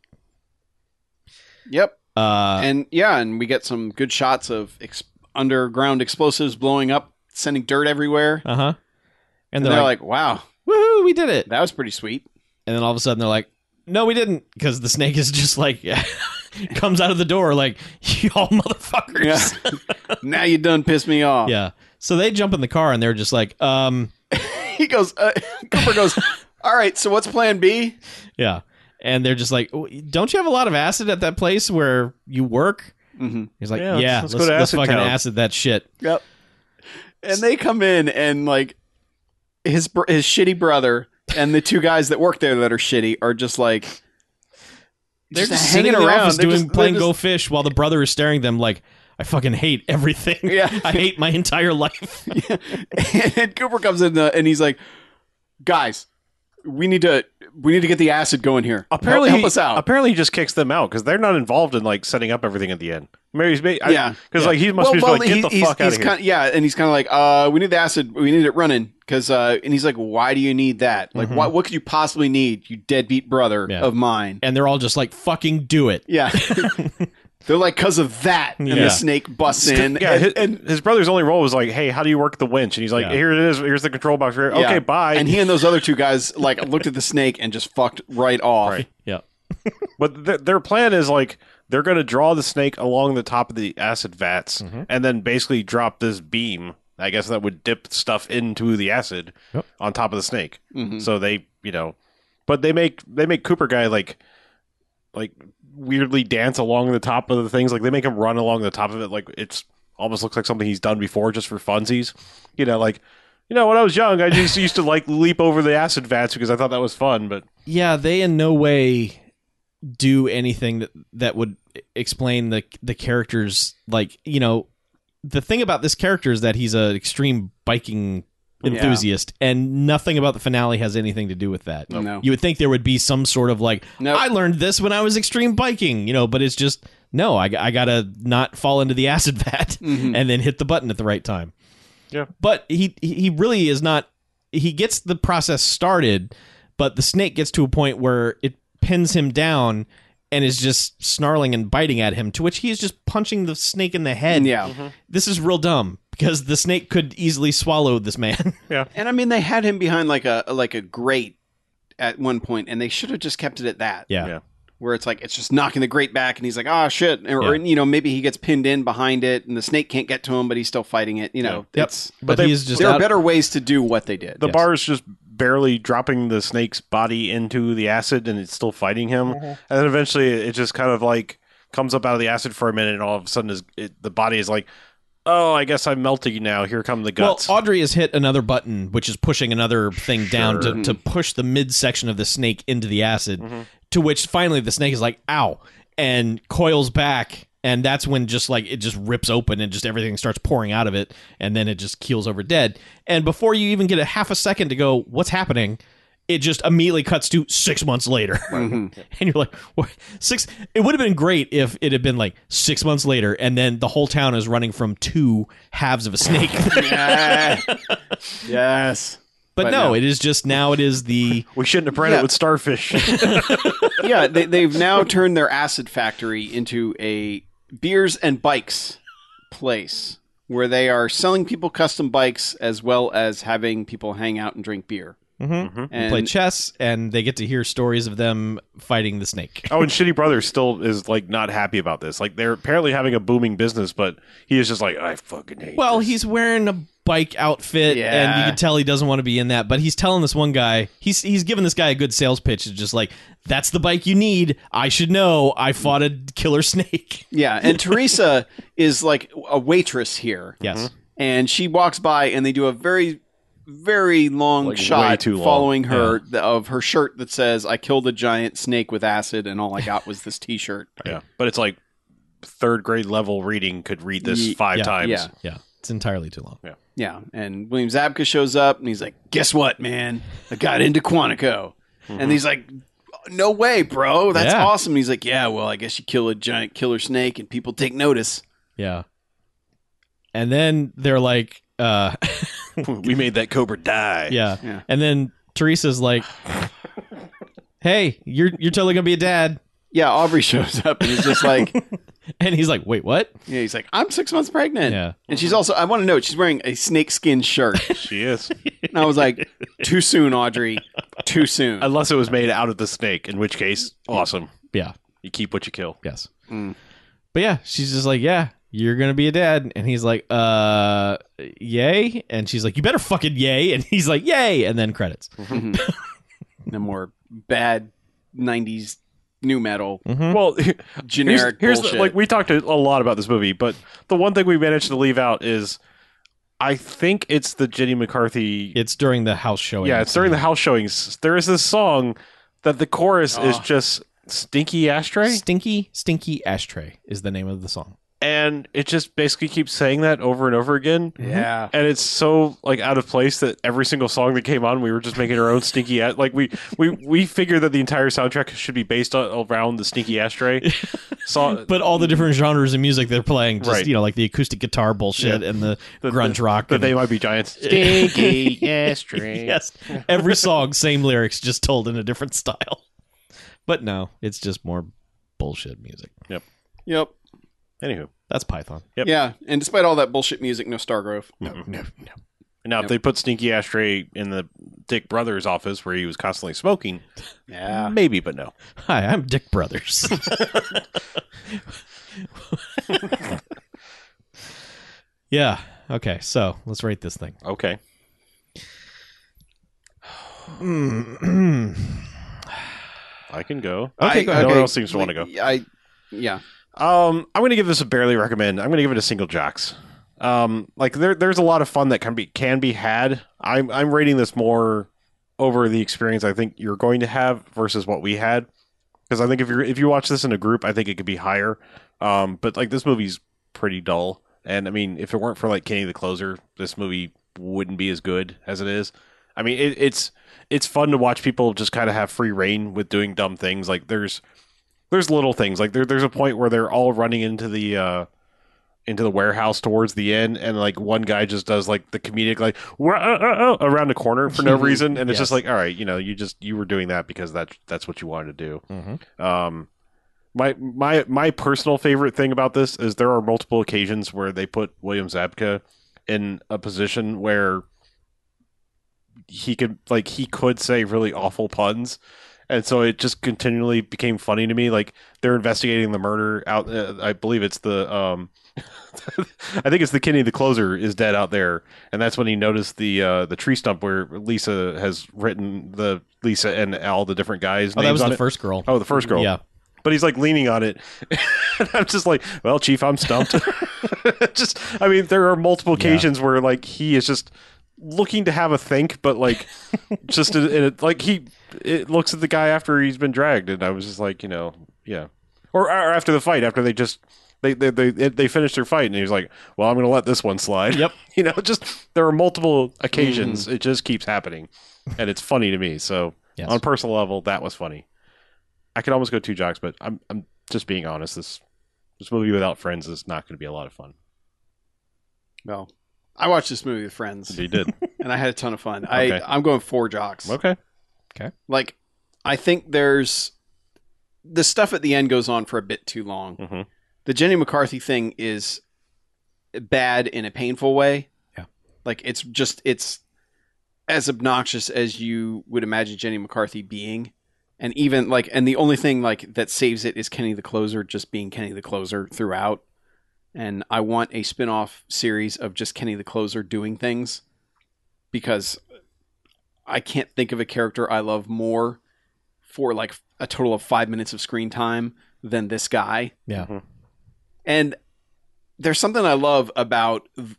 Speaker 4: yep
Speaker 5: Uh,
Speaker 4: and yeah and we get some good shots of ex- underground explosives blowing up sending dirt everywhere
Speaker 5: uh huh. And
Speaker 4: and
Speaker 5: they're,
Speaker 4: they're
Speaker 5: like,
Speaker 4: like, wow
Speaker 5: woohoo, we did it.
Speaker 4: that was pretty sweet
Speaker 5: And then all of a sudden they're like, no, we didn't. Because the snake is just like, comes out of the door like, y'all
Speaker 4: yeah
Speaker 5: motherfuckers.
Speaker 4: now you done pissed me off
Speaker 5: Yeah. So they jump in the car and they're just like, um,
Speaker 4: he goes uh, cooper goes all right so what's plan b
Speaker 5: yeah. And they're just like, "W- don't you have a lot of acid at that place where you work?
Speaker 4: Mhm.
Speaker 5: He's like,
Speaker 3: Yeah,
Speaker 5: yeah,
Speaker 3: let's- let's
Speaker 5: let's,
Speaker 3: go
Speaker 5: let's,
Speaker 3: to Acid
Speaker 5: fucking
Speaker 3: Town."
Speaker 5: acid that shit.
Speaker 4: Yep. And they come in and like his br- his shitty brother and the two guys that work there that are shitty are just like
Speaker 5: They're just, hanging
Speaker 4: around,
Speaker 5: around, office
Speaker 4: They're
Speaker 5: doing
Speaker 4: just-
Speaker 5: playing
Speaker 4: they're
Speaker 5: go
Speaker 4: just-
Speaker 5: fish, while the brother is staring at them like, "I fucking hate everything.
Speaker 4: Yeah.
Speaker 5: I hate my entire life."
Speaker 4: and Cooper comes in uh, and he's like, guys, we need to we need to get the acid going here.
Speaker 3: Apparently,
Speaker 4: help, help
Speaker 3: he-
Speaker 4: us out.
Speaker 3: Apparently, he just kicks them out because they're not involved in like setting up everything at the end. Mary's,
Speaker 4: Yeah.
Speaker 3: because like he must be just like, get
Speaker 4: he-
Speaker 3: the
Speaker 4: he's-
Speaker 3: fuck out
Speaker 4: he's
Speaker 3: of here.
Speaker 4: kin- yeah, and he's kind of like, uh, we need the acid. We need it running because, uh, and he's like, why do you need that?
Speaker 3: Mm-hmm.
Speaker 4: Like, what what could you possibly need? You deadbeat brother
Speaker 5: Yeah.
Speaker 4: of mine.
Speaker 5: And they're all just like, "Fucking do it."
Speaker 4: Yeah. They're like, because of that. And
Speaker 5: Yeah.
Speaker 4: the snake busts in.
Speaker 3: Yeah,
Speaker 4: and,
Speaker 3: his,
Speaker 4: and-
Speaker 3: his brother's only role was like, "Hey, how do you work the winch?" And he's like,
Speaker 5: Yeah.
Speaker 3: "Here it is. Here's the control box. Here.
Speaker 4: yeah.
Speaker 3: Okay, bye."
Speaker 4: And he and those other two guys, like, looked at the snake and just fucked right off.
Speaker 3: Right.
Speaker 5: Yeah.
Speaker 3: but th- their plan is like they're going to draw the snake along the top of the acid vats,
Speaker 5: Mm-hmm.
Speaker 3: and then basically drop this beam. I guess that would dip stuff into the acid
Speaker 5: Yep.
Speaker 3: on top of the snake.
Speaker 4: Mhm.
Speaker 3: So they, you know, but they make they make Cooper guy like like weirdly dance along the top of the things. Like they make him run along the top of it. Like it's almost looks like something he's done before, just for funsies. You know, like you know, when I was young, I just used to like leap over the acid vats because I thought that was fun. But
Speaker 5: Yeah, they in no way do anything that that would explain the the characters like, you know, the thing about this character is that he's an extreme biking enthusiast, and nothing about the finale has anything to do with that.
Speaker 4: No.
Speaker 5: You would think there would be some sort of like,
Speaker 4: Nope.
Speaker 5: I learned this when I was extreme biking, you know, but it's just no. I, I gotta not fall into the acid vat and then hit the button at the right time.
Speaker 3: Yeah.
Speaker 5: but he he he really is not. He gets the process started, but the snake gets to a point where it pins him down and is just snarling and biting at him, to which he is just punching the snake in the head.
Speaker 4: Yeah.
Speaker 5: This is real dumb because the snake could easily swallow this man.
Speaker 4: And I mean, they had him behind like a like a grate at one point, and they should have just kept it at that.
Speaker 5: yeah.
Speaker 3: Yeah.
Speaker 4: Where it's like it's just knocking the grate back, and he's like, "Ah, shit!" Or, or, you know, maybe he gets pinned in behind it, and the snake can't get to him, but he's still fighting it. You know,
Speaker 5: Yep.
Speaker 4: it's
Speaker 5: But,
Speaker 3: they-
Speaker 5: he is just
Speaker 4: there are
Speaker 5: out-
Speaker 4: better ways to do what they did.
Speaker 3: The
Speaker 5: Yes.
Speaker 3: bar is just barely dropping the snake's body into the acid and it's still fighting him. And then eventually it just kind of like comes up out of the acid for a minute and all of a sudden is, it, the body is like, oh, I guess I'm melting now. Here come the
Speaker 5: Well,
Speaker 3: guts.
Speaker 5: Audrey has hit another button, which is pushing another thing down to,
Speaker 3: Mm-hmm.
Speaker 5: to push the midsection of the snake into the acid, to which finally the snake is like, ow, and coils back. And that's when just like it just rips open and just everything starts pouring out of it. And then it just keels over dead. And before you even get a half a second to go, what's happening? It just immediately cuts to six months later. and you're like, what? six. It would have been great if it had been like six months later, and then the whole town is running from two halves of a snake.
Speaker 4: yes.
Speaker 5: But,
Speaker 4: But
Speaker 5: no,
Speaker 4: no.
Speaker 5: it is just now. It is the
Speaker 3: we shouldn't have branded
Speaker 4: Yeah.
Speaker 3: it with starfish.
Speaker 4: yeah, they, they've now turned their acid factory into a beers and bikes place where they are selling people custom bikes as well as having people hang out and drink beer. Mm-hmm. And
Speaker 5: play chess, and they get to hear stories of them fighting the snake.
Speaker 3: oh, and Shitty Brother still is like not happy about this. Like they're apparently having a booming business, but he is just like, I fucking hate
Speaker 5: Well,
Speaker 3: this."
Speaker 5: he's wearing a bike outfit, and you
Speaker 4: Yeah.
Speaker 5: can tell he doesn't want to be in that. But he's telling this one guy, he's he's giving this guy a good sales pitch. It's just like that's the bike you need. I should know. I fought a killer snake.
Speaker 4: yeah, and Teresa is like a waitress here. Mm-hmm.
Speaker 5: Yes.
Speaker 4: and she walks by and they do a very very long
Speaker 3: Like, way
Speaker 4: shot
Speaker 3: too long.
Speaker 4: following her th- of her shirt that says I killed a giant snake with acid and all I got was this t-shirt.
Speaker 3: yeah. But it's like third grade level reading could read this
Speaker 4: Ye-
Speaker 3: five
Speaker 5: yeah,
Speaker 3: times.
Speaker 4: yeah.
Speaker 5: Yeah, it's entirely too long.
Speaker 4: Yeah, and William Zabka shows up and he's like, "Guess what, man? I got into Quantico."
Speaker 3: Mm-hmm.
Speaker 4: And he's like, "No way, bro! That's
Speaker 5: Yeah.
Speaker 4: awesome." And he's like, "Yeah, well, I guess you kill a giant killer snake and people take notice."
Speaker 5: Yeah. And then they're like, uh,
Speaker 3: we made that cobra die.
Speaker 5: yeah.
Speaker 4: Yeah.
Speaker 5: And then Teresa's like, "Hey, you're you're totally gonna be a dad."
Speaker 4: Yeah, Aubrey shows up and he's just like,
Speaker 5: And he's like, "Wait, what?"
Speaker 4: "Yeah, he's like, I'm six months pregnant."
Speaker 5: Yeah.
Speaker 4: and she's also, I want to note, she's wearing a snakeskin shirt.
Speaker 3: She is.
Speaker 4: And I was like, too soon, Audrey. Too soon.
Speaker 3: Unless it was made out of the snake, in which case, awesome.
Speaker 5: Yeah.
Speaker 3: You keep what you kill.
Speaker 5: Yes.
Speaker 3: Mm.
Speaker 5: But yeah, she's just like, yeah, you're gonna be a dad, and he's like, uh, yay, and she's like, you better fucking yay, and he's like, yay, and then credits.
Speaker 4: No more bad 90s new metal
Speaker 3: Well,
Speaker 4: generic
Speaker 3: Mm-hmm. here's, here's
Speaker 4: bullshit.
Speaker 3: the, like we talked a lot about this movie, but the one thing we managed to leave out is, I think it's the Jenny McCarthy.
Speaker 5: It's during the house showing.
Speaker 3: yeah, it's during the house showings. There is this song that the chorus is
Speaker 4: Oh.
Speaker 3: just stinky ashtray,
Speaker 5: Stinky, stinky ashtray is the name of the song.
Speaker 3: and it just basically keeps saying that over and over again.
Speaker 4: yeah.
Speaker 3: and it's so like out of place that every single song that came on, we were just making our own stinky. A- like we we we figured that the entire soundtrack should be based on, around the stinky ashtray. so
Speaker 5: But all the different genres of music they're playing, just
Speaker 3: Right.
Speaker 5: you know, like the acoustic guitar bullshit and the, grunge rock.
Speaker 3: that
Speaker 5: and-
Speaker 3: they might be giants.
Speaker 6: Stinky ashtray.
Speaker 5: yes, every song, same lyrics, just told in a different style. But no, it's just more bullshit music.
Speaker 4: Yep.
Speaker 3: Anywho,
Speaker 5: That's Python.
Speaker 3: Yep.
Speaker 4: Yeah. And despite all that bullshit music, no Stargrove.
Speaker 3: now if they put stinky ashtray in the Dick Brothers office where he was constantly smoking,
Speaker 4: Yeah.
Speaker 3: maybe, but no.
Speaker 5: Hi, I'm Dick Brothers. yeah. Okay. So let's rate this thing.
Speaker 3: Okay,
Speaker 5: Oh,
Speaker 3: I can go.
Speaker 5: Okay,
Speaker 4: I-
Speaker 5: go ahead.
Speaker 3: No one else seems to wanna go.
Speaker 4: I, yeah.
Speaker 3: Um, I'm gonna give this a barely recommend. I'm gonna give it a single jocks. Um, like there, there's a lot of fun that can be can be had. I'm I'm rating this more over the experience I think you're going to have versus what we had. Because I think if you are if you watch this in a group, I think it could be higher. Um, but like this movie's pretty dull, and I mean, if it weren't for like Kenny the Closer, this movie wouldn't be as good as it is. I mean, it, it's it's fun to watch people just kind of have free reign with doing dumb things. Like there's there's little things like there, there's a point where they're all running into the uh, into the warehouse towards the end, and like one guy just does like the comedic like "Wah, uh, uh, uh," around the corner for no reason, and it's just like all right, you know, you just you were doing that because that's that's what you wanted to do. Um, my my my personal favorite thing about this is there are multiple occasions where they put William Zabka in a position where he could like he could say really awful puns and so it just continually became funny to me like they're investigating the murder out uh, i believe it's the um i think it's the kenny the closer is dead out there and that's when he noticed the uh the tree stump where lisa has written the lisa and al the different guys
Speaker 5: Oh, that
Speaker 3: names
Speaker 5: was
Speaker 3: on
Speaker 5: the
Speaker 3: it.
Speaker 5: first girl.
Speaker 3: oh the first girl
Speaker 5: Yeah.
Speaker 3: but he's like leaning on it. and I'm just like, well, Chief, I'm stumped. just, I mean, there are multiple occasions where like he is just looking to have a think, but like, just in, in a, like he it looks at the guy after he's been dragged, and I was just like, you know, yeah, or, or after the fight, after they just. They, they, they, they finished their fight and he was like, "Well, I'm going to let this one slide."
Speaker 5: Yep. Mm-hmm.
Speaker 3: you know, just there are multiple occasions it just keeps happening, and it's funny to me. So
Speaker 5: Yes.
Speaker 3: on a personal level, that was funny. I could almost go two jocks, but I'm I'm just being honest. This this movie without friends is not going to be a lot of fun.
Speaker 4: No. I watched this movie with friends
Speaker 3: You did
Speaker 4: and I had a ton of fun.
Speaker 3: Okay.
Speaker 4: I, I'm going four jocks.
Speaker 3: okay.
Speaker 4: Like, I think there's the stuff at the end goes on for a bit too long.
Speaker 3: Mhm.
Speaker 4: The Jenny McCarthy thing is bad in a painful way.
Speaker 5: Yeah.
Speaker 4: Like, it's just, it's as obnoxious as you would imagine Jenny McCarthy being. And even like, and the only thing like that saves it is Kenny the Closer just being Kenny the Closer throughout. And I want a spin off series of just Kenny the Closer doing things because I can't think of a character I love more for like a total of five minutes of screen time than this guy.
Speaker 5: Yeah.
Speaker 3: Mhm.
Speaker 4: And there's something I love about th-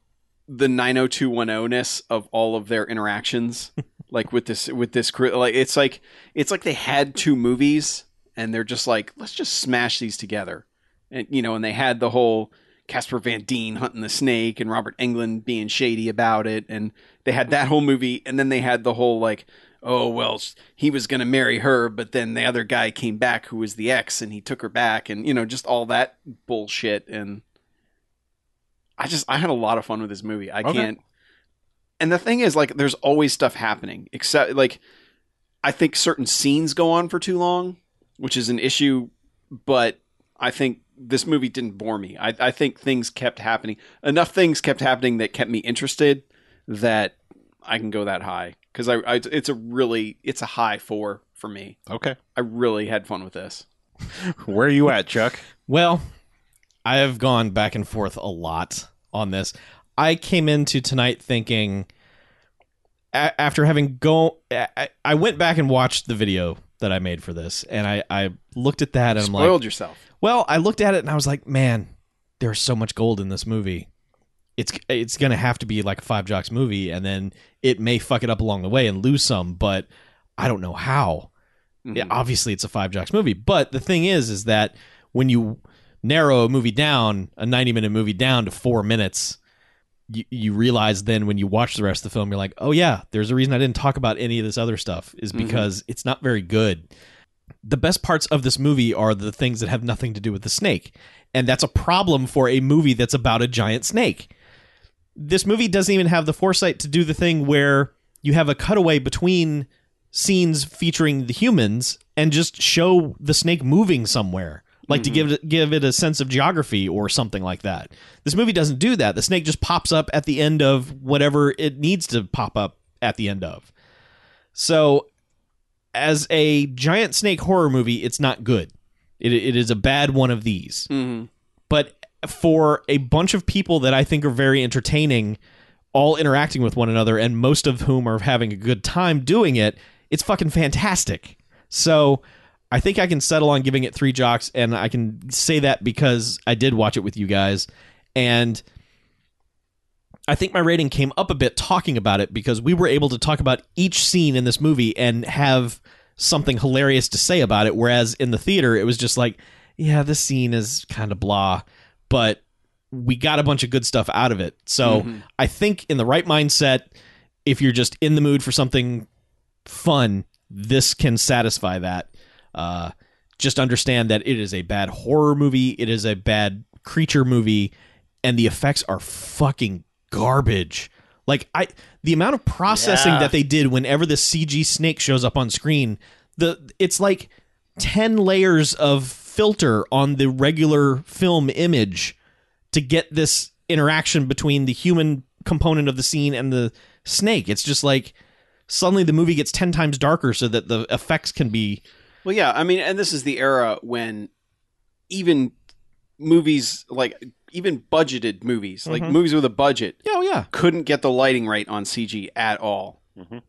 Speaker 4: the 90210 ness of all of their interactions, like with this with this crew. Like it's like it's like they had two movies and they're just like let's just smash these together, and you know, and they had the whole Casper Van Dien hunting the snake and Robert Englund being shady about it, and they had that whole movie, and then they had the whole like, oh well, s- he was gonna marry her, but then the other guy came back who was the ex, and he took her back, and you know, just all that bullshit, and I just I had a lot of fun with this movie. I
Speaker 3: Okay.
Speaker 4: can't. And the thing is, like, there's always stuff happening, except like, I think certain scenes go on for too long, which is an issue, but I think this movie didn't bore me. I, I think things kept happening. Enough things kept happening that kept me interested that I can go that high because I, I it's a really it's a high four for me.
Speaker 3: Okay.
Speaker 4: I really had fun with this.
Speaker 3: Where are you at, Chuck?
Speaker 5: Well, I have gone back and forth a lot on this. I came into tonight thinking, a- after having go, I- I I went back and watched the video that I made for this, and I I looked at that and I'm like,
Speaker 4: Spoiled yourself.
Speaker 5: well, I looked at it and I was like, man, there's so much gold in this movie. It's it's gonna have to be like a five jocks movie, and then it may fuck it up along the way and lose some, but I don't know how. Yeah,
Speaker 4: Mhm.
Speaker 5: obviously it's a five jocks movie, but the thing is, is that when you narrow a movie down, a ninety minute movie down to four minutes, you, you realize then when you watch the rest of the film, you're like, oh yeah, there's a reason I didn't talk about any of this other stuff is
Speaker 4: Mhm.
Speaker 5: because it's not very good. The best parts of this movie are the things that have nothing to do with the snake, and that's a problem for a movie that's about a giant snake. This movie doesn't even have the foresight to do the thing where you have a cutaway between scenes featuring the humans and just show the snake moving somewhere like to give it, give it a sense of geography or something like that. This movie doesn't do that. The snake just pops up at the end of whatever it needs to pop up at the end of. So as a giant snake horror movie, it's not good. It, it is a bad one of these
Speaker 4: Mhm.
Speaker 5: but for a bunch of people that I think are very entertaining, all interacting with one another, and most of whom are having a good time doing it, it's fucking fantastic. So I think I can settle on giving it three jocks, and I can say that because I did watch it with you guys. And I think my rating came up a bit talking about it because we were able to talk about each scene in this movie and have something hilarious to say about it. Whereas in the theater, it was just like, yeah, this scene is kind of blah, but we got a bunch of good stuff out of it. So I think in the right mindset, if you're just in the mood for something fun, this can satisfy that. Uh, just understand that it is a bad horror movie, it is a bad creature movie, and the effects are fucking garbage. Like I, the amount of processing that they did whenever the CG snake shows up on screen, the it's like ten layers of filter on the regular film image to get this interaction between the human component of the scene and the snake. It's just like suddenly the movie gets 10 times darker so that the effects can be
Speaker 4: Well, yeah, I mean, and this is the era when even movies like even budgeted movies, like
Speaker 5: Mm-hmm.
Speaker 4: movies with a budget,
Speaker 5: yeah oh, yeah
Speaker 4: couldn't get the lighting right on CG at all.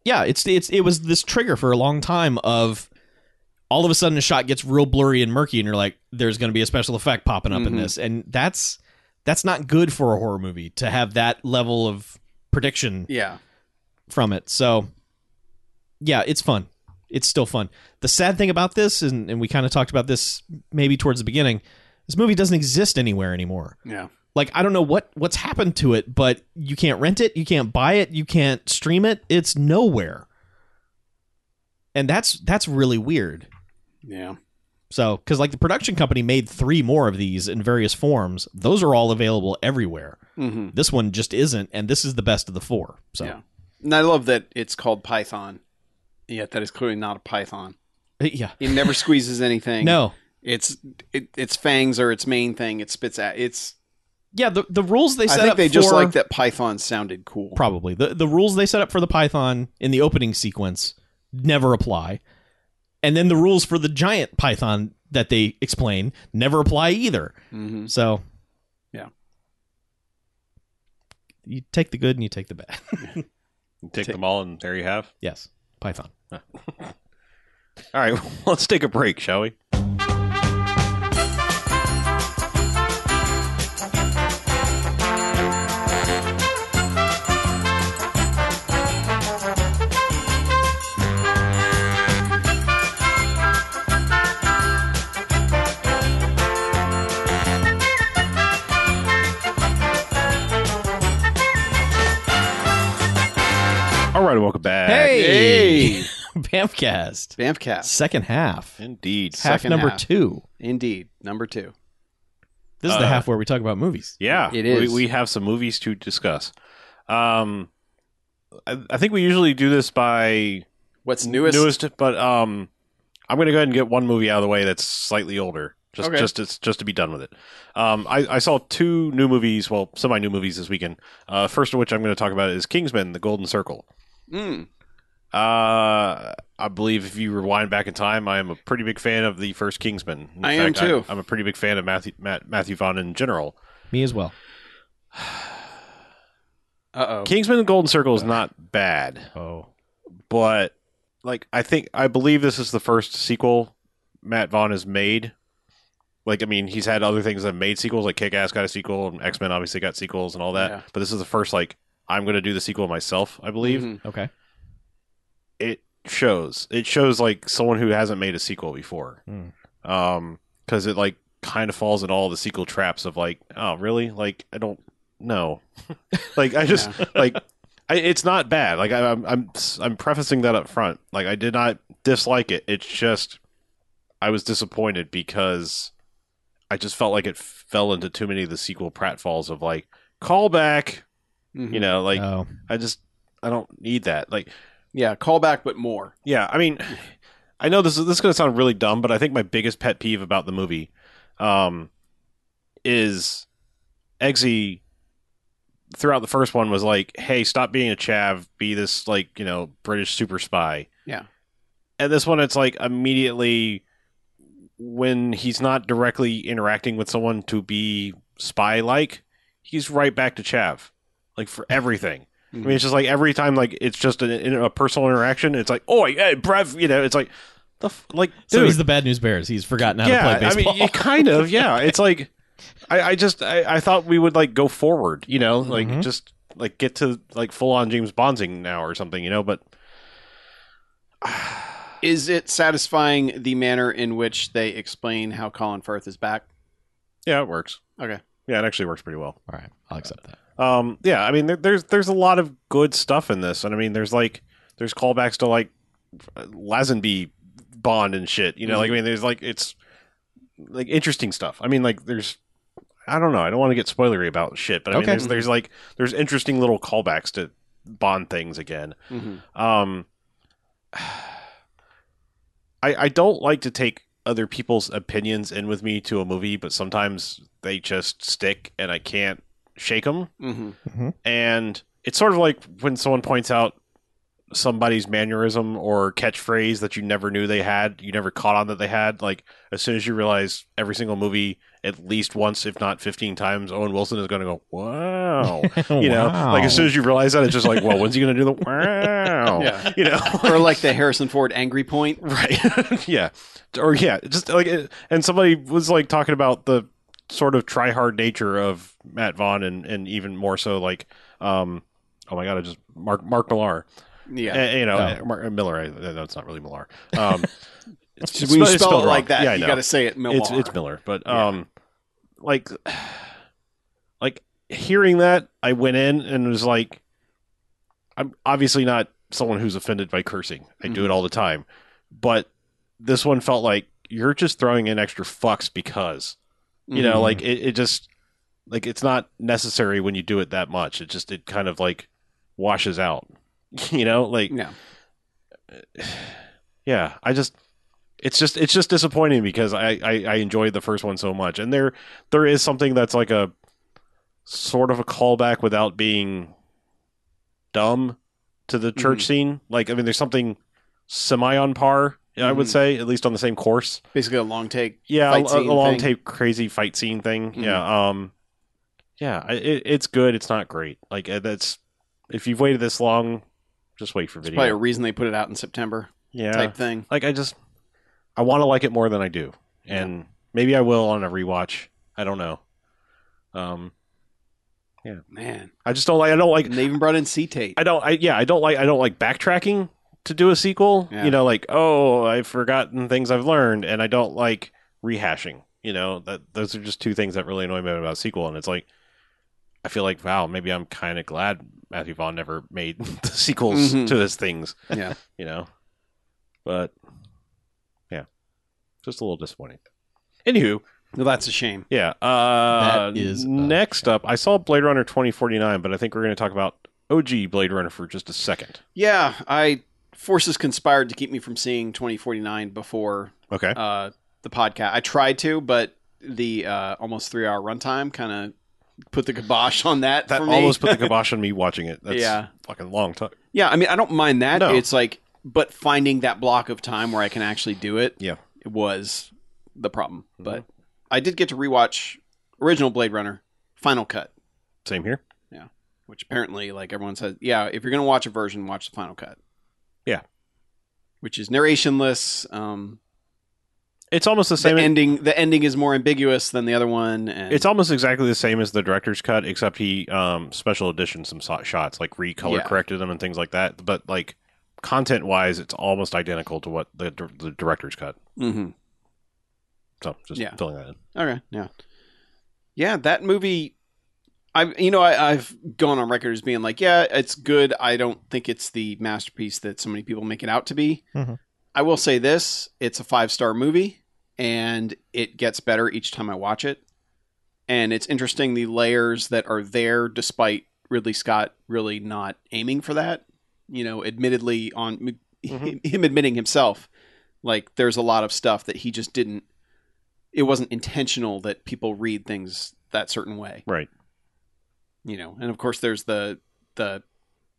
Speaker 5: yeah it's it's it was this trigger for a long time of all of a sudden a shot gets real blurry and murky and you're like there's going to be a special effect popping up in this and that's that's not good for a horror movie to have that level of prediction
Speaker 4: Yeah.
Speaker 5: from it. So, yeah, it's fun. It's still fun. The sad thing about this, and, and we kind of talked about this maybe towards the beginning, this movie doesn't exist anywhere anymore.
Speaker 4: Yeah.
Speaker 5: Like I don't know what what's happened to it, but you can't rent it, you can't buy it, you can't stream it. It's nowhere, and that's that's really weird.
Speaker 4: Yeah.
Speaker 5: So, because like the production company made three more of these in various forms, those are all available everywhere.
Speaker 4: hmm
Speaker 5: This one just isn't, and this is the best of the four. So,
Speaker 4: Yeah. And I love that it's called Python. Yet that is clearly not a python.
Speaker 5: yeah.
Speaker 4: It never squeezes anything.
Speaker 5: no,
Speaker 4: It's it, its fangs are its main thing. It spits at it's.
Speaker 5: Yeah, the, the rules they set
Speaker 4: I think
Speaker 5: up
Speaker 4: they just
Speaker 5: for-
Speaker 4: like that Python sounded cool.
Speaker 5: Probably the the rules they set up for the Python in the opening sequence never apply, and then the rules for the giant Python that they explain never apply either.
Speaker 4: hmm
Speaker 5: So,
Speaker 4: Yeah.
Speaker 5: you take the good and you take the bad.
Speaker 3: Take them all, and there you have.
Speaker 5: yes, Python.
Speaker 3: All right, let's take a break, shall we? All right, welcome back.
Speaker 5: Hey, Bamfcast
Speaker 4: Bamfcast.
Speaker 5: second half,
Speaker 3: Indeed.
Speaker 5: half
Speaker 4: Second
Speaker 5: number
Speaker 4: half.
Speaker 5: two.
Speaker 4: Indeed, number two.
Speaker 5: This is the
Speaker 3: Uh,
Speaker 5: half where we talk about movies.
Speaker 3: Yeah,
Speaker 4: It is.
Speaker 3: We, we have some movies to discuss. Um, I, I think we usually do this by
Speaker 4: What's newest?
Speaker 3: newest, but um, I'm going to go ahead and get one movie out of the way that's slightly older, just
Speaker 4: Okay.
Speaker 3: just it's just to be done with it. Um, I, I saw two new movies, well, semi new movies this weekend. Uh, first of which I'm going to talk about is Kingsman: The Golden Circle.
Speaker 4: Mm.
Speaker 3: Uh, I believe if you rewind back in time, I am a pretty big fan of the first Kingsman. In
Speaker 4: I am too.
Speaker 3: I, am a pretty big fan of Matthew Matt, Matthew Vaughn in general.
Speaker 5: Me as well.
Speaker 4: Uh oh.
Speaker 3: Kingsman: The Golden Circle is not bad.
Speaker 5: Oh,
Speaker 3: but like I think I believe this is the first sequel Matt Vaughn has made. Like I mean, he's had other things that have made sequels, like Kick Ass got a sequel, and X Men obviously got sequels and all that.
Speaker 4: Yeah.
Speaker 3: But this is the first like I'm going to do the sequel myself. I believe
Speaker 4: Mhm.
Speaker 5: okay.
Speaker 3: it shows. It shows like someone who hasn't made a sequel before,
Speaker 5: Hmm.
Speaker 3: Um 'cause because it like kind of falls in all the sequel traps of like, oh really? Like I don't know. like I just like I, it's not bad. Like I, I'm I'm I'm prefacing that up front. Like I did not dislike it. It's just I was disappointed because I just felt like it fell into too many of the sequel pratfalls of like callback.
Speaker 4: Mhm.
Speaker 3: You know, like
Speaker 5: oh,
Speaker 3: I just I don't need that. Like
Speaker 4: Yeah, call back, but more.
Speaker 3: yeah, I mean, I know this is this is going to sound really dumb, but I think my biggest pet peeve about the movie um, is Eggsy throughout the first one was like, "Hey, stop being a chav, be this like you know British super spy."
Speaker 4: Yeah.
Speaker 3: and this one it's like immediately when he's not directly interacting with someone to be spy like, he's right back to chav, like for everything. I mean, it's just like every time, like it's just an, in a personal interaction. It's like, oh, hey, Brev, you know, it's like the f- like, dude,
Speaker 5: so he's the bad news bears. He's forgotten how
Speaker 3: yeah.
Speaker 5: to play
Speaker 3: I
Speaker 5: baseball.
Speaker 3: mean, it kind of, yeah. It's like, I, I just, I, I thought we would like go forward, you know, like
Speaker 5: Mhm.
Speaker 3: just like get to like full on James Bondsing now or something, you know. But
Speaker 4: Is it satisfying the manner in which they explain how Colin Firth is back?
Speaker 3: yeah, it works.
Speaker 4: Okay.
Speaker 3: Yeah, it actually works pretty well.
Speaker 5: All right, I'll accept that.
Speaker 3: Um, yeah, I mean, there, there's there's a lot of good stuff in this, and I mean, there's like there's callbacks to like Lazenby Bond and shit. You know, like I mean, there's like it's like interesting stuff. I mean, like there's I don't know, I don't want to get spoilery about shit, but I mean,
Speaker 5: Okay.
Speaker 3: there's there's like there's interesting little callbacks to Bond things again.
Speaker 4: Mhm.
Speaker 3: Um, I I don't like to take other people's opinions in with me to a movie, but sometimes they just stick, and I can't shake them
Speaker 4: Mm-hmm.
Speaker 3: and it's sort of like when someone points out somebody's mannerism or catchphrase that you never knew they had, you never caught on that they had. Like as soon as you realize every single movie, at least once, if not fifteen times, Owen Wilson is going to go wow, you know. Like as soon as you realize that, it's just like, well, when's he going to do the wow?
Speaker 4: Yeah.
Speaker 3: You know,
Speaker 4: or like the Harrison Ford angry point.
Speaker 3: right? yeah, or yeah, just like it- and somebody was like talking about the sort of try hard nature of Matt Vaughn and and even more so like um oh my god, I just Mark Mark Millar.
Speaker 4: Yeah.
Speaker 3: Eh, you know,
Speaker 5: Oh.
Speaker 3: eh, Mar- Miller. I, no, it's not really Millar. Um, it's,
Speaker 4: So when you
Speaker 3: it's
Speaker 4: spell,
Speaker 3: spelled
Speaker 4: it like
Speaker 3: wrong.
Speaker 4: that,
Speaker 3: Yeah, I
Speaker 4: you
Speaker 3: know.
Speaker 4: got to say it Millar.
Speaker 3: It's it's Miller, but um, like, like hearing that, I went in and was like, I'm obviously not someone who's offended by cursing. I do it all the time, but this one felt like you're just throwing in extra fucks because you
Speaker 4: Mm-hmm.
Speaker 3: know, like it, it just like it's not necessary when you do it that much. It just it kind of like washes out. You know, like
Speaker 4: Yeah.
Speaker 3: yeah i just it's just it's just disappointing because I, I i enjoyed the first one so much and there there is something that's like a sort of a callback without being dumb to the church
Speaker 4: Mhm.
Speaker 3: scene like i mean there's something semi on par i would
Speaker 4: Mhm.
Speaker 3: say at least on the same course
Speaker 4: Basically, a long take.
Speaker 3: yeah
Speaker 4: Fight
Speaker 3: a- a,
Speaker 4: scene
Speaker 3: long
Speaker 4: thing.
Speaker 3: tape crazy fight scene thing
Speaker 4: Mhm.
Speaker 3: yeah um yeah I- it, it's good it's not great like uh, that's if you've waited this long just wait for video
Speaker 4: Probably a reason they put it out in September
Speaker 3: yeah
Speaker 4: type thing.
Speaker 3: like I just I want to like it more than I do, and maybe I will on a rewatch. I don't know. Um,
Speaker 4: Man,
Speaker 3: I just don't like. I don't like.
Speaker 4: and they even brought in C tape.
Speaker 3: I don't. I yeah. I don't like. I don't like backtracking to do a sequel.
Speaker 4: Yeah.
Speaker 3: You know, like oh, I've forgotten things I've learned, and I don't like rehashing. You know, that those are just two things that really annoy me about a sequel, and it's like. I feel like wow, maybe I'm kind of glad Matthew Vaughn never made the sequels
Speaker 4: Mhm.
Speaker 3: to his things,
Speaker 4: Yeah.
Speaker 3: you know. But yeah, just a little disappointing. Anywho,
Speaker 4: Well, that's a shame.
Speaker 3: yeah. Uh,
Speaker 5: That is a
Speaker 3: next up, I saw Blade Runner 2049, but I think we're going to talk about OG Blade Runner for just a second.
Speaker 4: Yeah, I forces conspired to keep me from seeing 2049 before
Speaker 3: Okay.
Speaker 4: uh, the podcast. I tried to, but the uh, almost three hour runtime kind of put the kibosh on that.
Speaker 3: that
Speaker 4: for me.
Speaker 3: almost put the kibosh on me watching it. That's
Speaker 4: Yeah.
Speaker 3: fucking long time.
Speaker 4: Yeah, I mean, I don't mind that.
Speaker 3: No.
Speaker 4: It's like, but finding that block of time where I can actually do it,
Speaker 3: Yeah. Mm-hmm.
Speaker 4: was the problem. But I did get to rewatch original Blade Runner Final Cut,
Speaker 3: Same here.
Speaker 4: which apparently, like everyone says, yeah, if you're gonna watch a version, watch the Final Cut.
Speaker 3: Yeah.
Speaker 4: which is narrationless. Um,
Speaker 3: It's almost the
Speaker 4: the
Speaker 3: same.
Speaker 4: ending, the ending is more ambiguous than the other one, and
Speaker 3: it's almost exactly the same as the director's cut, except he um, special editioned some so- shots, like recolor
Speaker 4: Yeah.
Speaker 3: corrected them and things like that. But like content wise, it's almost identical to what the, the director's cut.
Speaker 4: Mhm.
Speaker 3: So just
Speaker 4: Yeah.
Speaker 3: filling that in.
Speaker 4: Okay. Yeah. Yeah, that movie. I've you know I, I've gone on record as being like, yeah, it's good. I don't think it's the masterpiece that so many people make it out to be.
Speaker 5: Mhm.
Speaker 4: I will say this: it's a five star movie, and it gets better each time I watch it. And it's interesting the layers that are there, despite Ridley Scott really not aiming for that. You know, admittedly, on him admitting himself, like there's a lot of stuff that he just didn't it wasn't intentional that people read things that certain way.
Speaker 3: Right.
Speaker 4: You know, and of course there's the the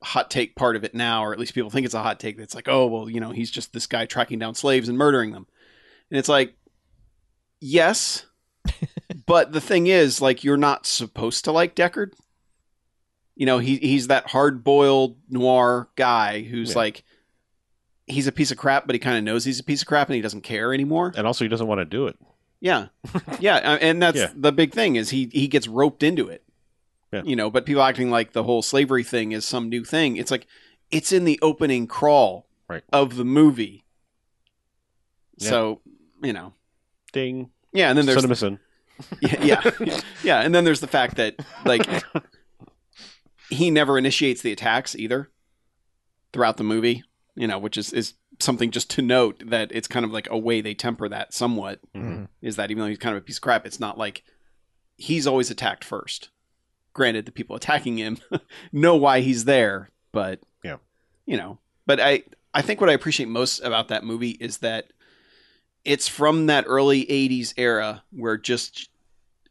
Speaker 4: hot take part of it now, or at least people think it's a hot take that's like, oh well, you know, he's just this guy tracking down slaves and murdering them. And it's like, yes. but the thing is, like, you're not supposed to like Deckard. You know, he he's that hard boiled noir guy who's
Speaker 3: Yeah.
Speaker 4: like he's a piece of crap, but he kind of knows he's a piece of crap and he doesn't care anymore.
Speaker 3: And also, he doesn't want to do it.
Speaker 4: Yeah, yeah, uh, and that's
Speaker 3: Yeah.
Speaker 4: the big thing is he he gets roped into it.
Speaker 3: Yeah.
Speaker 4: You know, but people acting like the whole slavery thing is some new thing. It's like it's in the opening crawl
Speaker 3: Right.
Speaker 4: of the movie.
Speaker 3: Yeah.
Speaker 4: So you know,
Speaker 3: Ding.
Speaker 4: yeah, and then there's
Speaker 3: Cinnamon.
Speaker 4: yeah, yeah, yeah. And then there's the fact that like he never initiates the attacks either throughout the movie. You know, which is is something just to note that it's kind of like a way they temper that somewhat.
Speaker 5: Mm-hmm.
Speaker 3: Mhm.
Speaker 4: Is that even though he's kind of a piece of crap, it's not like he's always attacked first. Granted, the people attacking him know why he's there, but
Speaker 3: Yeah.
Speaker 4: you know. But I I think what I appreciate most about that movie is that it's from that early 80s era where just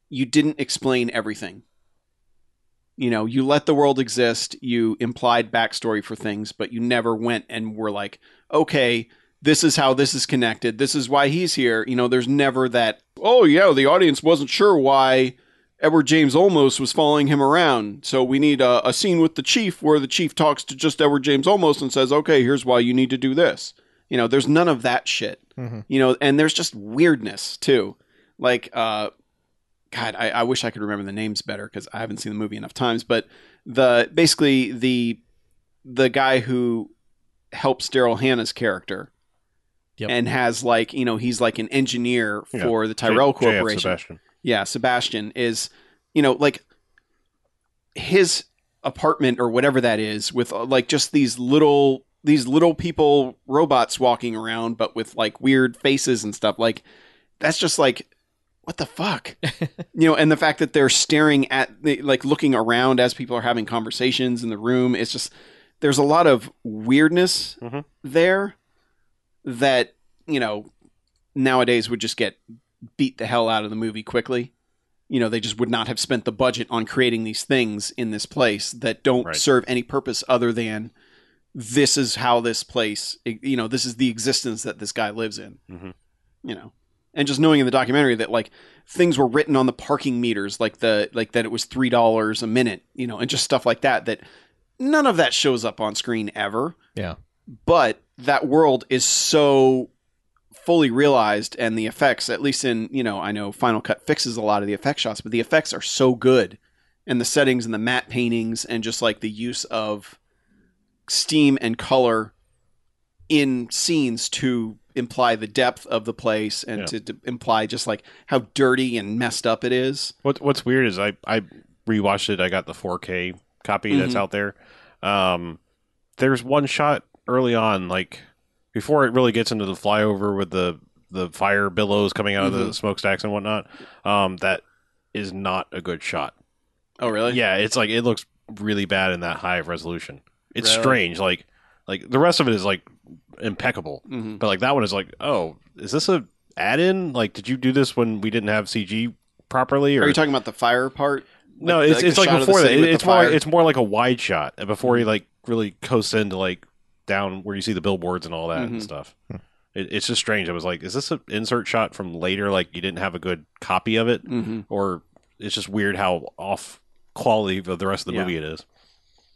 Speaker 4: you didn't explain everything you know you let the world exist you implied backstory for things but you never went and were like okay this is how this is connected this is why he's here you know there's never that oh yeah the audience wasn't sure why edward james olmos was following him around so we need a, a scene with the chief where the chief talks to just edward james olmos and says okay here's why you need to do this you know there's none of that shit you know and there's just weirdness too like uh God, I, I wish I could remember the names better because I haven't seen the movie enough times. But the basically the the guy who helps Daryl Hannah's character
Speaker 5: Yep.
Speaker 4: and has like you know he's like an engineer
Speaker 3: Yeah.
Speaker 4: for the Tyrell
Speaker 3: J- J.F.
Speaker 4: Corporation.
Speaker 3: Sebastian.
Speaker 4: yeah, Sebastian is you know like his apartment or whatever that is with uh, like just these little these little people robots walking around but with like weird faces and stuff like that's just like what the fuck you know and the fact that they're staring at the, like looking around as people are having conversations in the room it's just there's a lot of weirdness
Speaker 3: Mhm.
Speaker 4: there that you know nowadays would just get beat the hell out of the movie quickly you know they just would not have spent the budget on creating these things in this place that don't
Speaker 3: Right.
Speaker 4: serve any purpose other than this is how this place e, you know this is the existence that this guy lives in
Speaker 3: Mhm.
Speaker 4: you know and just knowing in the documentary that like things were written on the parking meters like the like that it was three dollars a minute you know and just stuff like that that none of that shows up on screen ever
Speaker 5: Yeah.
Speaker 4: but that world is so fully realized and the effects at least in you know i know final cut fixes a lot of the effect shots but the effects are so good and the settings and the matte paintings and just like the use of steam and color in scenes to imply the depth of the place and
Speaker 3: Yeah.
Speaker 4: to, to imply just like how dirty and messed up it is
Speaker 3: What What's weird is I I rewatched it. I got the 4K copy that's
Speaker 4: Mhm.
Speaker 3: out there. Um, there's one shot early on, like before it really gets into the flyover with the the fire billows coming out
Speaker 4: Mm-hmm.
Speaker 3: of the smokestacks and whatnot. Um, that is not a good shot.
Speaker 4: oh really
Speaker 3: Yeah, it's like it looks really bad in that high of resolution. It's
Speaker 4: Really?
Speaker 3: strange. Like like the rest of it is like impeccable,
Speaker 4: Mhm.
Speaker 3: but like that one is like, oh, is this a add in? Like, did you do this when we didn't have CG properly? Or
Speaker 4: are you talking about the fire part
Speaker 3: no,
Speaker 4: Like-
Speaker 3: it's
Speaker 4: the
Speaker 3: it's like
Speaker 4: shot of the
Speaker 3: before that.
Speaker 4: city
Speaker 3: It-
Speaker 4: with the
Speaker 3: it's more
Speaker 4: fire?
Speaker 3: it's more like a wide shot before he like really coasts into like down where you see the billboards and all that
Speaker 4: Mhm.
Speaker 3: and stuff. It, it's just strange. I was like, is this an insert shot from later? Like you didn't have a good copy of it,
Speaker 4: Mhm.
Speaker 3: or it's just weird how off quality of the rest of the
Speaker 4: Yeah.
Speaker 3: movie it is.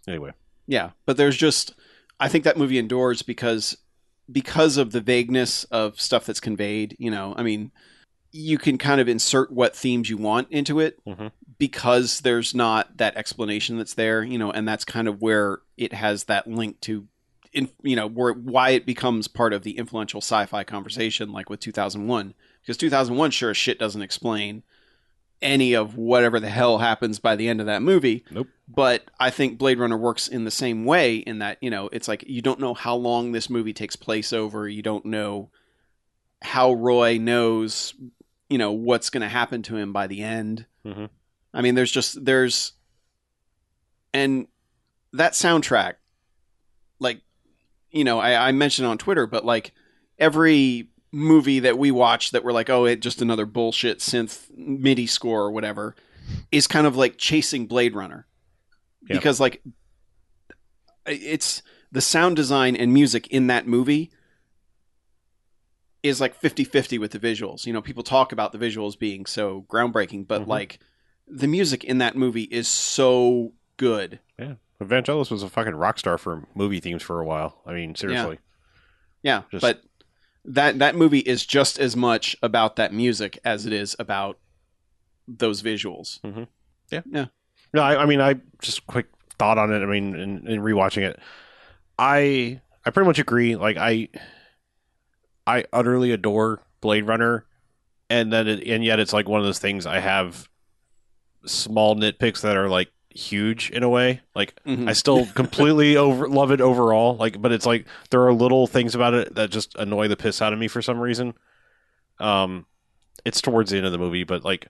Speaker 3: Anyway,
Speaker 4: Yeah, but there's just I think that movie endures because because of the vagueness of stuff that's conveyed, you know, I mean, you can kind of insert what themes you want into it
Speaker 3: Mhm.
Speaker 4: because there's not that explanation that's there, you know, and that's kind of where it has that link to in, you know, where why it becomes part of the influential sci-fi conversation like with 2001 because 2001 sure as shit doesn't explain any of whatever the hell happens by the end of that movie but I think Blade Runner works in the same way in that, you know, it's like you don't know how long this movie takes place over, you don't know how Roy knows, you know, what's going to happen to him by the end.
Speaker 3: Mhm.
Speaker 4: I mean, there's just there's and that soundtrack like you know, I I mentioned on Twitter, but like every movie that we watch that we're like, "Oh, it just another bullshit synth MIDI score or whatever." is kind of like chasing Blade Runner
Speaker 3: Yeah.
Speaker 4: because like it's the sound design and music in that movie is like 50-50 with the visuals. You know, people talk about the visuals being so groundbreaking, but
Speaker 3: Mhm.
Speaker 4: like the music in that movie is so good.
Speaker 3: Evangelos was a fucking rock star for movie themes for a while. I mean, seriously,
Speaker 4: Yeah,
Speaker 3: Just-
Speaker 4: but that that movie is just as much about that music as it is about those visuals.
Speaker 3: No, I, I mean, I just quick thought on it. I mean, in, in rewatching it, I I pretty much agree. Like I I utterly adore Blade Runner, and then it, and yet it's like one of those things I have small nitpicks that are like huge in a way. Like
Speaker 4: Mm-hmm.
Speaker 3: I still completely over love it overall. Like, but it's like there are little things about it that just annoy the piss out of me for some reason. Um, it's towards the end of the movie, but like,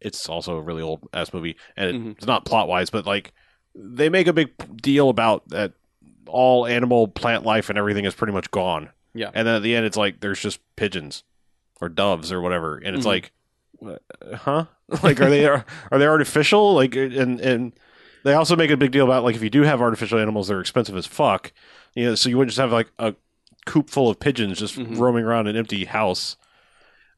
Speaker 3: it's also a really old ass movie, and it,
Speaker 4: Mhm.
Speaker 3: it's not plot wise, but like, they make a big deal about that all animal, plant life, and everything is pretty much gone.
Speaker 4: Yeah.
Speaker 3: and then at the end, it's like there's just pigeons or doves or whatever, and it's
Speaker 4: Mhm.
Speaker 3: like, uh, huh? like, are they are, are they artificial? Like, and and they also make a big deal about like if you do have artificial animals, they're expensive as fuck. You know, so you wouldn't just have like a coop full of pigeons just
Speaker 4: Mhm.
Speaker 3: roaming around an empty house.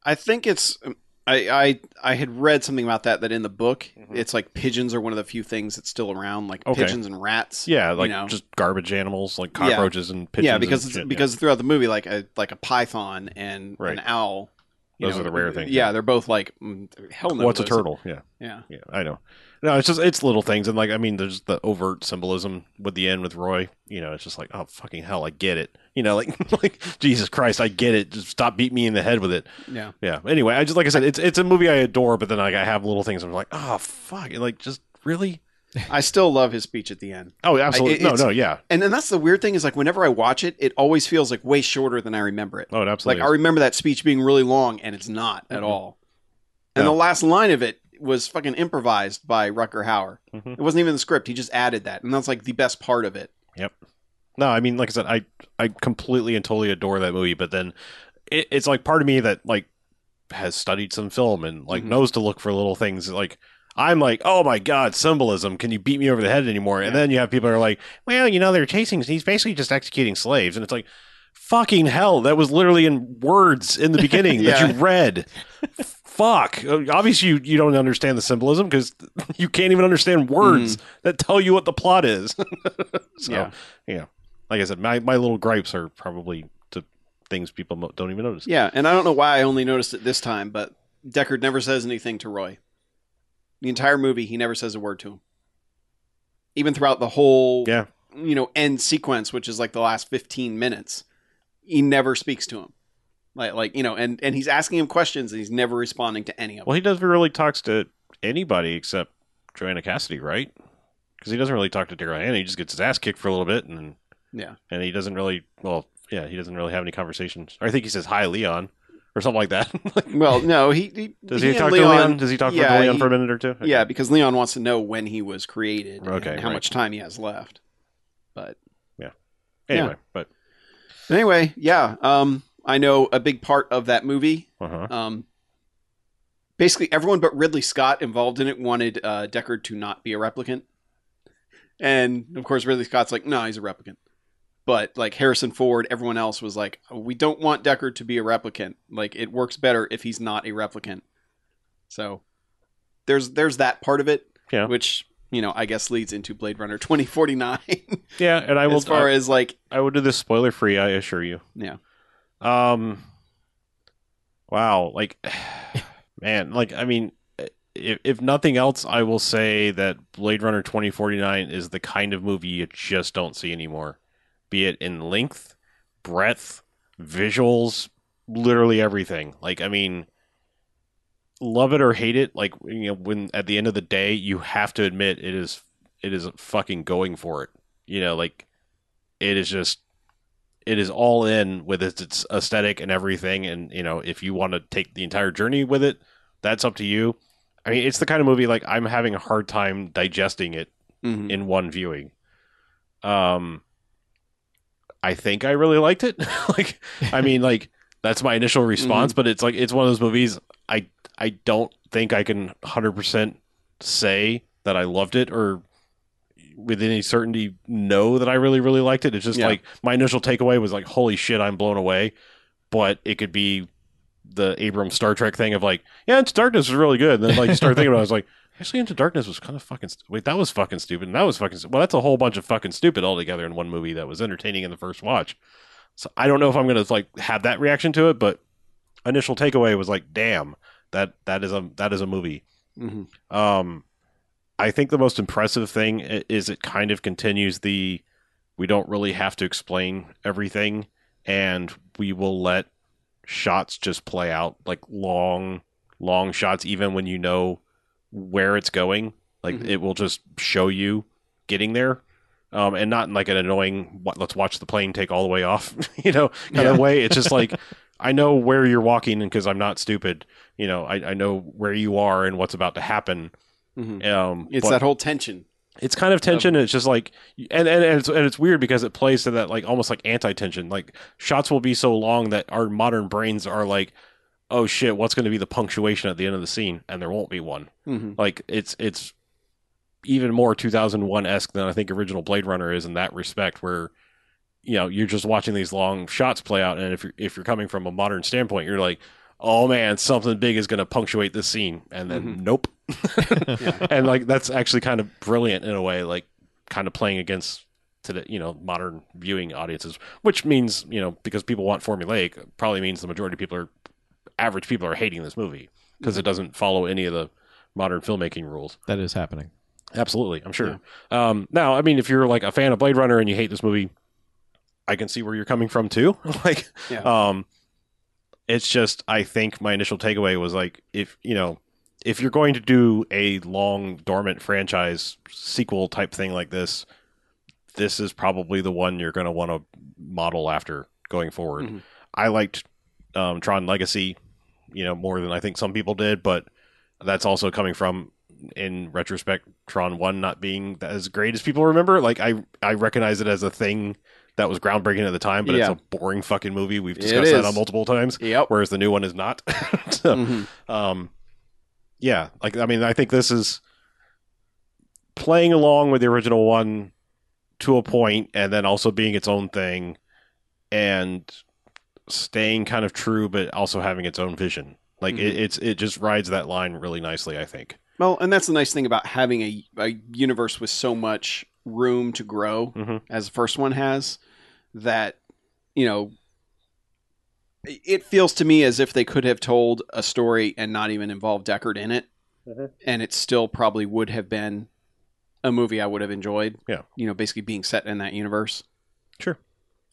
Speaker 4: I think it's I, I I had read something about that that in the book it's like pigeons are one of the few things that's still around, like
Speaker 3: Mm-hmm. Okay.
Speaker 4: pigeons and rats.
Speaker 3: Yeah, like
Speaker 4: know.
Speaker 3: just garbage animals, like
Speaker 4: Yeah.
Speaker 3: cockroaches and pigeons.
Speaker 4: yeah,
Speaker 3: and
Speaker 4: because
Speaker 3: shit,
Speaker 4: because throughout the movie, like a like a python and
Speaker 3: Right.
Speaker 4: an owl. you
Speaker 3: Those are the rare things,
Speaker 4: Yeah,
Speaker 3: yeah.
Speaker 4: they're both like mm, hell no.
Speaker 3: what's a
Speaker 4: those-
Speaker 3: turtle? Yeah,
Speaker 4: Yeah,
Speaker 3: yeah, I know. No, it's just it's little things, and like I mean, there's the overt symbolism with the end with Roy. You know, it's just like oh fucking hell, I get it. You know, like like Jesus Christ, I get it. Just stop beating me in the head with it.
Speaker 4: yeah.
Speaker 3: Yeah. Anyway, I just like I said, it's it's a movie I adore, but then like I have little things I'm like, oh fuck, and, like just really.
Speaker 4: I still love his speech at the end.
Speaker 3: Oh, absolutely.
Speaker 4: it-
Speaker 3: no,
Speaker 4: it's-
Speaker 3: no, yeah.
Speaker 4: And then that's the weird thing is like whenever I watch it, it always feels like way shorter than I remember it.
Speaker 3: Oh, it
Speaker 4: like
Speaker 3: absolutely.
Speaker 4: I remember that speech being really long, and it's not at all. And
Speaker 3: No.
Speaker 4: the last line of it was fucking improvised by Rucker Hauer. It wasn't even in the script; he just added that, and that's like the best part of it.
Speaker 3: No, I mean, like I said, I I completely and totally adore that movie, but then it, it's like part of me that like has studied some film and like
Speaker 4: Mhm.
Speaker 3: knows to look for little things. Like I'm like, oh my god, symbolism! Can you beat me over the head anymore? And then you have people who are like, well, you know, they're chasing. He's basically just executing slaves, and it's like, fucking hell, that was literally in words in the beginning
Speaker 4: Yeah.
Speaker 3: that you read. Fuck. Uh, Obviously, you, you don't understand the symbolism because you can't even understand words that tell you what the plot is. so,
Speaker 4: Yeah.
Speaker 3: yeah. Like I said, my, my little gripes are probably to things people mo- don't even notice.
Speaker 4: Yeah, and I don't know why I only noticed it this time, but Deckard never says anything to Roy. The entire movie, he never says a word to him. Even throughout the whole,
Speaker 3: Yeah.
Speaker 4: you know, end sequence, which is like the last fifteen minutes, he never speaks to him. Like, like you know, and and he's asking him questions, and he's never responding to any of them.
Speaker 3: Well, he doesn't really talks to anybody except Joanna Cassidy, right? Because he doesn't really talk to Daryl Hannah. He just gets his ass kicked for a little bit, and
Speaker 4: Yeah.
Speaker 3: and he doesn't really well, yeah, he doesn't really have any conversations. Or I think he says hi, Leon, or something like that. Like,
Speaker 4: Well, no, he, he
Speaker 3: does
Speaker 4: he
Speaker 3: he,
Speaker 4: and
Speaker 3: talk to Leon? Does he talk
Speaker 4: yeah,
Speaker 3: to Leon
Speaker 4: he-
Speaker 3: for a minute or two? Okay.
Speaker 4: Yeah, because Leon wants to know when he was created
Speaker 3: Okay,
Speaker 4: and how
Speaker 3: right.
Speaker 4: much time he has left. But
Speaker 3: Anyway,
Speaker 4: yeah.
Speaker 3: but
Speaker 4: anyway, yeah, um, I know a big part of that movie.
Speaker 3: uh-huh.
Speaker 4: Um, basically, everyone but Ridley Scott involved in it wanted uh, Deckard to not be a replicant, and of course, Ridley Scott's like, no, he's a replicant. But like Harrison Ford, everyone else was like, we don't want Deckard to be a replicant. Like it works better if he's not a replicant. So there's there's that part of it.
Speaker 3: yeah,
Speaker 4: which you know I guess leads into Blade Runner 2049
Speaker 3: yeah, and I will. uh,
Speaker 4: as far
Speaker 3: I,
Speaker 4: as like
Speaker 3: I will do this spoiler free. I assure you.
Speaker 4: Yeah.
Speaker 3: Um. Wow. Like, man. Like, I mean, if if nothing else, I will say that Blade Runner twenty forty nine is the kind of movie you just don't see anymore. Be it in length, breadth, visuals, literally everything. Like, I mean. Love it or hate it, like you know, when at the end of the day, you have to admit it is it is fucking going for it. You know, like it is just it is all in with its, its aesthetic and everything and you know if you want to take the entire journey with it that's up to you i mean it's the kind of movie like i'm having a hard time digesting it
Speaker 4: mhm.
Speaker 3: in one viewing um i think i really liked it like i mean like that's my initial response but it's like it's one of those movies i i don't think i can 100% say that i loved it or with any certainty know that i really really liked it it's just
Speaker 4: Yeah.
Speaker 3: like my initial takeaway was like holy shit i'm blown away but it could be the abrams star trek thing of like yeah into darkness was really good and then like you start thinking about it, i was like actually into darkness was kind of fucking st- wait that was fucking stupid and that was fucking st- well that's a whole bunch of fucking stupid all together in one movie that was entertaining in the first watch so I don't know if I'm gonna like have that reaction to it, but initial takeaway was like, damn, that that is a that is a movie.
Speaker 4: Mhm.
Speaker 3: Um, I think the most impressive thing i- is it kind of continues the we don't really have to explain everything, and we will let shots just play out like long, long shots, even when you know where it's going. Like
Speaker 4: Mhm.
Speaker 3: it will just show you getting there, um, and not in like an annoying "Wa- "let's watch the plane take all the way off," you know, kind of way. It's just like I know where you're walking, and because I'm not stupid, you know, I, I know where you are and what's about to happen.
Speaker 4: Mhm.
Speaker 3: Um,
Speaker 4: It's
Speaker 3: but-
Speaker 4: that whole tension.
Speaker 3: it's kind of tension and it's just like and, and and it's and it's weird because it plays to that like almost like anti-tension like shots will be so long that our modern brains are like oh shit what's going to be the punctuation at the end of the scene and there won't be one
Speaker 4: Mhm.
Speaker 3: like it's it's even more 2001-esque than i think original blade runner is in that respect where you know you're just watching these long shots play out and if you're if you're coming from a modern standpoint you're like oh man something big is going to punctuate this scene and then nope and like that's actually kind of brilliant in a way like kind of playing against to the you know modern viewing audiences which means you know because people want formulaic probably means the majority of people are average people are hating this movie because it doesn't follow any of the modern filmmaking rules
Speaker 5: That is happening.
Speaker 3: Absolutely, I'm sure. Um, now, I mean, if you're like a fan of Blade Runner and you hate this movie, I can see where you're coming from too. like,
Speaker 4: Yeah.
Speaker 3: um, it's just I think my initial takeaway was like, if you know, if you're going to do a long dormant franchise sequel type thing like this, this is probably the one you're going to want to model after going forward.
Speaker 4: Mhm.
Speaker 3: I liked um, Tron Legacy, you know, more than I think some people did, but that's also coming from in retrospect Tron 1 not being as great as people remember. Like I I recognize it as a thing that was groundbreaking at the time, but
Speaker 4: Yeah.
Speaker 3: it's a boring fucking movie. We've
Speaker 4: It
Speaker 3: discussed that
Speaker 4: is.
Speaker 3: on multiple times.
Speaker 4: Yep.
Speaker 3: Whereas the new one is not. So,
Speaker 4: Mhm.
Speaker 3: um yeah, like I mean I think this is playing along with the original one to a point and then also being its own thing and staying kind of true but also having its own vision. Like it,
Speaker 4: Mhm.
Speaker 3: it's it just rides that line really nicely, I think.
Speaker 4: Well, and that's the nice thing about having a, a universe with so much room to grow,
Speaker 3: Mhm.
Speaker 4: as the first one has, that, you know, i- it feels to me as if they could have told a story and not even involve Deckard in it.
Speaker 3: Mm-hmm.
Speaker 4: And it still probably would have been a movie I would have enjoyed.
Speaker 3: Yeah.
Speaker 4: You know, basically being set in that universe.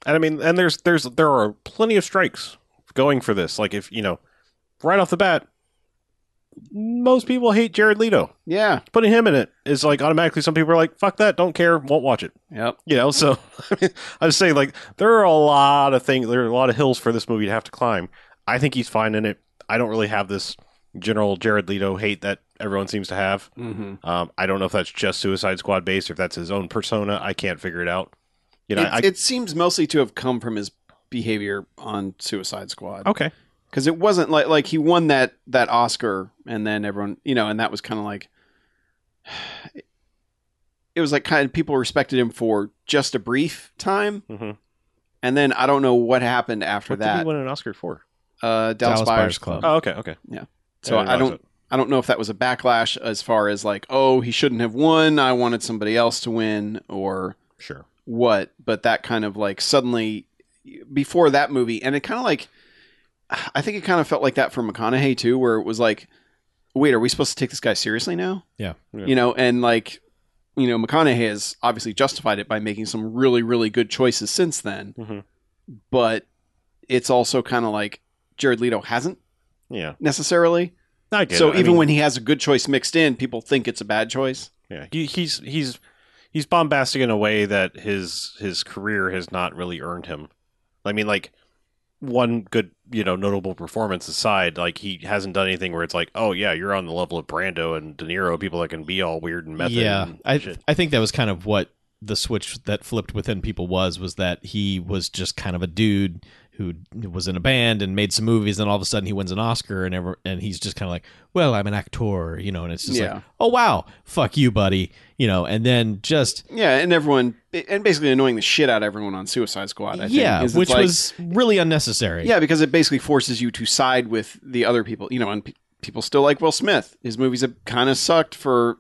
Speaker 3: And I mean, and there's there's there are plenty of strikes going for this. Like if you know, right off the bat, most people hate Jared Leto.
Speaker 4: Yeah.
Speaker 3: Putting him in it is like automatically some people are like, "Fuck that, don't care, won't watch it."
Speaker 4: Yep.
Speaker 3: You know, so I was saying like there are a lot of things, there are a lot of hills for this movie to have to climb. I think he's fine in it. I don't really have this general Jared Leto hate that everyone seems to have.
Speaker 4: Mm-hmm.
Speaker 3: Um, I don't know if that's just Suicide Squad based or if that's his own persona. I can't figure it out. You know,
Speaker 4: it,
Speaker 3: I,
Speaker 4: it seems mostly to have come from his behavior on Suicide Squad.
Speaker 3: okay,
Speaker 4: because it wasn't like like he won that that Oscar, and then everyone you know, and that was kind of like it was like kind of people respected him for just a brief time,
Speaker 3: Mhm.
Speaker 4: and then I don't know what happened after
Speaker 3: what did he
Speaker 4: that.
Speaker 3: win an Oscar for?
Speaker 4: Uh, Dallas, Buyers Club.
Speaker 3: Oh, okay, okay.
Speaker 4: So
Speaker 3: I didn't
Speaker 4: I
Speaker 3: realize
Speaker 4: don't I don't know if that was a backlash as far as like oh he shouldn't have won. I wanted somebody else to win or
Speaker 3: Sure.
Speaker 4: what, but that kind of like suddenly before that movie, and it kind of like I think it kind of felt like that for McConaughey too, where it was like, wait, are we supposed to take this guy seriously now?
Speaker 5: Yeah.
Speaker 3: Yeah.
Speaker 4: you know, and like you know, McConaughey has obviously justified it by making some really really good choices since then,
Speaker 3: Mhm.
Speaker 4: but it's also kind of like Jared Leto hasn't
Speaker 3: Yeah.
Speaker 4: necessarily.
Speaker 3: I get
Speaker 4: so
Speaker 3: it. I
Speaker 4: even
Speaker 3: mean,
Speaker 4: when he has a good choice mixed in, people think it's a bad choice.
Speaker 3: yeah, he, he's he's he's bombastic in a way that his his career has not really earned him. I mean, like one good you know notable performance aside, like he hasn't done anything where it's like, oh yeah, you're on the level of Brando and De Niro, people that can be all weird and method.
Speaker 5: yeah,
Speaker 3: and
Speaker 5: I
Speaker 3: shit.
Speaker 5: I think that was kind of what the switch that flipped within people was was that he was just kind of a dude who was in a band and made some movies, and all of a sudden he wins an Oscar, and ever and he's just kind of like, well, I'm an actor, you know, and it's just
Speaker 4: Yeah.
Speaker 5: like, oh wow, fuck you, buddy, you know, and then just.
Speaker 4: Yeah, and everyone, and basically annoying the shit out of everyone on Suicide Squad. I
Speaker 5: yeah,
Speaker 4: think, is it's
Speaker 5: which
Speaker 4: like-
Speaker 5: was really unnecessary.
Speaker 4: Yeah, because it basically forces you to side with the other people, you know, and pe- people still like Will Smith. His movies have kind of sucked for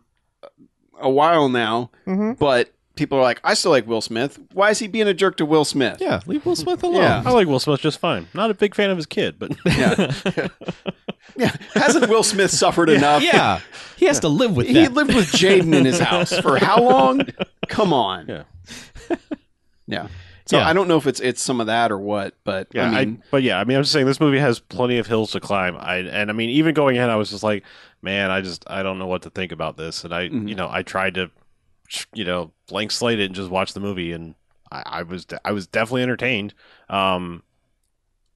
Speaker 4: a while now,
Speaker 5: Mm-hmm.
Speaker 4: but people are like, I still like Will Smith. Why is he being a jerk to Will Smith?
Speaker 5: yeah, leave Will Smith alone.
Speaker 4: Yeah.
Speaker 3: I like Will Smith just fine. Not a big fan of his kid, but
Speaker 4: Yeah. Yeah. Hasn't Will Smith suffered enough?
Speaker 5: yeah, he has to live with
Speaker 4: He
Speaker 5: that.
Speaker 4: lived with Jaden in his house for how long? Come on.
Speaker 3: Yeah.
Speaker 4: Yeah. So
Speaker 5: Yeah.
Speaker 4: I don't know if it's it's some of that or what, but
Speaker 3: Yeah,
Speaker 4: I
Speaker 3: I
Speaker 4: mean,
Speaker 3: but yeah, I mean, I'm just saying this movie has plenty of hills to climb. I and I mean, even going in, I was just like, man, I just I don't know what to think about this, and I you know I tried to, you know, blank slate it and just watch the movie, and I, I was de- I was definitely entertained. Um,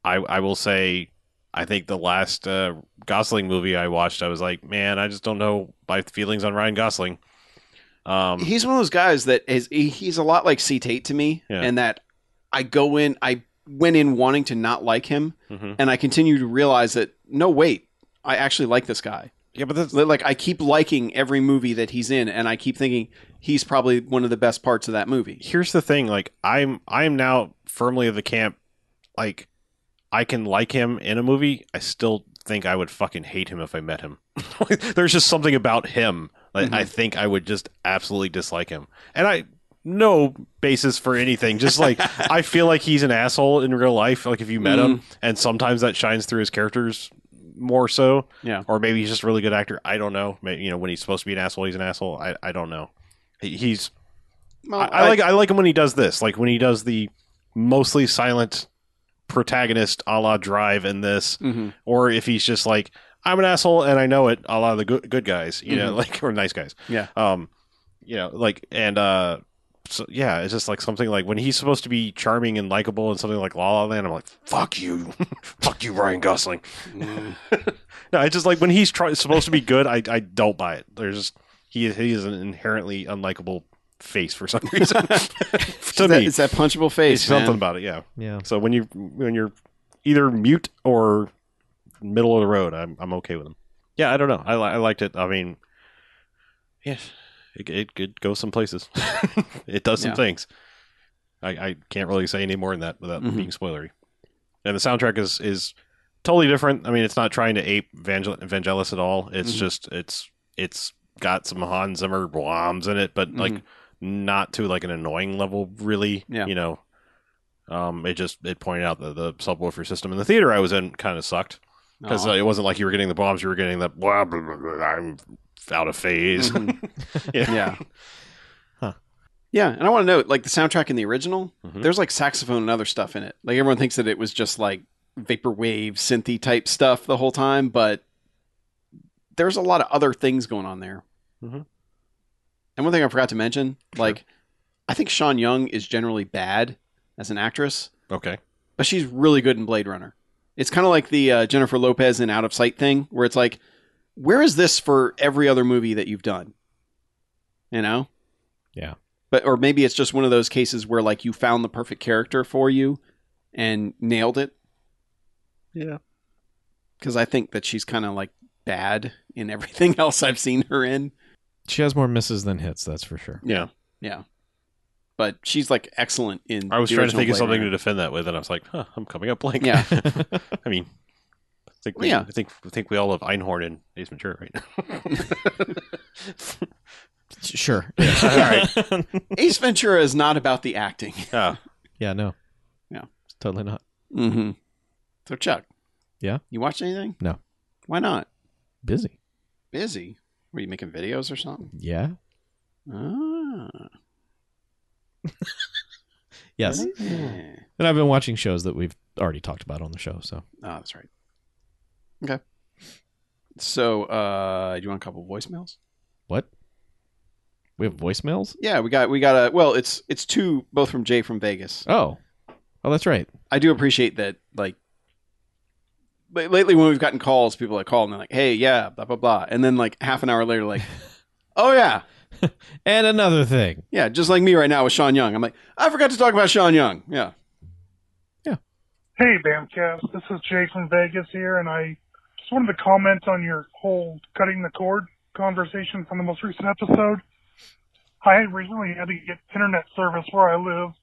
Speaker 3: I I will say, I think the last uh, Gosling movie I watched, I was like, man, I just don't know my feelings on Ryan Gosling. Um,
Speaker 4: he's one of those guys that is he- he's a lot like C Tate to me,
Speaker 3: Yeah.
Speaker 4: and that I go in I went in wanting to not like him,
Speaker 3: mhm.
Speaker 4: and I continue to realize that no wait, I actually like this guy.
Speaker 3: yeah, but that's
Speaker 4: Li- Like I keep liking every movie that he's in, and I keep thinking he's probably one of the best parts of that movie.
Speaker 3: here's the thing like i'm i'm now firmly of the camp like i can like him in a movie i still think i would fucking hate him if i met him there's just something about him like i think i would just absolutely dislike him and i no basis for anything just like i feel like he's an asshole in real life like if you met him and sometimes that shines through his characters more so
Speaker 4: Yeah.
Speaker 3: or maybe he's just a really good actor i don't know maybe, you know when he's supposed to be an asshole he's an asshole i, I don't know he, he's
Speaker 4: Well,
Speaker 3: I, I like I like him when he does this, like when he does the mostly silent protagonist a la Drive in this,
Speaker 4: Mhm.
Speaker 3: or if he's just like I'm an asshole and I know it a la the good, good guys, you know, like or nice guys,
Speaker 4: Yeah.
Speaker 3: um, you know, like and uh, so yeah, it's just like something like when he's supposed to be charming and likable and something like La La Land, I'm like fuck you, fuck you, Ryan Gosling.
Speaker 4: Mm.
Speaker 3: no, it's just like when he's try- supposed to be good, I I don't buy it. There's just he he is an inherently unlikable face for some reason to
Speaker 4: It's that,
Speaker 3: me.
Speaker 4: it's that punchable face.
Speaker 3: It's
Speaker 4: man.
Speaker 3: something about it, yeah.
Speaker 5: Yeah.
Speaker 3: So when you when you're either mute or middle of the road, I'm I'm okay with them. Yeah, I don't know. I li- I liked it. I mean, yes, it it could go some places. it does some
Speaker 4: Yeah.
Speaker 3: things. I I can't really say any more than that without
Speaker 4: Mhm.
Speaker 3: being spoilery. And the soundtrack is is totally different. I mean, it's not trying to ape Vangel- Vangelis at all. It's
Speaker 4: Mhm.
Speaker 3: just it's it's got some Hans Zimmer bombs in it, but
Speaker 4: Mm-hmm.
Speaker 3: like not to like an annoying level, really.
Speaker 4: Yeah.
Speaker 3: You know, um, it just it pointed out that the subwoofer system in the theater I was in kind of sucked because
Speaker 4: Aw.
Speaker 3: it uh, wasn't like you were getting the bombs, you were getting the blah blah blah. blah I'm out of phase.
Speaker 4: Mhm.
Speaker 3: Yeah.
Speaker 4: yeah.
Speaker 5: Huh.
Speaker 4: Yeah, and I want to note, like the soundtrack in the original,
Speaker 3: Mhm.
Speaker 4: there's like saxophone and other stuff in it. Like everyone thinks that it was just like vaporwave, synthy type stuff the whole time, but there's a lot of other things going on there.
Speaker 3: Mhm.
Speaker 4: And one thing I forgot to mention, like I think Sean Young is generally bad as an actress,
Speaker 3: okay,
Speaker 4: but she's really good in Blade Runner. It's kind of like the uh, Jennifer Lopez in Out of Sight thing, where it's like, where is this for every other movie that you've done? You know?
Speaker 5: Yeah.
Speaker 4: But or maybe it's just one of those cases where like you found the perfect character for you and nailed it.
Speaker 3: Yeah.
Speaker 4: Because I think that she's kind of like bad in everything else I've seen her in,
Speaker 5: She has more misses than hits, that's for sure.
Speaker 3: yeah.
Speaker 4: but she's like excellent in.
Speaker 3: I was
Speaker 4: the
Speaker 3: trying to
Speaker 4: original
Speaker 3: think of
Speaker 4: Blade
Speaker 3: something
Speaker 4: Runner.
Speaker 3: to defend that with, and I was like, huh, I'm coming up blank.
Speaker 4: Yeah.
Speaker 3: I mean, I think we,
Speaker 4: Yeah.
Speaker 3: I think I think we all love Einhorn and Ace Ventura right now.
Speaker 5: Sure.
Speaker 3: All
Speaker 5: right.
Speaker 4: Ace Ventura is not about the acting.
Speaker 3: yeah.
Speaker 5: yeah, no.
Speaker 4: Yeah.
Speaker 5: Totally not.
Speaker 4: Mm-hmm. So Chuck,
Speaker 5: Yeah?
Speaker 4: you watch anything?
Speaker 5: No.
Speaker 4: Why not?
Speaker 5: Busy.
Speaker 4: Busy. Were you making videos or something?
Speaker 5: Yeah.
Speaker 4: Ah.
Speaker 5: Yes.
Speaker 4: Yeah.
Speaker 5: And I've been watching shows that we've already talked about on the show,
Speaker 4: Oh,
Speaker 5: so
Speaker 4: that's right. Okay. So, uh, do you want a couple voicemails?
Speaker 5: what? We have voicemails?
Speaker 4: Yeah, we got we got a well. It's it's two, both from Jay from Vegas.
Speaker 5: Oh. Oh, that's right.
Speaker 4: I do appreciate that. Like la- lately, when we've gotten calls, people like call and they're like, "Hey, yeah, blah blah blah," and then like half an hour later, like, "Oh yeah,
Speaker 5: And another thing.
Speaker 4: yeah," just like me right now with Sean Young. I'm like, I forgot to talk about Sean Young. Yeah.
Speaker 7: Hey, Bamcast. This is Jay from Vegas here, and I just wanted to comment on your whole cutting the cord conversation from the most recent episode. I originally had to get internet service where I live,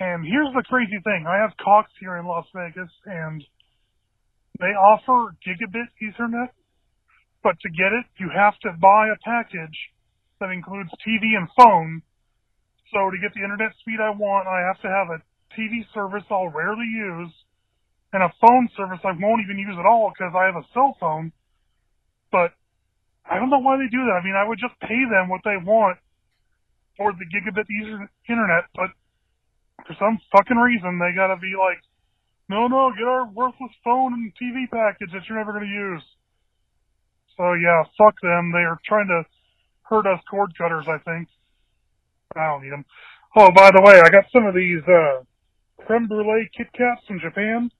Speaker 7: and here's the crazy thing. I have Cox here in Las Vegas, and they offer gigabit Ethernet, but to get it, you have to buy a package that includes TV and phone. So to get the internet speed I want, I have to have a TV service I'll rarely use and a phone service I won't even use at all because I have a cell phone. But I don't know why they do that. I mean, I would just pay them what they want for the gigabit Ether- internet, but for some fucking reason, they gotta be like, no, no, get our worthless phone and TV package that you're never gonna use. So yeah, fuck them. They are trying to hurt us cord cutters, I think. I don't need them. Oh, by the way, I got some of these, uh, creme brulee Kit Kats from Japan.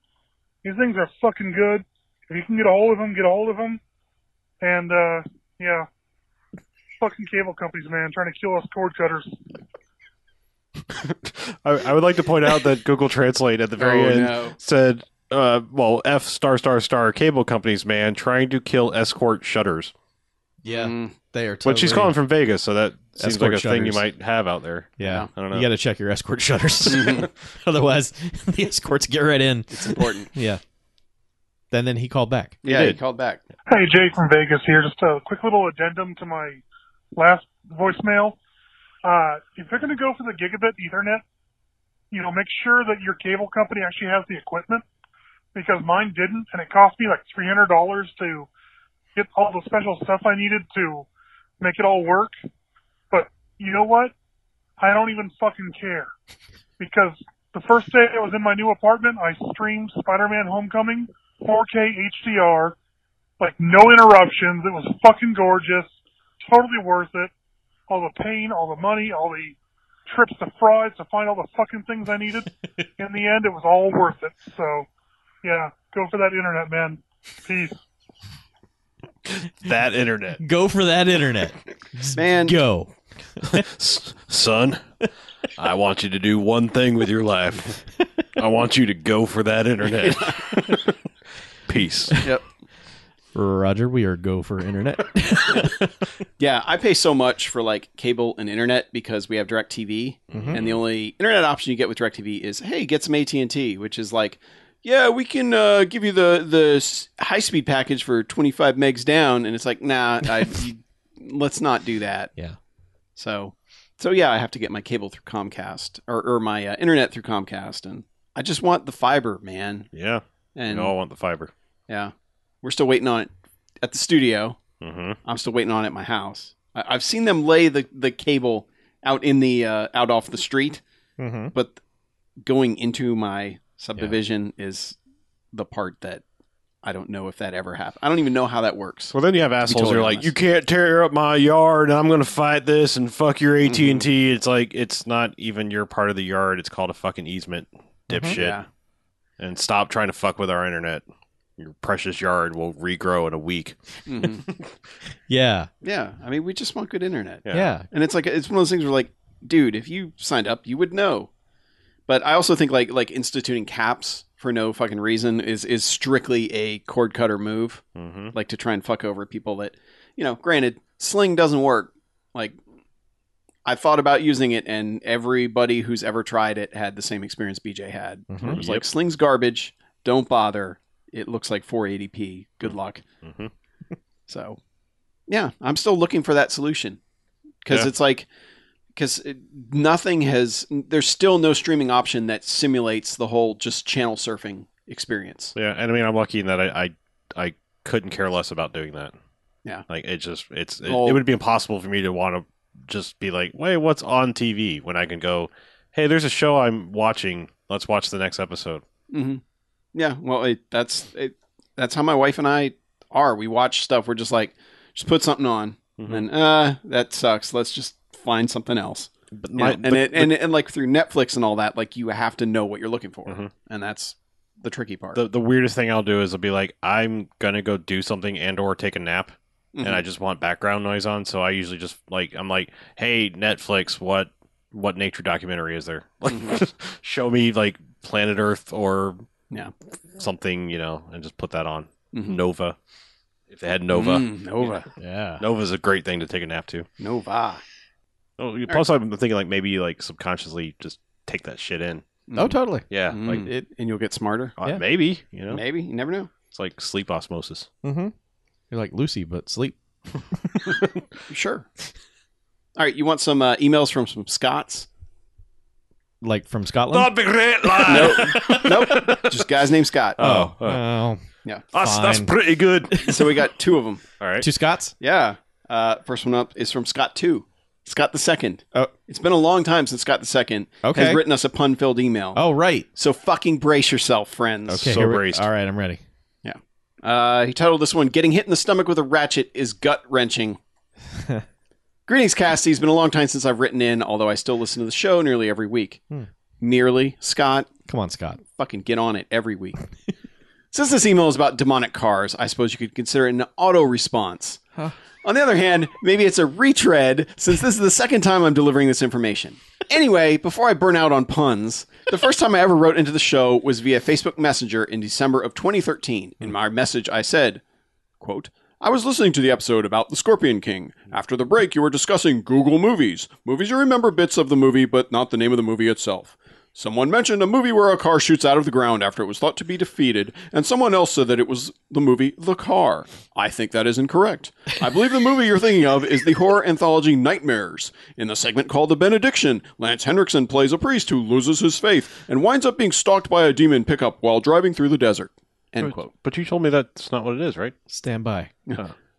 Speaker 7: These things are fucking good. If you can get a hold of them, get a hold of them. And, uh, yeah. Fucking cable companies, man, trying to kill us cord cutters.
Speaker 3: I, I would like to point out that Google Translate at the very
Speaker 4: Oh,
Speaker 3: end
Speaker 4: no.
Speaker 3: said, uh, "Well, F star star star cable companies, man, trying to kill escort shutters."
Speaker 5: Yeah,
Speaker 4: Mm.
Speaker 5: they are. Totally,
Speaker 3: But she's calling from Vegas, so that seems
Speaker 5: Escort
Speaker 3: like a thing you
Speaker 5: shutters.
Speaker 3: might have out there.
Speaker 5: Yeah,
Speaker 3: I don't know.
Speaker 5: You got to check your escort shutters, otherwise the escorts get right in.
Speaker 4: It's important.
Speaker 5: Yeah. Then then he called back.
Speaker 4: yeah, he
Speaker 3: did.
Speaker 4: called back.
Speaker 7: Hey, Jay from Vegas here. Just a quick little addendum to my last voicemail. Uh, if you're going to go for the gigabit Ethernet, you know, make sure that your cable company actually has the equipment because mine didn't, and it cost me like $300 to get all the special stuff I needed to make it all work. But you know what? I don't even fucking care because the first day I was in my new apartment, I streamed Spider-Man Homecoming 4K HDR like no interruptions. It was fucking gorgeous, totally worth it. All the pain, all the money, all the trips to Fry's to find all the fucking things I needed. In the end, it was all worth it. So, yeah, go for that internet, man. Peace.
Speaker 3: That internet,
Speaker 5: Go for that internet.
Speaker 4: Man,
Speaker 5: Go.
Speaker 3: S- son. I want you to do one thing with your life. I want you to go for that internet. Peace.
Speaker 4: yep.
Speaker 5: Roger, we are go for internet.
Speaker 4: Yeah, I pay so much for like cable and internet because we have DirecTV, and the only internet option you get with DirecTV is hey, get some AT and T, which is like, yeah, we can uh, give you the the high speed package for twenty five megs down, and it's like, nah, I, you- let's not do that.
Speaker 5: yeah.
Speaker 4: So, so yeah, I have to get my cable through Comcast or or my uh, internet through Comcast, and I just want the fiber, man.
Speaker 3: Yeah,
Speaker 4: And
Speaker 3: we all want the fiber.
Speaker 4: yeah, we're still waiting on it at the studio.
Speaker 3: hmm
Speaker 4: I'm still waiting on it at my house. I, I've seen them lay the, the cable out in the uh, out off the street,
Speaker 5: Mm-hmm.
Speaker 4: but going into my subdivision is the part that I don't know if that ever happened. I don't even know how that works.
Speaker 3: So then you have assholes who are
Speaker 4: totally
Speaker 3: like,
Speaker 4: honest.
Speaker 3: "You can't tear up my yard, and I'm going to fight this and fuck your AT
Speaker 4: Mm-hmm.
Speaker 3: and T." It's like it's not even your part of the yard. It's called a fucking easement, dipshit.
Speaker 4: Mm-hmm. Yeah,
Speaker 3: And stop trying to fuck with our internet. Your precious yard will regrow in a week.
Speaker 4: hmm
Speaker 5: Yeah.
Speaker 4: yeah. I mean, we just want good internet,
Speaker 5: Yeah.
Speaker 4: and it's like it's one of those things where like, dude, if you signed up, you would know. But I also think like like instituting caps for no fucking reason is is strictly a cord cutter move.
Speaker 3: Mm-hmm.
Speaker 4: like to try and fuck over people that you know granted sling doesn't work like i thought about using it and everybody who's ever tried it had the same experience bj had
Speaker 3: Mm-hmm.
Speaker 4: where it was like sling's garbage don't bother it looks like 480p good luck
Speaker 3: Mhm.
Speaker 4: so yeah i'm still looking for that solution because
Speaker 3: Yeah.
Speaker 4: it's like because nothing has there's still no streaming option that simulates the whole just channel surfing experience
Speaker 3: Yeah, and I mean, I'm lucky in that I, I, I couldn't care less about doing that.
Speaker 4: Yeah.
Speaker 3: like it just it's it,
Speaker 4: Well-
Speaker 3: it would be impossible for me to want to just be like, wait, what's on TV when I can go, hey, there's a show I'm watching. Let's watch the next episode.
Speaker 4: hmm Yeah, well, it, that's it, that's how my wife and I are. We watch stuff. We're just like, just put something on,
Speaker 3: Mhm.
Speaker 4: and uh, that sucks. Let's just find something else.
Speaker 3: But
Speaker 4: You
Speaker 3: my-
Speaker 4: know,
Speaker 3: but-
Speaker 4: and it, and and like through Netflix and all that, like you have to know what you're looking for,
Speaker 3: Mhm.
Speaker 4: and that's the tricky part.
Speaker 3: the the weirdest thing I'll do is I'll be like, I'm gonna go do something and or take a nap,
Speaker 4: Mhm.
Speaker 3: and I just want background noise on. So I usually just like I'm like, hey Netflix, what what nature documentary is there? Like, show me like Planet Earth or
Speaker 4: Yeah.
Speaker 3: something, you know, and just put that on
Speaker 4: Mhm.
Speaker 3: Nova. If they had Nova,
Speaker 4: Mm, Nova,
Speaker 5: Yeah.
Speaker 3: Nova's a great thing to take a nap to.
Speaker 4: Nova.
Speaker 3: Oh, plus, I'm thinking like maybe you, like subconsciously just take that shit in.
Speaker 5: Oh, totally.
Speaker 3: Yeah,
Speaker 4: Mm.
Speaker 3: like
Speaker 5: It.
Speaker 4: and you'll get smarter.
Speaker 3: uh,
Speaker 5: Yeah.
Speaker 3: maybe you know
Speaker 4: Maybe you never know.
Speaker 3: it's like sleep osmosis.
Speaker 5: Mm-hmm. You're like Lucy, but sleep.
Speaker 4: Sure. All right, you want some uh, emails from some Scots?
Speaker 5: Like from Scotland.
Speaker 3: be great, lad.
Speaker 4: nope, just guys named Scott.
Speaker 3: Oh, uh,
Speaker 5: Oh.
Speaker 4: Yeah.
Speaker 3: that's, that's
Speaker 5: fine.
Speaker 3: pretty good.
Speaker 4: So we got two of them.
Speaker 3: All right.
Speaker 5: Two Scots.
Speaker 4: Yeah. Uh, first one up is from Scott Two. Scott the Second.
Speaker 3: Uh,
Speaker 5: Oh.
Speaker 4: It's been a long time since Scott the Second
Speaker 5: Okay.
Speaker 4: has written us a pun-filled email.
Speaker 5: Oh, right.
Speaker 4: So fucking brace yourself, friends.
Speaker 5: Okay.
Speaker 3: So
Speaker 5: here we-
Speaker 3: braced.
Speaker 5: All right, I'm ready.
Speaker 4: Uh, he titled this one "Getting Hit in the Stomach with a Ratchet is Gut Wrenching." Greetings, Cassie. It's been a long time since I've written in, although I still listen to the show nearly every week.
Speaker 5: Hmm.
Speaker 4: Nearly, Scott.
Speaker 5: Come on, Scott.
Speaker 4: Fucking get on it every week. Since this email is about demonic cars, I suppose you could consider it an auto response. On the other hand, maybe it's a retread since this is the second time I'm delivering this information. Anyway, before I burn out on puns, the first time I ever wrote into the show was via Facebook Messenger in December of 2013. In my message, I said, quote, I was listening to the episode about The Scorpion King. After the break, you were discussing Google movies. Movies you remember bits of the movie, but not the name of the movie itself. Someone mentioned a movie where a car shoots out of the ground after it was thought to be defeated, and someone else said that it was the movie The Car. I think that is incorrect. I believe the movie you're thinking of is the horror anthology Nightmares. In the segment called The Benediction, Lance Henriksen plays a priest who loses his faith and winds up being stalked by a demon pickup while driving through the desert. End quote.
Speaker 3: But you told me that's not what it is, right?
Speaker 5: Stand by.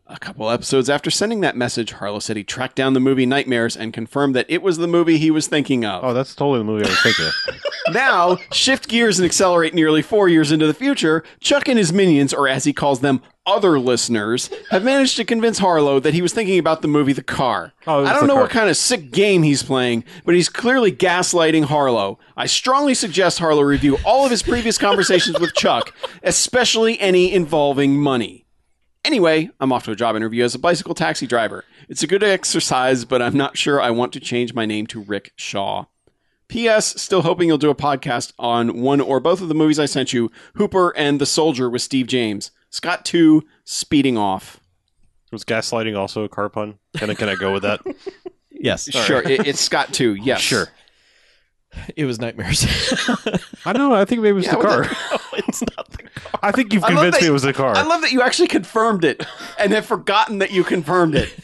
Speaker 4: A couple episodes after sending that message, Harlow said he tracked down the movie Nightmares and confirmed that it was the movie he was thinking of.
Speaker 3: Oh, that's totally the movie I was thinking of.
Speaker 4: Now, shift gears and accelerate nearly four years into the future. Chuck and his minions, or as he calls them, other listeners, have managed to convince Harlow that he was thinking about the movie The Car.
Speaker 3: Oh, it was
Speaker 4: I
Speaker 3: The
Speaker 4: don't know
Speaker 3: Car.
Speaker 4: what kind of sick game he's playing, but he's clearly gaslighting Harlow. I strongly suggest Harlow review all of his previous conversations with Chuck, especially any involving money. Anyway, I'm off to a job interview as a bicycle taxi driver. It's a good exercise, but I'm not sure I want to change my name to Rick Shaw. P.S. Still hoping you'll do a podcast on one or both of the movies I sent you Hooper and The Soldier with Steve James. Scott 2, Speeding Off.
Speaker 3: Was gaslighting also a car pun? Can I, can I go with that?
Speaker 5: Yes.
Speaker 4: Sure, it, it's Scott 2, yes.
Speaker 3: Sure.
Speaker 5: It was nightmares.
Speaker 3: I don't know. I think maybe it was
Speaker 4: Yeah,
Speaker 3: the
Speaker 4: what
Speaker 3: car.
Speaker 5: it's not the car.
Speaker 3: I think you've
Speaker 4: I love
Speaker 3: convinced
Speaker 4: that-
Speaker 3: me it was the car.
Speaker 4: I love that you actually confirmed it and have forgotten that you confirmed it.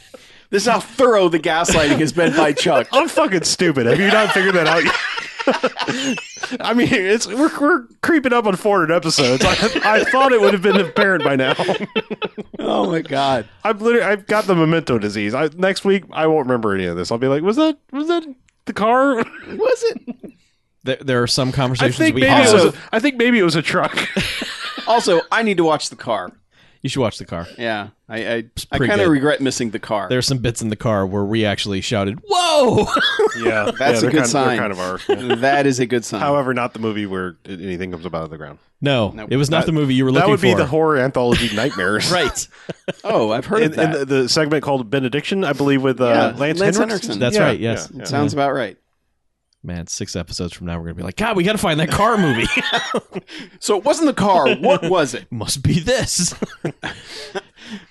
Speaker 4: This is how thorough the gaslighting has been by Chuck.
Speaker 3: I'm fucking stupid. Have you not figured that out? yet? I mean, it's we're, we're creeping up on 400 episodes. I, I thought it would have been apparent by now.
Speaker 4: Oh my God.
Speaker 3: I've literally I've got the memento disease. I, next week I won't remember any of this. I'll be like, was that was that the car?
Speaker 4: Was it?
Speaker 5: There, there are some
Speaker 3: I
Speaker 5: conversations
Speaker 3: think
Speaker 5: we
Speaker 3: maybe
Speaker 5: have.
Speaker 3: it
Speaker 4: also-
Speaker 3: was. A, I think maybe it was a truck.
Speaker 4: Also, I need to watch The Car.
Speaker 5: you should watch the car.
Speaker 4: Yeah, I, I, I
Speaker 5: pretty
Speaker 4: kind of
Speaker 5: good.
Speaker 4: regret missing The Car.
Speaker 5: There are some bits in the car where we actually shouted, "Whoa!"
Speaker 3: yeah,
Speaker 4: That's
Speaker 3: yeah,
Speaker 4: a good
Speaker 3: kind
Speaker 4: sign.
Speaker 3: Of, they're kind of our. yeah.
Speaker 4: that is a good sign.
Speaker 3: However, not the movie where anything comes up out of the ground.
Speaker 5: No,
Speaker 4: Nope.
Speaker 5: it was not
Speaker 4: That-
Speaker 5: the movie you were looking
Speaker 3: that would
Speaker 5: for.
Speaker 3: be the horror anthology nightmares.
Speaker 5: right.
Speaker 4: oh, I've heard of
Speaker 3: in,
Speaker 4: that.
Speaker 3: in the, the segment called Benediction, I believe, with uh,
Speaker 4: Yeah,
Speaker 3: Lance,
Speaker 4: Lance
Speaker 3: Henriksen.
Speaker 4: Henriksen.
Speaker 5: That's
Speaker 3: Yeah,
Speaker 5: right. Yes.
Speaker 3: yeah, yeah.
Speaker 4: Sounds about right.
Speaker 5: Man, six episodes from now, we're gonna be like, God, we gotta find that car movie.
Speaker 4: So it wasn't the car. What was it?
Speaker 5: Must be this.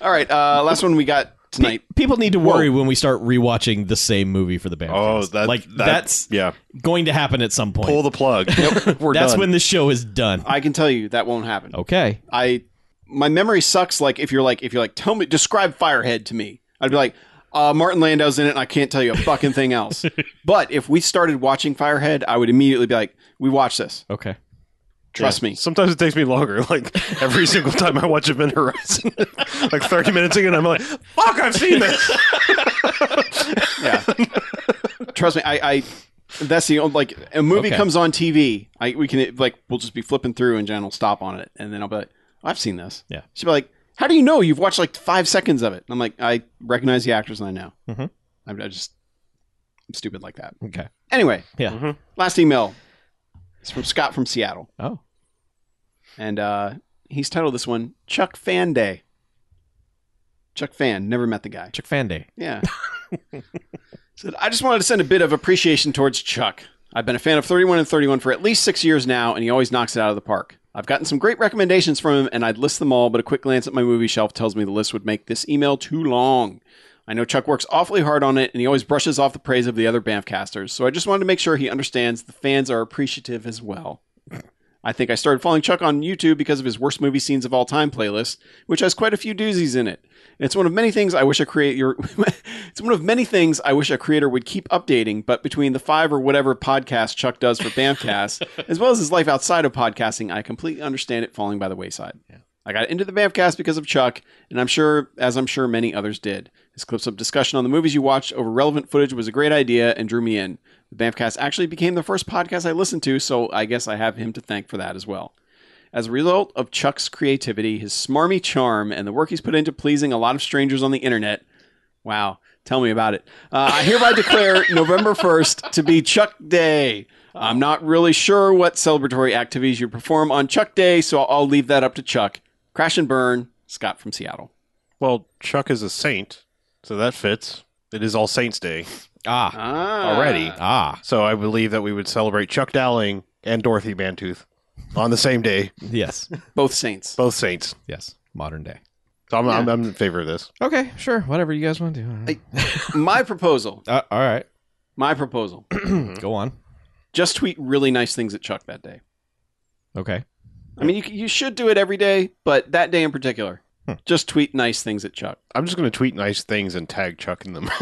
Speaker 4: All right. Uh, last one we got tonight.
Speaker 5: People need to worry when we start rewatching the same movie for the band.
Speaker 3: Oh, that,
Speaker 5: like
Speaker 3: that-
Speaker 5: that's
Speaker 3: yeah.
Speaker 5: going to happen at some point.
Speaker 3: Pull the plug. We're
Speaker 5: that's
Speaker 3: done.
Speaker 5: when the show is done.
Speaker 4: I can tell you that won't happen.
Speaker 5: Okay.
Speaker 4: I my memory sucks. Like if you're like if you're like tell me describe Firehead to me, I'd be like uh, Martin Landau's in it, and I can't tell you a fucking thing else. but if we started watching Firehead, I would immediately be like, we watch this.
Speaker 5: Okay.
Speaker 4: Trust me.
Speaker 3: Sometimes it takes me longer. Like every single time I watch Event Horizon, like thirty minutes in, I'm like, "Fuck, I've seen this."
Speaker 4: Yeah. Trust me. I. I that's the only like a movie
Speaker 5: Okay.
Speaker 4: comes on TV. I we can like we'll just be flipping through and Jen will stop on it and then I'll be like, "Oh, I've seen this.
Speaker 5: Yeah.
Speaker 4: She'll be like, How do you know? You've watched like five seconds of it. And I'm like, I recognize the actors and I know.
Speaker 5: Mhm.
Speaker 4: I'm, I just I'm stupid like that.
Speaker 5: Okay.
Speaker 4: Anyway,
Speaker 5: Yeah.
Speaker 3: Mm-hmm.
Speaker 4: last email is from Scott from Seattle,
Speaker 5: Oh.
Speaker 4: and uh, he's titled this one Chuck Fan Day. Chuck Fan, never met the guy.
Speaker 5: Chick Fanday.
Speaker 4: Yeah. Said, I just wanted to send a bit of appreciation towards Chuck. I've been a fan of 31 and 31 for at least six years now, and he always knocks it out of the park. I've gotten some great recommendations from him, and I'd list them all, but a quick glance at my movie shelf tells me the list would make this email too long. I know Chuck works awfully hard on it, and he always brushes off the praise of the other Banffcasters, so I just wanted to make sure he understands the fans are appreciative as well. I think I started following Chuck on YouTube because of his worst movie scenes of all time playlist, which has quite a few doozies in it. And it's one of many things I wish a creator it's one of many things I wish a creator would keep updating, but between the five or whatever podcast Chuck does for Bamcast, as well as his life outside of podcasting, I completely understand it falling by the wayside. I got into the Bamfcast because of Chuck, and I'm sure, as I'm sure many others did. His clips of discussion on the movies you watched over relevant footage was a great idea and drew me in. The Bamfcast actually became the first podcast I listened to, so I guess I have him to thank for that as well. As a result of Chuck's creativity, his smarmy charm, and the work he's put into pleasing a lot of strangers on the internet, Wow. Tell me about it. Uh, I hereby declare November 1st to be Chuck Day. I'm not really sure what celebratory activities you perform on Chuck Day, so I'll, I'll leave that up to Chuck. Crash and burn, Scott from Seattle.
Speaker 3: Well, Chuck is a saint, so that fits. It is All Saints Day
Speaker 5: Ah,
Speaker 4: Ah.
Speaker 3: Uh, already.
Speaker 5: ah,
Speaker 3: So I believe that we would celebrate Chuck Dowling and Dorothy Mantooth on the same day,
Speaker 5: yes,
Speaker 4: Both saints.
Speaker 3: both saints.
Speaker 5: yes, modern day.
Speaker 3: So I'm, I'm, I'm in favor of this.
Speaker 5: Okay, sure, whatever you guys want to do.
Speaker 4: My proposal.
Speaker 5: Uh, all right,
Speaker 4: My proposal.
Speaker 3: Mm-hmm.
Speaker 5: go on.
Speaker 4: Just tweet really nice things at Chuck that day.
Speaker 5: Okay,
Speaker 4: I mean, you, c- you should do it every day, but that day in particular. Just tweet nice things at Chuck.
Speaker 3: I'm just going to tweet nice things and tag Chuck in them.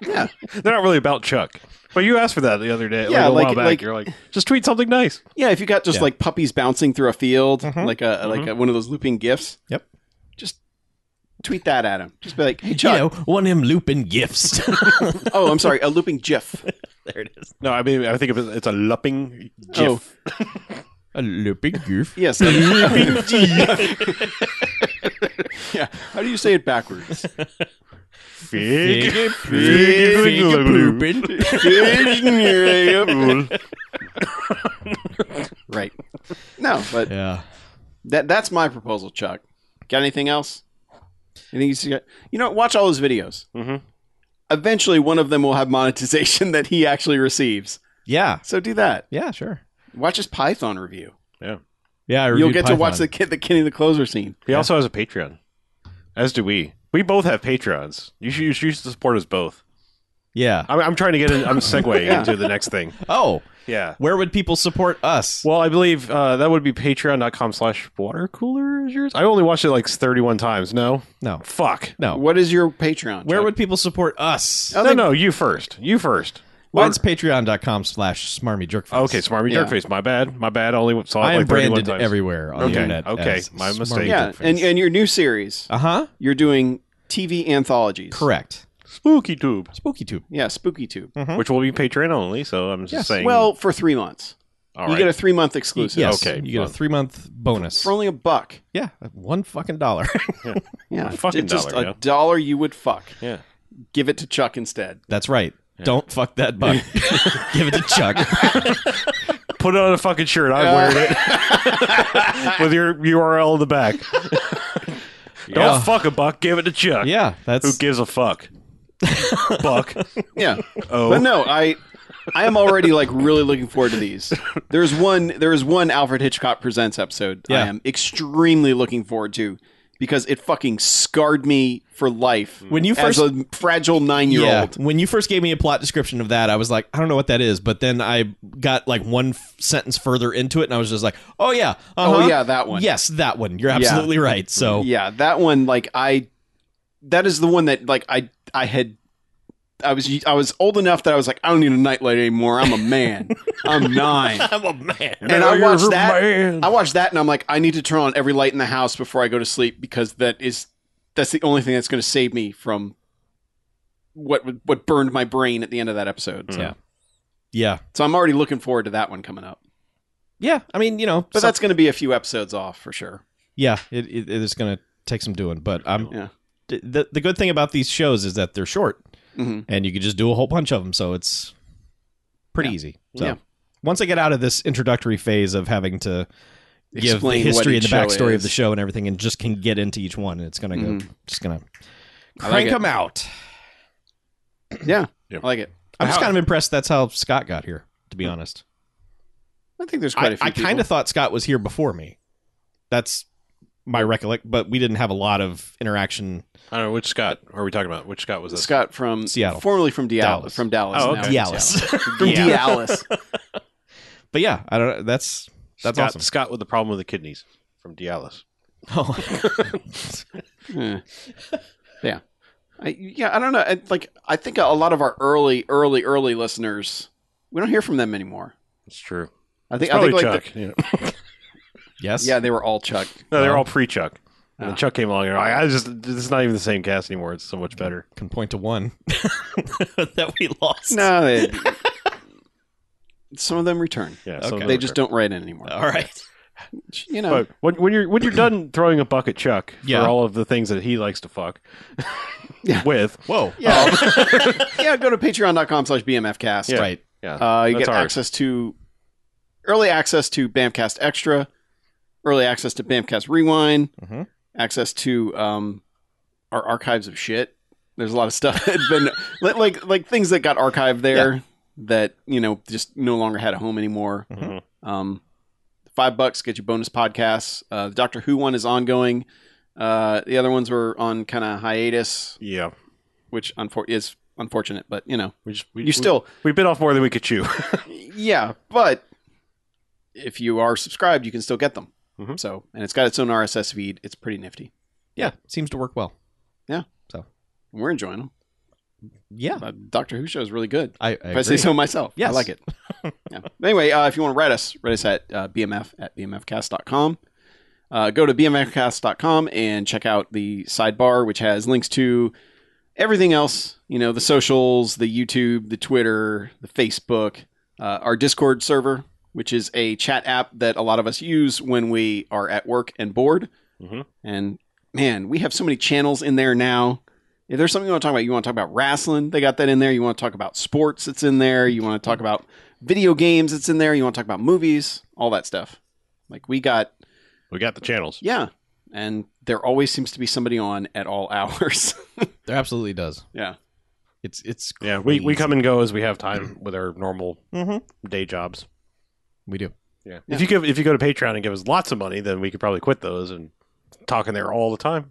Speaker 4: Yeah.
Speaker 3: They're not really about Chuck. But you asked for that the other day,
Speaker 4: Yeah,
Speaker 3: like a
Speaker 4: like-
Speaker 3: while back.
Speaker 4: like-
Speaker 3: You're like, just tweet something nice.
Speaker 4: Yeah, if you got just
Speaker 5: Yeah.
Speaker 4: like puppies bouncing through a field, like a like a, one of those looping gifs.
Speaker 5: Yep.
Speaker 4: Just tweet that at him. Just be like, "Hey Chuck."
Speaker 5: you know, one him looping gifts.
Speaker 4: Oh, I'm sorry, a looping gif.
Speaker 5: there it is.
Speaker 3: No, I mean, I think of it, it's a lupping gif.
Speaker 4: Oh,
Speaker 5: A looping goof.
Speaker 4: yes. a looping gif. yeah. How do you say it backwards?
Speaker 3: Fig-
Speaker 5: Fig-
Speaker 3: fig-
Speaker 5: looping.
Speaker 4: right. No, but
Speaker 5: Yeah.
Speaker 4: that that's my proposal, Chuck. Got anything else? Anything you see? You know, watch all his videos.
Speaker 5: Mm-hmm.
Speaker 3: Mhm.
Speaker 4: Eventually, one of them will have monetization that he actually receives.
Speaker 5: Yeah.
Speaker 4: So do that.
Speaker 5: Yeah. Sure.
Speaker 4: Watch his Python review.
Speaker 5: Yeah. I
Speaker 4: You'll
Speaker 5: reviewed
Speaker 4: get to watch
Speaker 5: Python.
Speaker 4: the kid, the Kenny the Closer scene.
Speaker 3: He also has a Patreon, as do we. We both have Patreons. You should, you should support us both.
Speaker 5: Yeah.
Speaker 3: I'm, I'm trying to get in, I'm segueing
Speaker 4: Yeah.
Speaker 3: into the next thing.
Speaker 5: Oh,
Speaker 3: Yeah.
Speaker 5: where would people support us?
Speaker 3: Well, I believe uh, that would be patreon.com slash water cooler is yours. I only watched it like 31 times. No?
Speaker 5: No.
Speaker 3: Fuck.
Speaker 5: No.
Speaker 4: What is your Patreon?
Speaker 5: Where
Speaker 4: Chuck?
Speaker 5: would people support us?
Speaker 4: I
Speaker 3: No,
Speaker 4: think-
Speaker 3: no, you first. You first.
Speaker 5: Mine's patreon.com slash smarmy jerkface.
Speaker 3: Okay, Smarmy
Speaker 4: Yeah.
Speaker 3: Jerkface. My bad. My bad. I only saw it
Speaker 5: I am
Speaker 3: like 31
Speaker 5: branded
Speaker 3: times.
Speaker 5: everywhere on
Speaker 3: Okay,
Speaker 5: the internet.
Speaker 3: okay,
Speaker 5: as
Speaker 3: my
Speaker 5: Smarmy
Speaker 3: mistake.
Speaker 4: yeah,
Speaker 5: Jerkface.
Speaker 4: and and your new series,
Speaker 3: Uh,
Speaker 5: uh-huh.
Speaker 4: you're doing TV anthologies.
Speaker 5: Correct.
Speaker 3: Spooky Tube,
Speaker 5: Spooky tube.
Speaker 4: Yeah, Spooky Tube.
Speaker 3: which will be Patreon only. So I'm just
Speaker 5: Mm-hmm. Yes.
Speaker 3: saying.
Speaker 4: Well, for three months,
Speaker 3: all
Speaker 4: you
Speaker 3: right.
Speaker 4: get a three month exclusive.
Speaker 5: Yes.
Speaker 3: Okay,
Speaker 5: You get a
Speaker 3: fun.
Speaker 5: three-month bonus.
Speaker 4: for only a buck.
Speaker 5: yeah. One fucking dollar.
Speaker 4: Yeah,
Speaker 3: A fucking
Speaker 4: It's just
Speaker 3: dollar,
Speaker 4: a
Speaker 3: yeah.
Speaker 4: dollar you would fuck.
Speaker 3: Yeah.
Speaker 4: Give it to Chuck instead.
Speaker 5: That's right. Don't fuck that buck. Give it to Chuck.
Speaker 3: Put it on a fucking shirt. I'm wearing it with your URL in the back.
Speaker 5: Yeah.
Speaker 3: Don't fuck a buck. Give it to Chuck.
Speaker 5: yeah. That's
Speaker 3: Who gives a fuck? buck.
Speaker 4: Yeah,
Speaker 3: Oh.
Speaker 4: but no, I. I am already like really looking forward to these. There's one there is one Alfred Hitchcock presents episode
Speaker 5: Yeah.
Speaker 4: I am extremely looking forward to because it fucking scarred me for life.
Speaker 5: When you
Speaker 4: as
Speaker 5: first-
Speaker 4: a fragile 9-year-old.
Speaker 5: When you first gave me a plot description of that, I was like, I don't know what that is. But then I got like one f- sentence further into it, and I was just like, Oh yeah, uh-huh.
Speaker 4: yeah, that one.
Speaker 5: Yes, that one. You're absolutely right. So
Speaker 4: Yeah, that one like I that is the one that like I I had I was I was old enough that I was like I don't need a nightlight anymore. I'm a man. I'm 9.
Speaker 5: I'm a man.
Speaker 4: And I
Speaker 3: You're
Speaker 4: watched
Speaker 3: a
Speaker 4: that
Speaker 3: man.
Speaker 4: I watched that and I'm like I need to turn on every light in the house before I go to sleep because that is that's the only thing that's going to save me from what would- what burned my brain at the end of that episode. So,
Speaker 5: Yeah. Yeah,
Speaker 4: so I'm already looking forward to that one coming up.
Speaker 5: yeah. I mean, you know,
Speaker 4: But
Speaker 5: some-
Speaker 4: that's going to be a few episodes off for sure.
Speaker 5: yeah. It, it, it is going to take some doing, but I'm
Speaker 4: Yeah.
Speaker 5: th- the the good thing about these shows is that they're short,
Speaker 4: Mhm.
Speaker 5: and you can just do a whole bunch of them. So it's pretty easy. So
Speaker 4: Yeah.
Speaker 5: once I get out of this introductory phase of having to give the
Speaker 4: Explain what
Speaker 5: history and
Speaker 4: each
Speaker 5: the
Speaker 4: show
Speaker 5: backstory of
Speaker 4: is.
Speaker 5: the
Speaker 4: Mm-hmm.
Speaker 5: show and everything, and just can get into each one, and it's gonna go just gonna
Speaker 4: I like
Speaker 5: crank
Speaker 4: it.
Speaker 5: them out.
Speaker 4: Yeah.
Speaker 3: Yeah.
Speaker 4: I like it.
Speaker 5: I'm just
Speaker 4: How-
Speaker 5: kind of impressed. That's how Scott got here. To be honest,
Speaker 4: I think there's quite a
Speaker 5: I,
Speaker 4: few
Speaker 5: I kind
Speaker 4: people.
Speaker 5: of thought Scott was here before me. That's my recollect, but we didn't have a lot of interaction.
Speaker 3: I don't know which Scott are we talking about? Which Scott was this?
Speaker 4: Scott from
Speaker 5: Seattle.
Speaker 4: formerly from Dallas,
Speaker 5: Dallas.
Speaker 4: from Dallas,
Speaker 3: Oh,
Speaker 4: now
Speaker 3: okay.
Speaker 4: from
Speaker 5: Dallas.
Speaker 4: Seattle. from
Speaker 5: Yeah.
Speaker 4: Dallas.
Speaker 5: But yeah, I don't. know. That's that's
Speaker 3: Scott,
Speaker 5: awesome.
Speaker 3: Scott with the problem with the kidneys from Dallas.
Speaker 5: Oh,
Speaker 4: Eh. yeah, I, yeah. I don't know. I, like, I think a lot of our early, early, early listeners, we don't hear from them anymore.
Speaker 3: It's true.
Speaker 4: I
Speaker 3: It's
Speaker 4: think, I
Speaker 3: probably
Speaker 4: think like
Speaker 3: Chuck. yeah.
Speaker 4: the-
Speaker 5: Yes.
Speaker 4: Yeah, they were all Chuck.
Speaker 3: No, Ah. they're all pre Chuck. And then Chuck came along and they're like, I just this is not even the same cast anymore. It's so much better.
Speaker 5: Can point to one that we lost.
Speaker 4: No, they, some of them return.
Speaker 3: Yeah,
Speaker 4: They just don't write it anymore.
Speaker 5: All right.
Speaker 4: You know,
Speaker 3: But when, when you're when you're done throwing a buck at Chuck
Speaker 5: Yeah.
Speaker 3: for all of the things that he likes to fuck
Speaker 4: Yeah.
Speaker 3: with,
Speaker 5: Whoa.
Speaker 4: yeah, go to patreon.com slash bmfcast.
Speaker 3: uh, Yeah.
Speaker 5: Right.
Speaker 3: yeah,
Speaker 4: Uh, you
Speaker 3: That's
Speaker 4: get
Speaker 3: ours.
Speaker 4: access to early access to Bamcast Extra, early access to Bamcast Rewind,
Speaker 5: Mhm.
Speaker 4: access to um, our archives of shit. There's a lot of stuff that had been like, like like things that got archived there that you know just no longer had a home anymore.
Speaker 3: Mhm.
Speaker 4: Um, five bucks get you bonus podcasts. Uh, the Doctor Who one is ongoing. Uh, the other ones were on kind of hiatus,
Speaker 3: yeah.
Speaker 4: which unfor- is unfortunate, but you know
Speaker 3: We just we,
Speaker 4: you still
Speaker 3: we, we bit off more than we could chew.
Speaker 4: yeah, but if you are subscribed, you can still get them.
Speaker 3: Mhm.
Speaker 4: So, and it's got its own RSS feed. It's pretty nifty.
Speaker 5: Yeah. Seems to work well.
Speaker 4: And we're enjoying them.
Speaker 5: Yeah.
Speaker 4: Uh, Doctor Who show is really good.
Speaker 5: I, I
Speaker 4: If I say
Speaker 5: agree.
Speaker 4: so myself. I
Speaker 5: Yes.
Speaker 4: like it. yeah. Anyway, uh, if you want to write us, write us at uh, bmf at bmfcast.com. Uh, go to bmfcast.com and check out the sidebar, which has links to everything else, you know, the socials, the YouTube, the Twitter, the Facebook, uh, our Discord server, which is a chat app that a lot of us use when we are at work and bored.
Speaker 5: Mm-hmm.
Speaker 3: Mhm.
Speaker 4: And man, we have so many channels in there now. If there's something you want to talk about, you want to talk about wrestling, they got that in there. You want to talk about sports, it's in there. You want to talk about video games, it's in there. You want to talk about movies, all that stuff. Like we got,
Speaker 3: we got the channels.
Speaker 4: yeah. And there always seems to be somebody on at all hours.
Speaker 5: There absolutely does.
Speaker 4: yeah.
Speaker 5: It's it's
Speaker 3: Yeah, we, we
Speaker 5: crazy.
Speaker 3: come and go as we have time with our normal
Speaker 5: Mhm.
Speaker 3: day jobs.
Speaker 5: we do.
Speaker 3: Yeah.
Speaker 4: Yeah.
Speaker 3: If you give if you go to Patreon and give us lots of money, then we could probably quit those and talk in there all the time.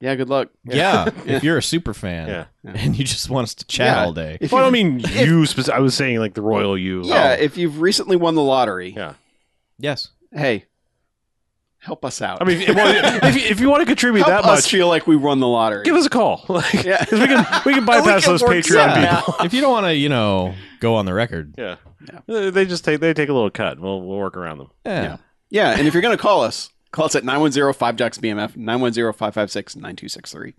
Speaker 4: Yeah. Good luck.
Speaker 5: Yeah. if you're a super fan
Speaker 3: Yeah.
Speaker 5: and you just want us to chat
Speaker 4: Yeah.
Speaker 5: all day.
Speaker 4: If
Speaker 3: well, I
Speaker 4: you-
Speaker 3: don't mean you. Speci- I was saying like the royal you. Oh.
Speaker 4: yeah.
Speaker 5: oh.
Speaker 4: If you've recently won the lottery,
Speaker 3: Yeah.
Speaker 5: Yes.
Speaker 4: hey, help us out.
Speaker 3: I mean, well, if, you, if you want to contribute
Speaker 4: help
Speaker 3: that
Speaker 4: us
Speaker 3: much,
Speaker 4: feel like we won the lottery.
Speaker 3: give us a call. Like,
Speaker 4: Yeah.
Speaker 3: 'cause we can we can bypass
Speaker 4: can
Speaker 3: those
Speaker 4: work
Speaker 3: Patreon
Speaker 4: something
Speaker 3: people.
Speaker 4: out.
Speaker 5: if you don't want to, you know, go on the record.
Speaker 3: Yeah. They- They just take they take a little cut. We'll we'll work around them.
Speaker 5: Yeah.
Speaker 4: Yeah, and if you're going to call us, call us at 910-5-JOCKS-BMF, 910-556-9263. Leave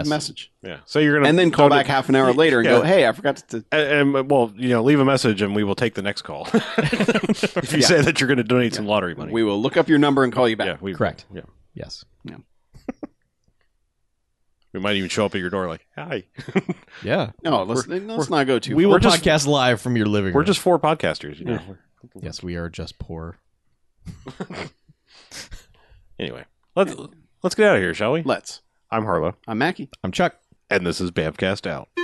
Speaker 5: Yes.
Speaker 4: a message.
Speaker 3: Yeah. So you're gonna
Speaker 4: And then call
Speaker 3: go to-
Speaker 4: back half an hour later and
Speaker 3: Yeah.
Speaker 4: go, hey, I forgot to...
Speaker 3: And, and, well, you know, leave a message and we will take the next call. if you
Speaker 4: Yeah.
Speaker 3: say that you're going to donate some lottery money,
Speaker 4: We will look up your number and call you back.
Speaker 3: yeah, we
Speaker 5: Correct.
Speaker 3: Yeah,
Speaker 5: Yes.
Speaker 3: we might even show up at your door like, "Hi,
Speaker 5: Yeah.
Speaker 4: No, let's, let's not go too
Speaker 5: we
Speaker 4: far.
Speaker 5: will
Speaker 3: We're just-
Speaker 5: podcast live from your living
Speaker 3: we're
Speaker 5: room.
Speaker 3: just four podcasters." You know.
Speaker 5: Yes, we are just poor.
Speaker 3: Anyway, let's let's get out of here, shall we?
Speaker 4: Let's.
Speaker 3: I'm Harlow,
Speaker 4: I'm Mackie.
Speaker 5: I'm Chuck.
Speaker 3: and this is Bamcast out.